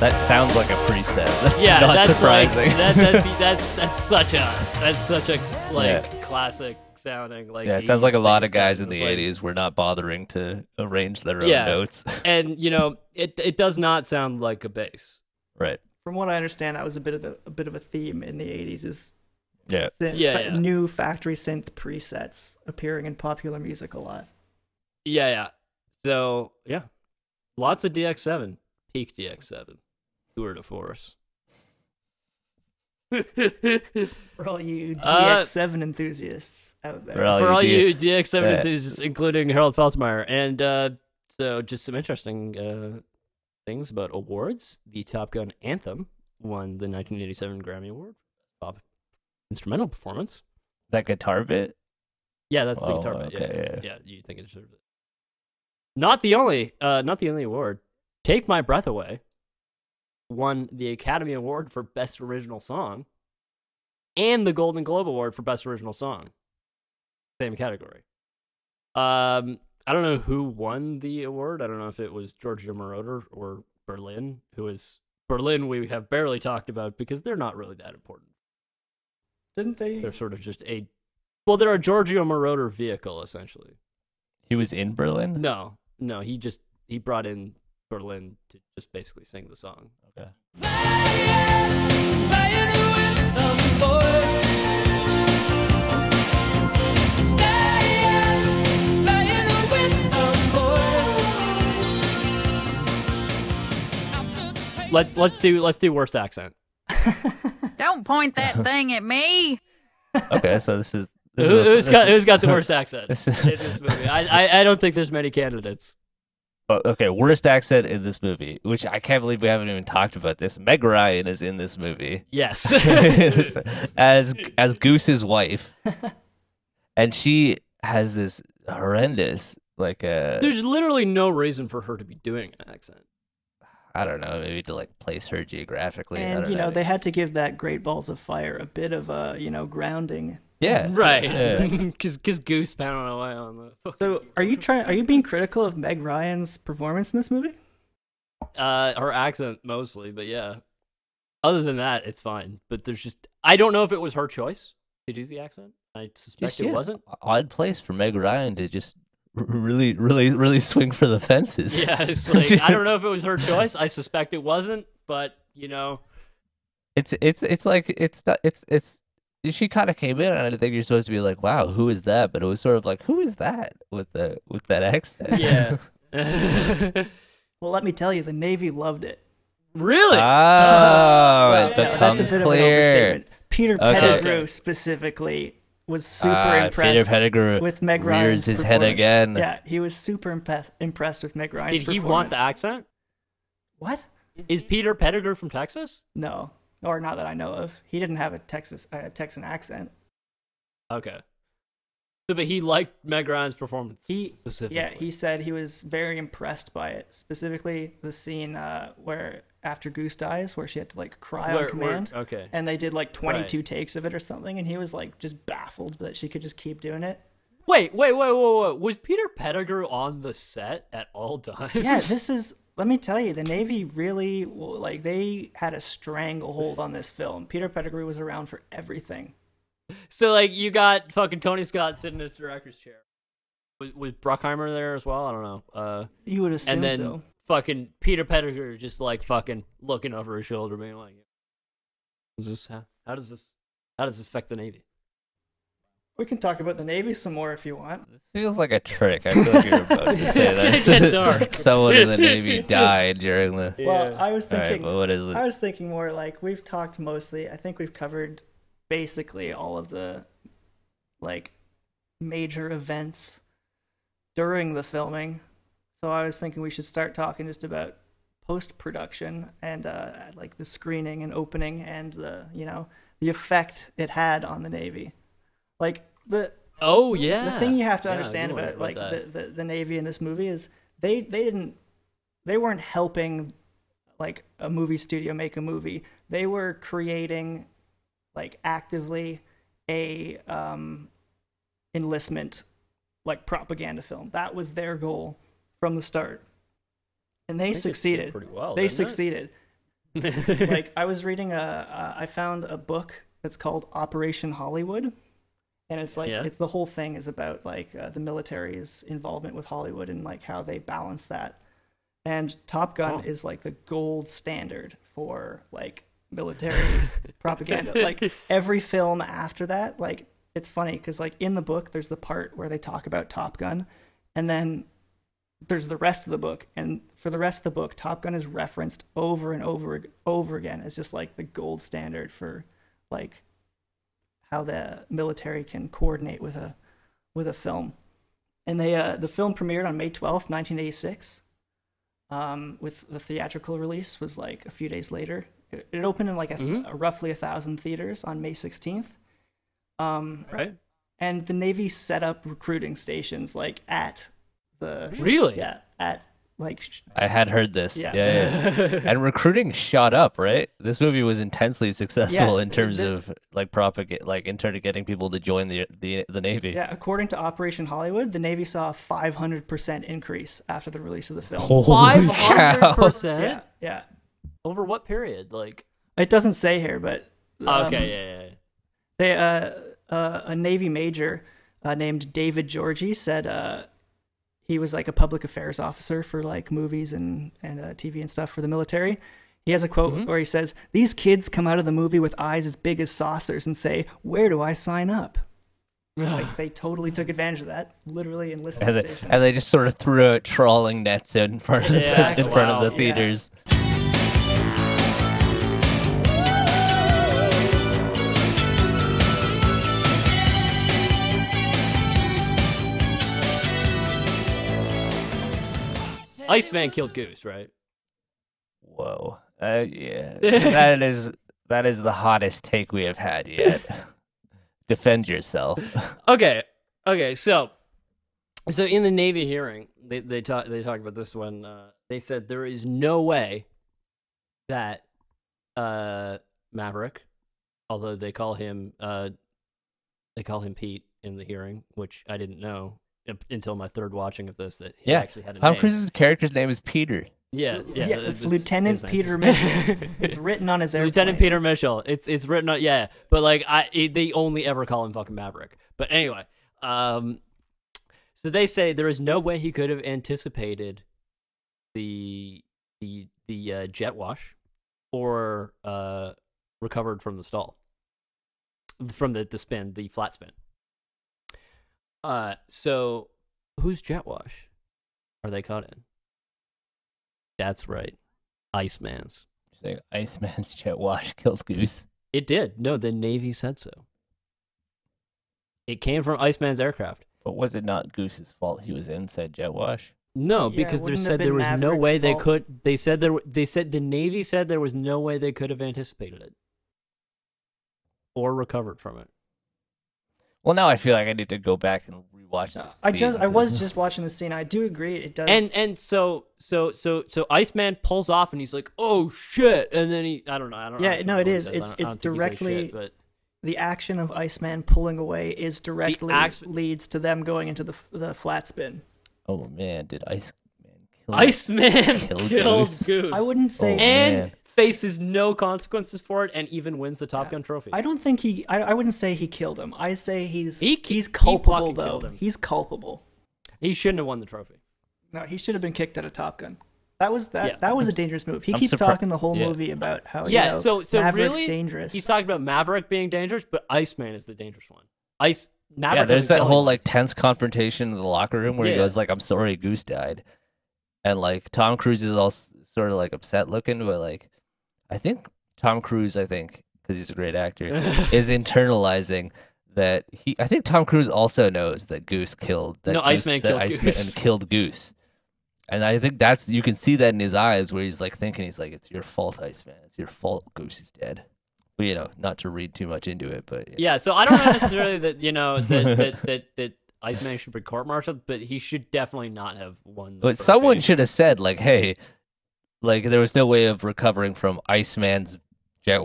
Speaker 3: That sounds like a preset. (laughs) That's
Speaker 1: Yeah,
Speaker 3: not
Speaker 1: that's
Speaker 3: surprising.
Speaker 1: Like, that, that's that's that's such a that's such a like
Speaker 3: Yeah.
Speaker 1: classic sounding like.
Speaker 3: (laughs) yeah, it sounds like a lot of
Speaker 1: 80s
Speaker 3: guys in
Speaker 1: thing. It's
Speaker 3: the
Speaker 1: like-
Speaker 3: '80s were not bothering to arrange their own
Speaker 1: Yeah.
Speaker 3: notes. (laughs)
Speaker 1: And you know, it it does not sound like a bass.
Speaker 3: right.
Speaker 2: from what I understand, that was a bit of the, a bit of a theme in the '80s is
Speaker 3: Yeah.
Speaker 2: synth,
Speaker 1: Yeah,
Speaker 2: fa-
Speaker 1: yeah.
Speaker 2: new factory synth presets appearing in popular music a lot.
Speaker 1: Yeah, yeah. So yeah, lots of DX7, peak DX7, tour de force. (laughs)
Speaker 2: For all you
Speaker 1: Uh,
Speaker 2: DX7 enthusiasts out there,
Speaker 3: For all
Speaker 1: for all
Speaker 3: you
Speaker 1: you DX7
Speaker 3: Yeah.
Speaker 1: enthusiasts, including Harold Feltmeyer. And uh, so, just some interesting uh, things about awards. The Top Gun anthem won the 1987 Grammy Award for Bob instrumental performance.
Speaker 3: That guitar bit.
Speaker 1: Yeah, that's the
Speaker 3: Oh,
Speaker 1: guitar. bit.
Speaker 3: okay,
Speaker 1: yeah, yeah, you think it deserves it? Not the only, uh, not the only award. Take My Breath Away won the Academy Award for Best Original Song and the Golden Globe Award for Best Original Song. Same category. Um, I don't know who won the award. I don't know if it was Giorgio Moroder or Berlin, who is Berlin. We have barely talked about because they're not really that important.
Speaker 2: didn't they?
Speaker 1: They're sort of just a well, they're a Giorgio Moroder vehicle essentially.
Speaker 3: He was in Berlin.
Speaker 1: No, no, he just he brought in Berlin to just basically sing the song.
Speaker 3: Okay.
Speaker 1: Let's let's do let's do worst accent.
Speaker 6: Don't point that thing at me.
Speaker 3: Okay. So
Speaker 1: (laughs)
Speaker 3: this is. This
Speaker 1: Who,
Speaker 3: is
Speaker 1: has
Speaker 3: this
Speaker 1: got
Speaker 3: is-
Speaker 1: who's (laughs) got the worst accent
Speaker 3: this
Speaker 1: in
Speaker 3: is-
Speaker 1: this movie? I, I I don't think there's many candidates.
Speaker 3: Oh, okay, worst accent in this movie, which I can't believe we haven't even talked about this. Meg Ryan is in this movie
Speaker 1: (laughs) Yes.
Speaker 3: (laughs) as as Goose's wife, and she has this horrendous, like uh,
Speaker 1: there's literally no reason for her to be doing an accent.
Speaker 3: I don't know, maybe to like place her geographically. I
Speaker 2: and
Speaker 3: don't
Speaker 2: you know,
Speaker 3: know
Speaker 2: they had to give that Great Balls of Fire a bit of a you know grounding
Speaker 3: Yeah.
Speaker 1: (laughs)
Speaker 2: (laughs)
Speaker 1: Right. (laughs) Because Goose pounding away on the.
Speaker 2: So, are you trying? Are you being critical of Meg Ryan's performance in this movie?
Speaker 1: Uh, her accent mostly, but yeah. Other than that, it's fine. But there's just I don't know if it was her choice to do the accent. I suspect
Speaker 3: Just,
Speaker 1: it
Speaker 3: yeah,
Speaker 1: wasn't.
Speaker 3: o- Odd place for Meg Ryan to just r- really, really, really swing for the
Speaker 1: (laughs)
Speaker 3: fences.
Speaker 1: Yeah, it's like I don't know if it was her choice. I suspect it wasn't, but you know,
Speaker 3: It's it's it's like it's not, it's it's she kind of came in and I think you're supposed to be like, wow, who is that? But it was sort of like, who is that with the with that
Speaker 1: (laughs)
Speaker 3: accent?
Speaker 1: yeah.
Speaker 2: Well, let me tell you, the Navy loved it.
Speaker 1: really?
Speaker 3: Oh, it
Speaker 2: Well,
Speaker 3: becomes clear.
Speaker 2: Peter
Speaker 3: Okay.
Speaker 2: Pettigrew
Speaker 1: Okay.
Speaker 2: specifically was super
Speaker 3: Ah,
Speaker 2: impressed
Speaker 3: Peter Pettigrew
Speaker 2: with Meg
Speaker 3: rears
Speaker 2: Ryan's
Speaker 3: his head
Speaker 2: performance.
Speaker 3: again.
Speaker 2: Yeah, he was super impressed impressed with Meg Ryan's.
Speaker 1: Did he want
Speaker 2: performance.
Speaker 1: the accent?
Speaker 2: What?
Speaker 1: Is Peter Pettigrew from Texas?
Speaker 2: No, or not that I know of. He didn't have a Texas uh, Texan accent.
Speaker 1: Okay. So, but he liked Meg Ryan's performance.
Speaker 2: He
Speaker 1: specifically.
Speaker 2: yeah, he said he was very impressed by it. Specifically, the scene uh, where after Goose dies, where she had to like cry
Speaker 1: Where-
Speaker 2: on
Speaker 1: where-
Speaker 2: command.
Speaker 1: okay.
Speaker 2: And they did like 22 takes of it or something, and he was like just baffled that she could just keep doing it.
Speaker 1: Wait, wait, wait, wait, wait. Was Peter Pettigrew on the set at all times? (laughs)
Speaker 2: yeah, this is. Let me tell you, the Navy really like they had a stranglehold on this film. Peter Pettigrew was around for everything.
Speaker 1: So like you got fucking Tony Scott sitting in his director's chair. Was, was Bruckheimer there as well? I don't know. Uh,
Speaker 2: You would assume
Speaker 1: and then
Speaker 2: so.
Speaker 1: fucking Peter Pettigrew just like fucking looking over his shoulder, being like, "Is this how, how does this how does this affect the Navy?"
Speaker 2: We can talk about the Navy some more if you want.
Speaker 3: This feels like a trick. I feel like you're about
Speaker 2: (laughs)
Speaker 3: to say that.
Speaker 1: It's gonna get dark.
Speaker 3: (laughs) Someone in the Navy died during the.
Speaker 2: Well, I was
Speaker 3: All right,
Speaker 2: thinking.
Speaker 3: but what is it?
Speaker 2: I was thinking more like we've talked mostly. I think we've covered basically all of the like major events during the filming. So I was thinking we should start talking just about post production and uh, like the screening and opening and the you know the effect it had on the Navy. Like the
Speaker 1: Oh yeah.
Speaker 2: the thing you have to
Speaker 1: Yeah,
Speaker 2: understand
Speaker 1: you wanna
Speaker 2: about like
Speaker 1: that.
Speaker 2: the, the, the navy in this movie is they they didn't they weren't helping like a movie studio make a movie they were creating like actively a um enlistment like propaganda film that was their goal from the start and they
Speaker 1: I think it did
Speaker 2: succeeded
Speaker 1: pretty well.
Speaker 2: they
Speaker 1: didn't it? (laughs)
Speaker 2: succeeded like I was reading a, uh, I found a book that's called Operation Hollywood, and it's like
Speaker 1: Yeah.
Speaker 2: it's the whole thing is about like uh, the military's involvement with Hollywood and like how they balance that. And Top Gun
Speaker 1: Oh.
Speaker 2: is like the gold standard for like
Speaker 1: (laughs)
Speaker 2: military propaganda. Like every film after that, like it's funny because like in the book there's the part where they talk about Top Gun, and then there's the rest of the book and for the rest of the book top gun is referenced over and over ag- over again as just like the gold standard for like how the military can coordinate with a with a film and they uh, the film premiered on may 12th 1986 um, with the theatrical release was like a few days later it, it opened in like a,
Speaker 1: Mhm.
Speaker 2: a roughly a thousand theaters on may 16th um,
Speaker 1: right?
Speaker 2: and the navy set up recruiting stations like at the
Speaker 1: Really?
Speaker 2: yeah at like sh-
Speaker 3: I had heard this. Yeah.
Speaker 2: Yeah.
Speaker 3: yeah,
Speaker 2: (laughs)
Speaker 3: and recruiting shot up, right? This movie was intensely successful
Speaker 2: Yeah,
Speaker 3: in terms
Speaker 2: the-
Speaker 3: of like propagate, like in terms of getting people to join the the the Navy.
Speaker 2: yeah according to operation hollywood the navy saw a 500% increase after the release of the film
Speaker 1: Five
Speaker 3: Holy
Speaker 1: hundred (laughs) percent
Speaker 2: yeah yeah
Speaker 1: over what period? Like
Speaker 2: it doesn't say here but um,
Speaker 1: okay, yeah, yeah, yeah.
Speaker 2: they uh, uh, a navy major uh, named david georgie said uh, he was like a public affairs officer for like movies and and uh, tv and stuff for the military he has a quote
Speaker 1: Mm-hmm.
Speaker 2: where he says these kids come out of the movie with eyes as big as saucers and say where do i sign up
Speaker 1: (sighs)
Speaker 2: like they totally took advantage of that literally enlistment
Speaker 3: (laughs) And they,
Speaker 2: station
Speaker 3: and they just sort of threw out trawling nets in front of
Speaker 1: Yeah,
Speaker 3: the, in front
Speaker 1: wow.
Speaker 3: of the
Speaker 2: Yeah.
Speaker 3: theaters.
Speaker 1: Iceman killed Goose, right?
Speaker 3: Whoa, uh,
Speaker 2: (laughs)
Speaker 3: yeah, that is that is the hottest take we have had
Speaker 2: (laughs)
Speaker 3: yet. Defend yourself.
Speaker 1: Okay. Okay. So, so in the Navy hearing, they they talk they talk about this one. Uh, they said there is no way that uh, Maverick, although they call him uh, They call him Pete in the hearing, which I didn't know up- until my third watching of this that he
Speaker 3: Yeah,
Speaker 1: actually had a
Speaker 3: Tom
Speaker 1: name.
Speaker 3: Cruise's character's name is Peter.
Speaker 1: Yeah, yeah,
Speaker 2: Yeah,
Speaker 1: that-
Speaker 2: it's
Speaker 1: that's
Speaker 2: Lieutenant
Speaker 1: his name.
Speaker 2: Peter Mitchell.
Speaker 1: (laughs)
Speaker 2: it's written on his airplane.
Speaker 1: Lieutenant Peter Mitchell. It's it's written on yeah, but like I it, they only ever call him fucking Maverick. But anyway, um, so they say there is no way he could have anticipated the the the uh, jet wash or uh recovered from the stall from the the spin the flat spin. Uh, so whose jet wash are they caught in? That's right, Iceman's.
Speaker 3: Saying Iceman's jet wash killed Goose.
Speaker 1: It did. No, the Navy said so. It came from Iceman's aircraft.
Speaker 3: But was it not Goose's fault he was in said jet wash?
Speaker 1: No,
Speaker 2: Yeah,
Speaker 1: because they
Speaker 2: wouldn't have
Speaker 1: said there
Speaker 2: been
Speaker 1: was no
Speaker 2: Maverick's
Speaker 1: way they
Speaker 2: fault.
Speaker 1: could. They said there. were- They said the Navy said there was no way they could have anticipated it or recovered from it.
Speaker 3: Well, now I feel like I need to go back and rewatch this.
Speaker 2: I just
Speaker 3: scene
Speaker 2: I was
Speaker 3: because-
Speaker 2: just watching the scene. I do agree it does.
Speaker 1: And and so so so so Iceman pulls off and he's like, "Oh shit!" And then he, I don't know, I don't. I
Speaker 2: Yeah,
Speaker 1: don't
Speaker 2: no,
Speaker 1: know what
Speaker 2: it
Speaker 1: he
Speaker 2: is.
Speaker 1: says. I
Speaker 2: It's-
Speaker 1: don't- I
Speaker 2: it's
Speaker 1: don't think he says
Speaker 2: directly-
Speaker 1: shit, but
Speaker 2: the action of Iceman pulling away is directly
Speaker 1: ax-
Speaker 2: leads to them going into the the flat spin.
Speaker 3: (laughs) Oh man, did Iceman kill
Speaker 1: Iceman
Speaker 3: Kill
Speaker 1: kills
Speaker 3: Goose.
Speaker 1: Goose.
Speaker 2: I wouldn't say
Speaker 3: Oh.
Speaker 1: and
Speaker 3: man.
Speaker 1: faces no consequences for it, and even wins the Top Gun trophy.
Speaker 2: I don't think he I, I wouldn't say he killed him. I say he's
Speaker 1: He ki-
Speaker 2: he's
Speaker 1: he
Speaker 2: culpable
Speaker 1: fucking
Speaker 2: though.
Speaker 1: killed him.
Speaker 2: He's culpable.
Speaker 1: He shouldn't have won the trophy.
Speaker 2: No, he should have been kicked out of Top Gun. That was that
Speaker 1: Yeah.
Speaker 2: that was a dangerous move. He
Speaker 3: I'm
Speaker 2: keeps
Speaker 3: surpri-
Speaker 2: talking the whole
Speaker 3: yeah.
Speaker 2: movie about how you
Speaker 1: Yeah,
Speaker 2: know,
Speaker 1: so so
Speaker 2: Oh, Maverick's
Speaker 1: really,
Speaker 2: dangerous.
Speaker 1: He's talking about Maverick being dangerous, but Iceman is the dangerous one. Ice Maverick.
Speaker 3: yeah, there's
Speaker 1: doesn't
Speaker 3: that
Speaker 1: kill
Speaker 3: whole
Speaker 1: anyone.
Speaker 3: like tense confrontation in the locker room where he
Speaker 1: Yeah.
Speaker 3: goes like, "I'm sorry, Goose died," and like Tom Cruise is all s- sort of like upset looking, but like I think Tom Cruise, I think because he's a great actor,
Speaker 1: (laughs)
Speaker 3: is internalizing that he. I think Tom Cruise also knows that Goose killed that
Speaker 1: No,
Speaker 3: Goose,
Speaker 1: Iceman
Speaker 3: that
Speaker 1: killed
Speaker 3: Iceman
Speaker 1: Goose. (laughs)
Speaker 3: and killed Goose. And I think that's you can see that in his eyes where he's like thinking he's like it's your fault, Iceman. It's your fault. Goose is dead. But, you know, not to read too much into it, but
Speaker 1: Yeah, so I don't
Speaker 3: (laughs)
Speaker 1: know necessarily that you know that that that, that Iceman should be court martialed, but he should definitely not have won. The
Speaker 3: But someone
Speaker 1: trophy.
Speaker 3: should have said, like, hey, like there was no way of recovering from Iceman's jet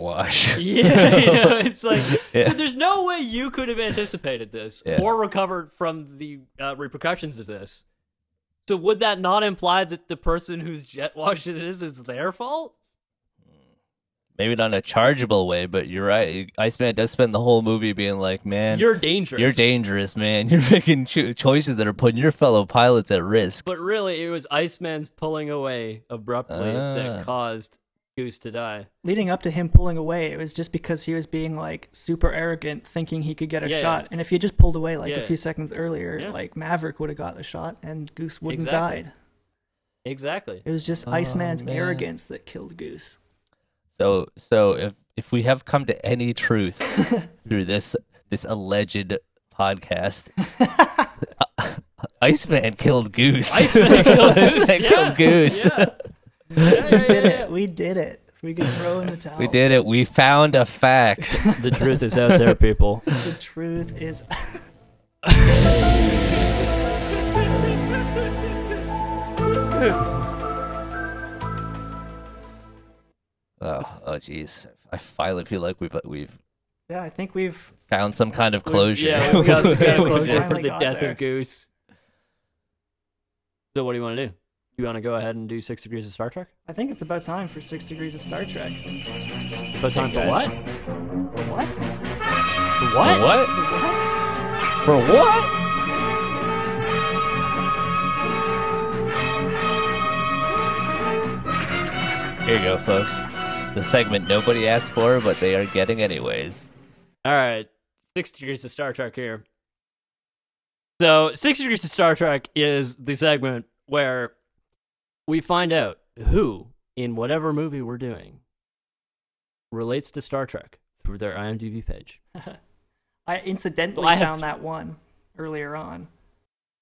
Speaker 1: (laughs) (laughs)
Speaker 3: wash. (laughs)
Speaker 1: Yeah, you know, it's like
Speaker 3: Yeah.
Speaker 1: so. There's no way you could have anticipated this
Speaker 3: Yeah.
Speaker 1: or recovered from the uh, repercussions of this. So would that not imply that the person whose jet wash it is is their fault?
Speaker 3: Maybe not in a chargeable way, but you're right. Iceman does spend the whole movie being like, man,
Speaker 1: You're dangerous.
Speaker 3: you're dangerous, man. (laughs) You're making cho- choices that are putting your fellow pilots at risk.
Speaker 1: But really, it was Iceman's pulling away abruptly
Speaker 3: Ah.
Speaker 1: that caused Goose to die.
Speaker 2: leading up to him pulling away, it was just because he was being like super arrogant, thinking he could get a
Speaker 1: Yeah,
Speaker 2: shot.
Speaker 1: yeah.
Speaker 2: And if he just pulled away like
Speaker 1: Yeah.
Speaker 2: a few seconds earlier,
Speaker 1: Yeah.
Speaker 2: like Maverick would have got the shot and Goose wouldn't
Speaker 1: Exactly.
Speaker 2: died.
Speaker 1: Exactly.
Speaker 2: It was just
Speaker 3: Oh,
Speaker 2: Iceman's
Speaker 3: man.
Speaker 2: arrogance that killed Goose.
Speaker 3: So, so if if we have come to
Speaker 1: (laughs)
Speaker 3: any truth through this this alleged
Speaker 1: (laughs)
Speaker 3: podcast, Iceman killed Goose.
Speaker 1: Iceman killed Goose,
Speaker 3: (laughs) Iceman
Speaker 1: yeah,
Speaker 3: killed Goose.
Speaker 1: (laughs) Yeah. Yeah, yeah,
Speaker 2: We did
Speaker 1: yeah, yeah.
Speaker 2: it. We did it. We could
Speaker 1: (laughs)
Speaker 2: throw in the towel.
Speaker 1: Oh.
Speaker 3: We did it. We found a fact.
Speaker 1: The truth is out there, (laughs) people.
Speaker 2: The truth is (laughs)
Speaker 3: oh, oh, jeez. I finally feel like we've we've
Speaker 2: Yeah, I think we've
Speaker 3: found some kind of closure.
Speaker 1: Yeah, we
Speaker 3: (laughs)
Speaker 1: got some kind of
Speaker 2: We
Speaker 1: closure for
Speaker 2: finally
Speaker 1: the
Speaker 2: got
Speaker 1: death
Speaker 2: there.
Speaker 1: of Goose. So, what do you want to do? You want to go ahead and do Six Degrees of Star Trek?
Speaker 2: I think it's about time for six degrees of Star Trek.
Speaker 1: About time for what?
Speaker 2: guys. What?
Speaker 1: For
Speaker 3: For
Speaker 1: What?
Speaker 3: what? For what? Here you go, folks. The segment nobody asked for, but they are getting anyways.
Speaker 1: All right, Six Degrees of Star Trek here. So, Six Degrees of Star Trek is the segment where we find out who, in whatever movie we're doing, relates to Star Trek through their IMDb page.
Speaker 2: I incidentally
Speaker 1: Well, I have-
Speaker 2: found that one earlier on.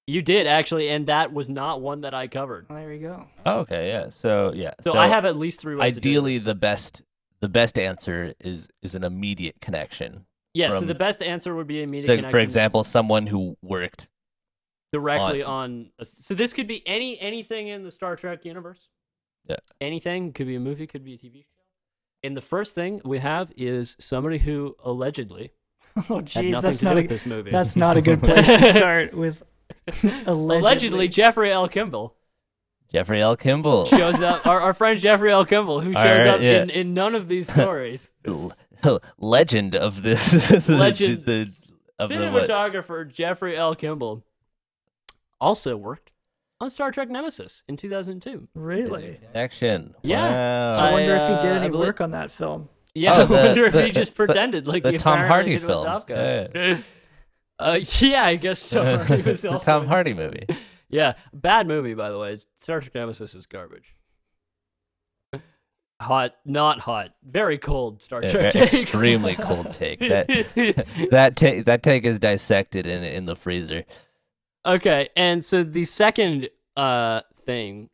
Speaker 1: You did actually, and that was not one that I covered.
Speaker 2: There we go. (laughs)
Speaker 3: Oh, okay, yeah. So yeah.
Speaker 1: So, I have at least three ways.
Speaker 3: ideally
Speaker 1: to do this.
Speaker 3: the best the best answer is is an immediate connection.
Speaker 1: yeah. So
Speaker 3: from-
Speaker 1: the best answer would be immediate
Speaker 3: So,
Speaker 1: connection.
Speaker 3: for example, someone who worked.
Speaker 1: directly on. a- so this could be any anything in the Star Trek universe.
Speaker 3: Yeah.
Speaker 1: Anything could be a movie, could be a TV show. And the first thing we have is somebody who allegedly
Speaker 2: Oh,
Speaker 1: Had
Speaker 2: jeez,
Speaker 1: nothing
Speaker 2: that's
Speaker 1: to do
Speaker 2: not
Speaker 1: with
Speaker 2: a,
Speaker 1: this movie.
Speaker 2: that's not a good place
Speaker 1: (laughs)
Speaker 2: to start with (laughs) allegedly.
Speaker 1: allegedly Jeffrey L. Kimball
Speaker 3: Jeffrey L. Kimball.
Speaker 1: shows up. our, our friend Jeffrey L. Kimball, who shows
Speaker 3: All right,
Speaker 1: up
Speaker 3: yeah.
Speaker 1: in, in none of
Speaker 3: (laughs)
Speaker 1: these stories.
Speaker 3: L- legend of this the, (laughs)
Speaker 1: Legend.
Speaker 3: the, of the what?
Speaker 1: Cinematographer Jeffrey L. Kimball also worked on Star Trek Nemesis in 2002.
Speaker 2: Really?
Speaker 3: action
Speaker 1: Yeah.
Speaker 2: I,
Speaker 3: wow.
Speaker 1: I,
Speaker 2: wonder if
Speaker 1: uh,
Speaker 2: he did
Speaker 1: I
Speaker 2: any
Speaker 1: believe-
Speaker 2: work on that film.
Speaker 1: Yeah, (laughs)
Speaker 3: Oh,
Speaker 1: I
Speaker 3: the-
Speaker 1: wonder if
Speaker 3: the-
Speaker 1: he just
Speaker 3: the-
Speaker 1: pretended like
Speaker 3: the
Speaker 1: he
Speaker 3: Tom
Speaker 1: apparently
Speaker 3: Hardy
Speaker 1: did with Top
Speaker 3: film.
Speaker 1: Gun. (laughs) Uh, yeah, I guess
Speaker 3: (laughs)
Speaker 1: Tom Hardy was
Speaker 3: the
Speaker 1: also.
Speaker 3: Tom Hardy movie.
Speaker 1: (laughs) Yeah, bad movie by the way. Star Trek Nemesis is garbage. Hot, not hot, very cold Star Trek. take.
Speaker 3: Extremely cold
Speaker 1: (laughs)
Speaker 3: take. That that (laughs) take that take is dissected in in the freezer.
Speaker 1: Okay, and so the second uh thing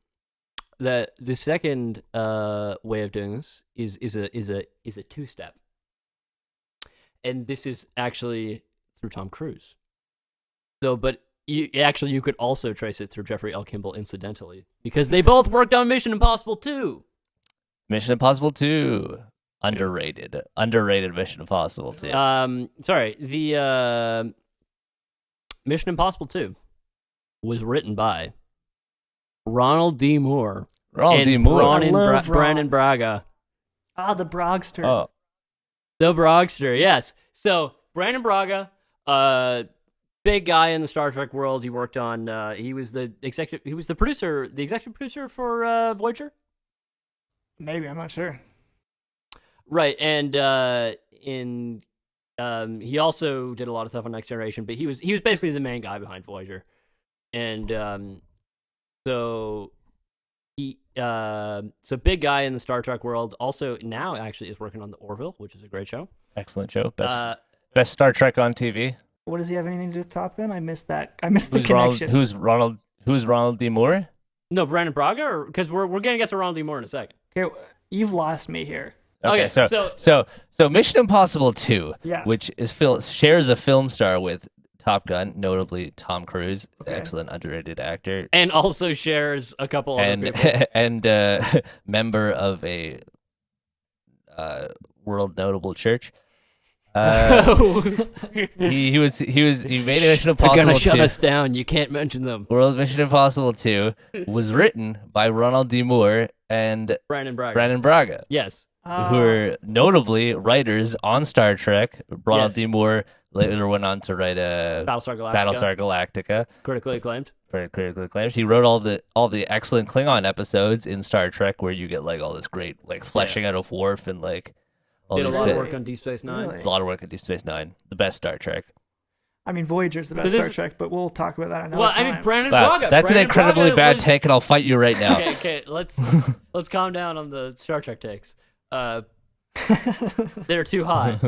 Speaker 1: that the second uh way of doing this is is a is a is a two step. And this is actually through Tom Cruise. So but you actually you could also trace it through Jeffrey L. Kimball incidentally because they both worked on Mission Impossible 2.
Speaker 3: Mission Impossible Two, underrated, underrated Mission Impossible Two.
Speaker 1: Um sorry, the uh Mission Impossible 2 was written by Ronald D. Moore
Speaker 3: Ronald D.
Speaker 1: and
Speaker 3: Moore.
Speaker 1: Braun and
Speaker 2: I
Speaker 1: Bra-
Speaker 2: love
Speaker 1: Brandon
Speaker 2: Ron.
Speaker 1: Braga.
Speaker 2: Ah, the Brogster.
Speaker 3: oh,
Speaker 1: The Brogster, yes. So Brandon Braga, uh big guy in the Star Trek world. He worked on uh he was the executive he was the producer, the executive producer for uh Voyager.
Speaker 2: Maybe I'm not sure.
Speaker 1: Right, and uh in um he also did a lot of stuff on Next Generation, but he was he was basically the main guy behind Voyager. And um so he uh, so big guy in the Star Trek world also now actually is working on the Orville, which is a great show.
Speaker 3: excellent show. Best
Speaker 1: Uh,
Speaker 3: best Star Trek on TV.
Speaker 2: What does he have anything to do with Top Gun? I missed that. I missed the
Speaker 3: Who's Ronald?
Speaker 2: connection.
Speaker 3: Who's Ronald? Who's Ronald D. Moore?
Speaker 1: no, Brandon Braga, because we're we're gonna get to Ronald D. Moore in a second.
Speaker 2: Okay, you've lost me here.
Speaker 3: Okay,
Speaker 1: Okay,
Speaker 3: so, so
Speaker 1: so-
Speaker 3: so Mission Impossible Two,
Speaker 2: Yeah.
Speaker 3: which is Phil shares a film star with Top Gun, notably Tom Cruise, excellent underrated actor,
Speaker 1: And also shares a couple
Speaker 3: and (laughs)
Speaker 1: other people.
Speaker 3: and uh, (laughs) member of a uh, world notable church. Uh,
Speaker 1: (laughs)
Speaker 3: he, he was he was he made Mission
Speaker 1: They're
Speaker 3: Impossible
Speaker 1: gonna shut
Speaker 3: Two.
Speaker 1: us down. You can't mention them.
Speaker 3: World Mission Impossible Two was written by Ronald D. Moore and
Speaker 1: Brandon Braga.
Speaker 3: Brandon Braga.
Speaker 1: Yes.
Speaker 2: Ah,
Speaker 3: who are notably writers on Star Trek. Ronald
Speaker 1: Yes.
Speaker 3: D. Moore later went on to write a
Speaker 1: Battlestar Galactica.
Speaker 3: Battlestar Galactica,
Speaker 1: Critically acclaimed.
Speaker 3: very critically acclaimed. He wrote all the all the excellent Klingon episodes in Star Trek, where you get like all this great like fleshing out of Worf and like all
Speaker 1: Did a
Speaker 3: these
Speaker 1: lot of
Speaker 3: fit-
Speaker 1: work on Deep Space Nine.
Speaker 2: really?
Speaker 3: a lot of work on Deep Space Nine, the best Star Trek.
Speaker 2: I mean, Voyager's the best
Speaker 1: This
Speaker 2: Star
Speaker 1: is-
Speaker 2: Trek, but we'll talk about that another
Speaker 1: Well, I
Speaker 2: time.
Speaker 1: mean, Brandon
Speaker 3: Wow,
Speaker 1: Braga.
Speaker 3: that's an
Speaker 1: Brandon
Speaker 3: incredibly
Speaker 1: Braga
Speaker 3: bad
Speaker 1: was-
Speaker 3: take, and I'll fight you right now.
Speaker 1: (laughs) Okay, okay,
Speaker 3: (laughs)
Speaker 1: let's let's calm down on the Star Trek takes.
Speaker 3: (laughs)
Speaker 1: Uh, they're too high.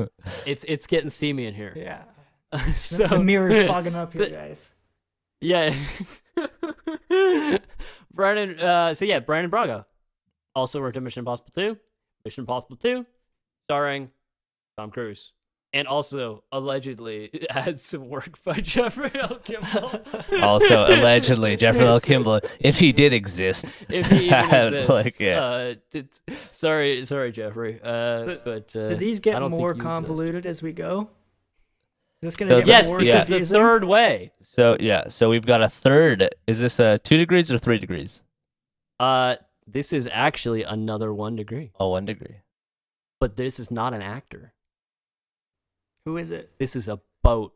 Speaker 1: It's it's getting steamy in here.
Speaker 2: yeah,
Speaker 1: (laughs) so
Speaker 2: the mirror's fogging
Speaker 1: (laughs)
Speaker 2: up here,
Speaker 1: So-
Speaker 2: guys.
Speaker 1: Yeah. (laughs) Brandon uh so yeah, Brandon Braga also worked on Mission Impossible 2, Mission Impossible 2, starring Tom Cruise. And also allegedly (laughs) had some work by Jeffrey L. Kimball.
Speaker 3: (laughs) Also, allegedly, Jeffrey L. Kimball, if he did exist,
Speaker 1: if he even exists.
Speaker 3: like yeah.
Speaker 1: uh, it's, sorry, sorry, Jeffrey. Uh, but uh,
Speaker 2: Do these
Speaker 1: I
Speaker 2: get
Speaker 1: don't think
Speaker 2: more
Speaker 1: you exist.
Speaker 2: convoluted as we go? Is this going
Speaker 3: So
Speaker 2: to get
Speaker 1: Yes,
Speaker 2: more
Speaker 1: because the
Speaker 2: confusing?
Speaker 1: third way.
Speaker 3: So yeah, so we've got a third. Is this uh two degrees or three degrees?
Speaker 1: Uh, this is actually another one degree,
Speaker 3: Oh, one degree.
Speaker 1: but this is not an actor.
Speaker 2: Who is it?
Speaker 1: This is a boat.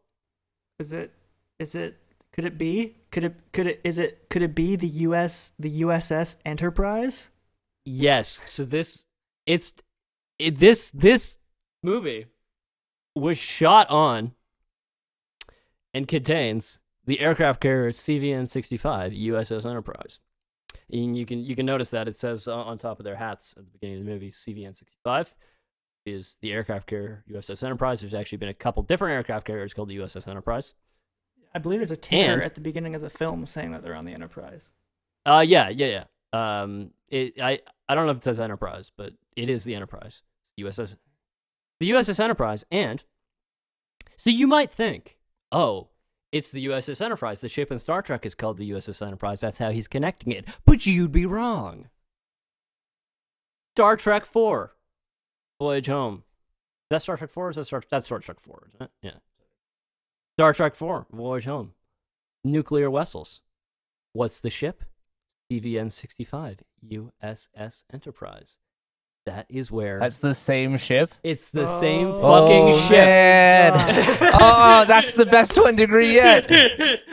Speaker 2: Is it? Is it? Could it be? Could it? Could it? Is it? Could it be the U.S. the USS Enterprise?
Speaker 1: Yes. So this it's it, this this movie was shot on and contains the aircraft carrier CVN 65 USS Enterprise. And you can you can notice that it says on- on top of their hats at the beginning of the movie CVN 65 is the aircraft carrier USS Enterprise. There's actually been a couple different aircraft carriers called the USS Enterprise.
Speaker 2: I believe there's a tear
Speaker 1: And-
Speaker 2: at the beginning of the film saying that they're on the
Speaker 1: (laughs)
Speaker 2: Enterprise.
Speaker 1: Uh, yeah, yeah, yeah. Um, it, I, I don't know if it says Enterprise, but it is the Enterprise, USS, the USS Enterprise, and so you might think, oh, it's the USS Enterprise. The ship in Star Trek is called the USS Enterprise. That's how he's connecting it. But you'd be wrong. Star Trek Four, Voyage Home, that Star Trek Four? Is that Star that's Star Trek Four, isn't it? Yeah. Star Trek Four, Voyage Home. Nuclear vessels. What's the ship? CVN sixty five, USS Enterprise. That is where
Speaker 3: That's the same ship.
Speaker 1: it's the same
Speaker 2: Oh.
Speaker 1: fucking
Speaker 3: oh,
Speaker 1: ship.
Speaker 3: man. (laughs) oh, that's the best one degree yet
Speaker 2: (laughs)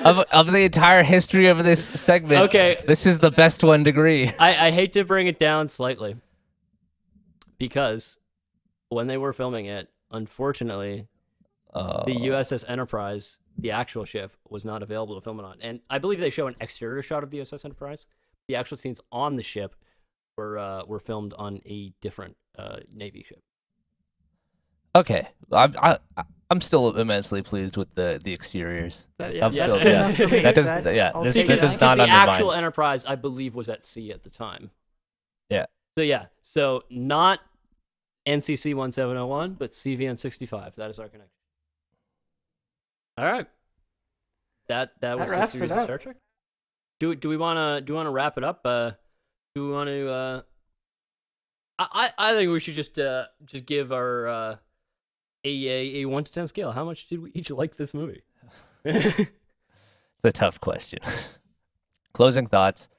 Speaker 3: of of the entire history of this segment.
Speaker 1: Okay.
Speaker 3: this is the best one degree.
Speaker 1: I, I hate to bring it down slightly because when they were filming it, unfortunately,
Speaker 3: Oh,
Speaker 1: the USS Enterprise, the actual ship, was not available to film it on. And I believe they show an exterior shot of the USS Enterprise. The actual scenes on the ship were uh, were filmed on a different uh, Navy ship.
Speaker 3: (laughs) okay, I'm I, I'm still immensely pleased with the the exteriors.
Speaker 2: That- yeah,
Speaker 3: I'm
Speaker 2: that's
Speaker 3: still-
Speaker 2: good
Speaker 3: yeah.
Speaker 2: enough for me.
Speaker 3: That does
Speaker 2: That-
Speaker 3: yeah.
Speaker 2: I'll
Speaker 3: This,
Speaker 2: take
Speaker 3: that
Speaker 2: it.
Speaker 3: does
Speaker 1: Because
Speaker 3: not
Speaker 1: the
Speaker 3: undermine.
Speaker 1: actual Enterprise, I believe, was at sea at the time.
Speaker 3: Yeah.
Speaker 1: So yeah, so not NCC one seven zero one, but CVN sixty five. That is our connection. All right. That that was
Speaker 2: wraps
Speaker 1: six series
Speaker 2: it
Speaker 1: of
Speaker 2: up.
Speaker 1: Star Trek. Do do we wanna do we wanna wrap it up? Uh, do we wanna? Uh, I I I think we should just uh just give our uh, a a a one to ten scale. How much did we each like this
Speaker 3: (laughs)
Speaker 1: movie? (laughs)
Speaker 3: It's a tough question. (laughs) Closing thoughts.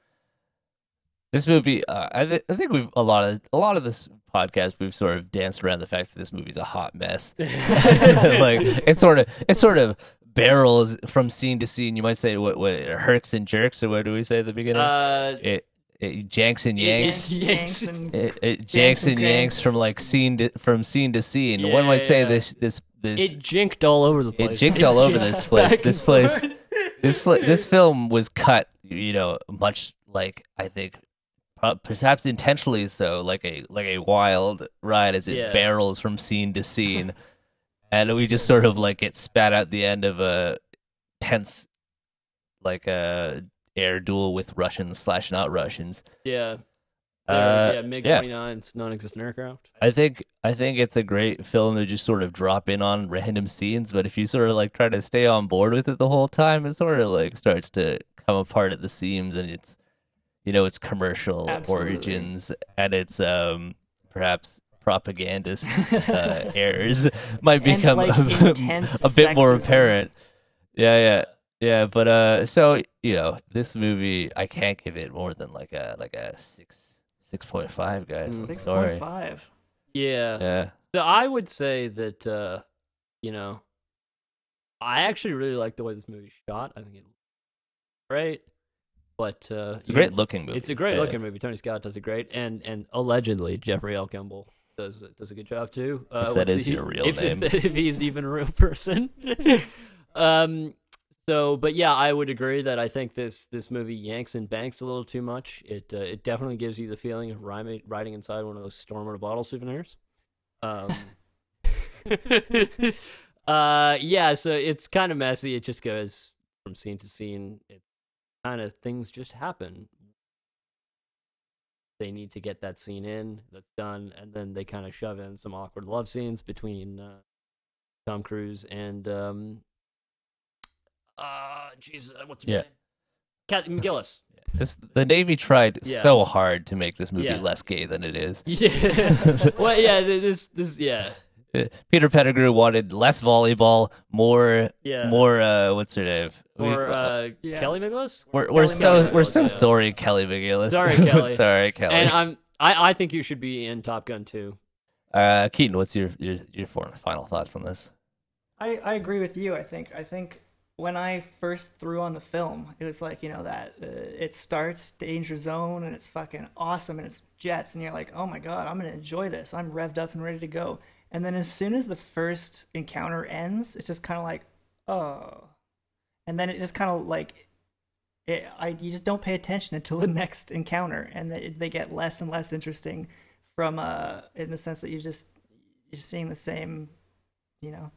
Speaker 3: This movie, uh, I, th- I think we've a lot of a lot of this podcast we've sort of danced around the fact that this movie's a hot mess. (laughs) like it sort of it sort of barrels from scene to scene. You might say what what it hurts and jerks, or what do we say at the beginning?
Speaker 1: Uh,
Speaker 3: it it janks and yanks.
Speaker 2: Yanks, yanks, and
Speaker 3: It, it
Speaker 2: Janks
Speaker 3: janks
Speaker 2: and
Speaker 3: and yanks
Speaker 2: cranks.
Speaker 3: from like scene to, from scene to scene. One might say
Speaker 1: Yeah.
Speaker 3: this this this
Speaker 1: It jinked all over the
Speaker 3: it
Speaker 1: place.
Speaker 3: jinked all
Speaker 1: (laughs)
Speaker 3: over this place.
Speaker 1: back
Speaker 3: This
Speaker 1: and
Speaker 3: place, this fl- this film was cut. You know, much like I think, pro- perhaps intentionally so, like a like a wild ride as it
Speaker 1: Yeah.
Speaker 3: barrels from scene to scene, (laughs) and we just sort of like get spat out the end of a tense, like a air duel with Russians slash not Russians.
Speaker 1: Yeah.
Speaker 3: Uh,
Speaker 1: yeah, MiG
Speaker 3: yeah.
Speaker 1: 29's non existent aircraft.
Speaker 3: I think I think it's a great film to just sort of drop in on random scenes, but if you sort of like try to stay on board with it the whole time, it sort of like starts to come apart at the seams and it's you know, its commercial
Speaker 2: Absolutely.
Speaker 3: origins and its um perhaps propagandist (laughs) uh, (laughs) errors might
Speaker 2: And,
Speaker 3: become
Speaker 2: like,
Speaker 3: (laughs) a,
Speaker 2: intense
Speaker 3: a bit more
Speaker 2: sexism.
Speaker 3: apparent. Yeah, yeah. Yeah, but uh so you know, this movie I can't give it more than like a like a six six point five guys. I'm
Speaker 2: six
Speaker 3: sorry.
Speaker 2: point five.
Speaker 1: Yeah.
Speaker 3: Yeah.
Speaker 1: So I would say that, uh, you know, I actually really like the way this movie's shot. I think it's great. But uh,
Speaker 3: It's a great looking movie.
Speaker 1: It's a great
Speaker 3: Yeah.
Speaker 1: looking movie. Tony Scott does a great, and and allegedly Jeffrey L. Kimball does does a good job too. Uh,
Speaker 3: that
Speaker 1: with
Speaker 3: is
Speaker 1: the-
Speaker 3: your real
Speaker 1: if, if- (laughs)
Speaker 3: name.
Speaker 1: if he's even a real person. (laughs) um. So, but yeah, I would agree that I think this this movie yanks and banks a little too much. It uh, it definitely gives you the feeling of rhyming, riding inside one of those storm in a bottle souvenirs. Um. (laughs) uh. Yeah. So it's kind of messy. It just goes from scene to scene. It kind of things just happen they need to get that scene in that's done and then they kind of shove in some awkward love scenes between uh, tom cruise and um uh jeez uh, what's her
Speaker 3: Yeah.
Speaker 1: name Cat
Speaker 3: (laughs)
Speaker 1: mcgillis
Speaker 3: This, the Navy tried
Speaker 1: Yeah.
Speaker 3: so hard to make this movie
Speaker 1: Yeah.
Speaker 3: less gay than it is.
Speaker 1: yeah (laughs) well yeah th- this this yeah
Speaker 3: Uh, Peter Pettigrew wanted less volleyball, more,
Speaker 1: yeah
Speaker 3: more. Uh, what's her name? We-
Speaker 1: or uh
Speaker 2: Yeah.
Speaker 1: kelly mcgillis
Speaker 3: we're we're
Speaker 2: Kelly
Speaker 3: so
Speaker 2: McGillis.
Speaker 3: we're so
Speaker 1: Yeah.
Speaker 3: sorry, Kelly McGillis. (laughs)
Speaker 1: Sorry, Kelly.
Speaker 3: sorry, Kelly.
Speaker 1: and i'm i i think you should be in top gun too
Speaker 3: uh, Keaton, what's your your your for- final thoughts on this?
Speaker 2: I, I agree with you. I think I think when I first threw on the film, it was like you know that uh, it starts Danger Zone and it's fucking awesome and it's jets and you're like, oh my god, I'm gonna enjoy this. I'm revved up and ready to go. And then as soon as the first encounter ends, it's just kind of like, oh, and then it just kind of like, it, I you just don't pay attention until the (laughs) next encounter, and they, they get less and less interesting from uh in the sense that you just you're seeing the same, you know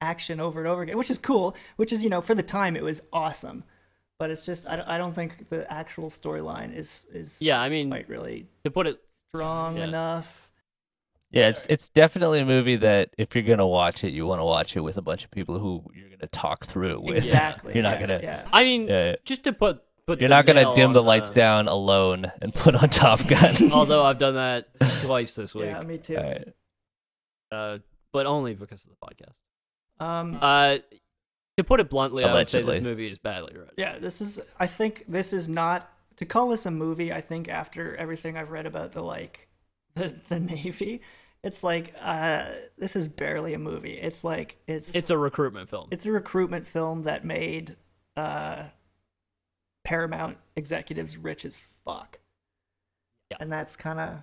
Speaker 2: action over and over again, which is cool. Which is you know for the time it was awesome, but it's just I, don't- I don't think the actual storyline is is
Speaker 1: yeah i mean
Speaker 2: quite really
Speaker 1: to put it
Speaker 2: strong
Speaker 1: Yeah.
Speaker 2: enough.
Speaker 3: Yeah, it's it's definitely a movie that if you're gonna watch it, you want to watch it with a bunch of people who you're gonna talk through it with.
Speaker 2: Exactly.
Speaker 3: (laughs) You're not
Speaker 2: yeah,
Speaker 3: gonna-
Speaker 2: Yeah.
Speaker 1: i mean
Speaker 3: Yeah.
Speaker 1: just to put put
Speaker 3: You're
Speaker 1: the
Speaker 3: not gonna
Speaker 1: nail
Speaker 3: dim
Speaker 1: on uh,
Speaker 3: the lights down alone and put on Top Gun.
Speaker 1: (laughs)
Speaker 2: (laughs)
Speaker 1: although i've done that twice this week
Speaker 2: Yeah, me too.
Speaker 3: All right.
Speaker 1: uh, but only because of the podcast.
Speaker 2: Um,
Speaker 1: Uh, to put it bluntly, I would say
Speaker 3: Allegedly.
Speaker 1: this movie is badly written.
Speaker 2: yeah, this is. I think this is not to call this a movie. I think after everything I've read about the like (laughs) the the Navy, it's like uh, this is barely a movie. It's like it's
Speaker 1: It's a recruitment film.
Speaker 2: it's a recruitment film that made uh, Paramount executives rich as fuck.
Speaker 1: Yeah.
Speaker 2: And that's kind of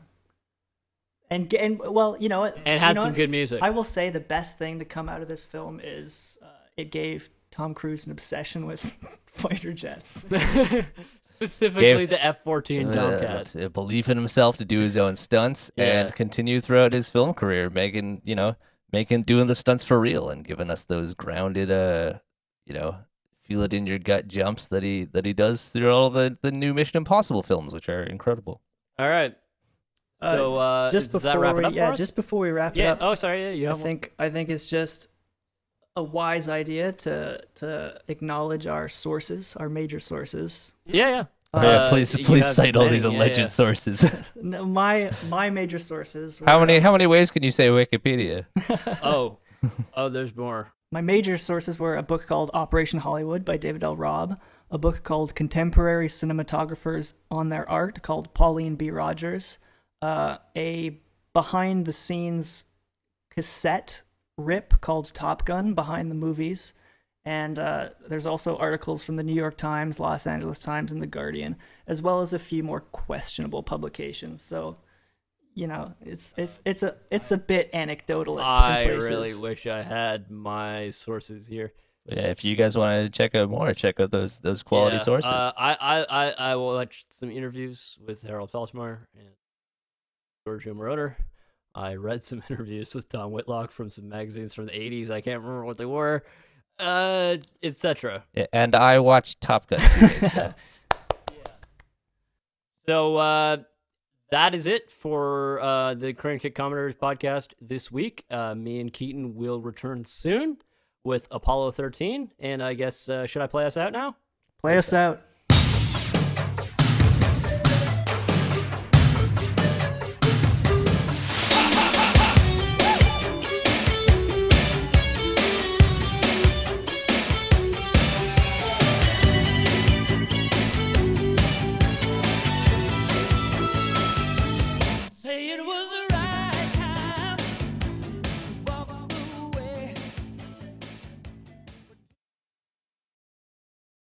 Speaker 2: and get- and well, you know,
Speaker 1: and it had some good music. (laughs)
Speaker 2: I will say the best thing to come out of this film is uh, it gave Tom Cruise an obsession with (laughs) fighter jets.
Speaker 1: Specifically,
Speaker 3: Gave-
Speaker 1: the F fourteen Tomcat.
Speaker 3: Uh, belief in himself to do his own stunts
Speaker 1: Yeah.
Speaker 3: and continue throughout his film career, making you know, making doing the stunts for real and giving us those grounded, uh, you know, feel it in your gut jumps that he that he does through all the the new Mission Impossible films, which are incredible.
Speaker 1: All right.
Speaker 2: Uh,
Speaker 1: so uh,
Speaker 2: just
Speaker 1: does
Speaker 2: before
Speaker 1: that wrap
Speaker 2: we,
Speaker 1: it up
Speaker 2: yeah,
Speaker 1: for us?
Speaker 2: just before we wrap
Speaker 1: yeah.
Speaker 2: it up,
Speaker 1: Oh, sorry. Yeah, you
Speaker 2: I
Speaker 1: have one.
Speaker 2: think I think it's just a wise idea to to acknowledge our sources, our major sources.
Speaker 1: Yeah, Oh, yeah.
Speaker 2: uh,
Speaker 3: yeah, (laughs) please
Speaker 1: you
Speaker 3: please
Speaker 1: have
Speaker 3: cite all
Speaker 1: many,
Speaker 3: these
Speaker 1: yeah,
Speaker 3: alleged
Speaker 1: yeah. (laughs)
Speaker 3: sources.
Speaker 2: No, my my major sources.
Speaker 3: how
Speaker 2: were-
Speaker 3: many how many ways can you say Wikipedia?
Speaker 1: Oh,
Speaker 3: (laughs)
Speaker 1: oh, there's more.
Speaker 2: My major sources were a book called Operation Hollywood by David L. Robb, a book called Contemporary Cinematographers on Their Art called Pauline B. Rogers, uh, a behind the scenes cassette rip called Top Gun Behind the Movies, and uh, there's also articles from the New York Times, Los Angeles Times, and The Guardian, as well as a few more questionable publications. So, you know, it's it's it's a it's a bit anecdotal. At
Speaker 1: I
Speaker 2: in places.
Speaker 1: really wish I had my sources here.
Speaker 3: Yeah, if you guys want to check out more, check out those those quality
Speaker 1: Yeah,
Speaker 3: sources.
Speaker 1: Uh, I, I, I, I will watch some interviews with Harold Falchmeyer and Giorgio Moroder. I read some (laughs) interviews with Tom Whitlock from some magazines from the 80s. I can't remember what they were, uh, etc.
Speaker 3: Yeah, and I watched Top Gun. two days ago.
Speaker 1: So uh, that is it for uh, the Crane Kick Commenters podcast this week. Uh, me and Keaton will return soon with Apollo 13. And I guess, uh, should I play us out now?
Speaker 2: Play us out.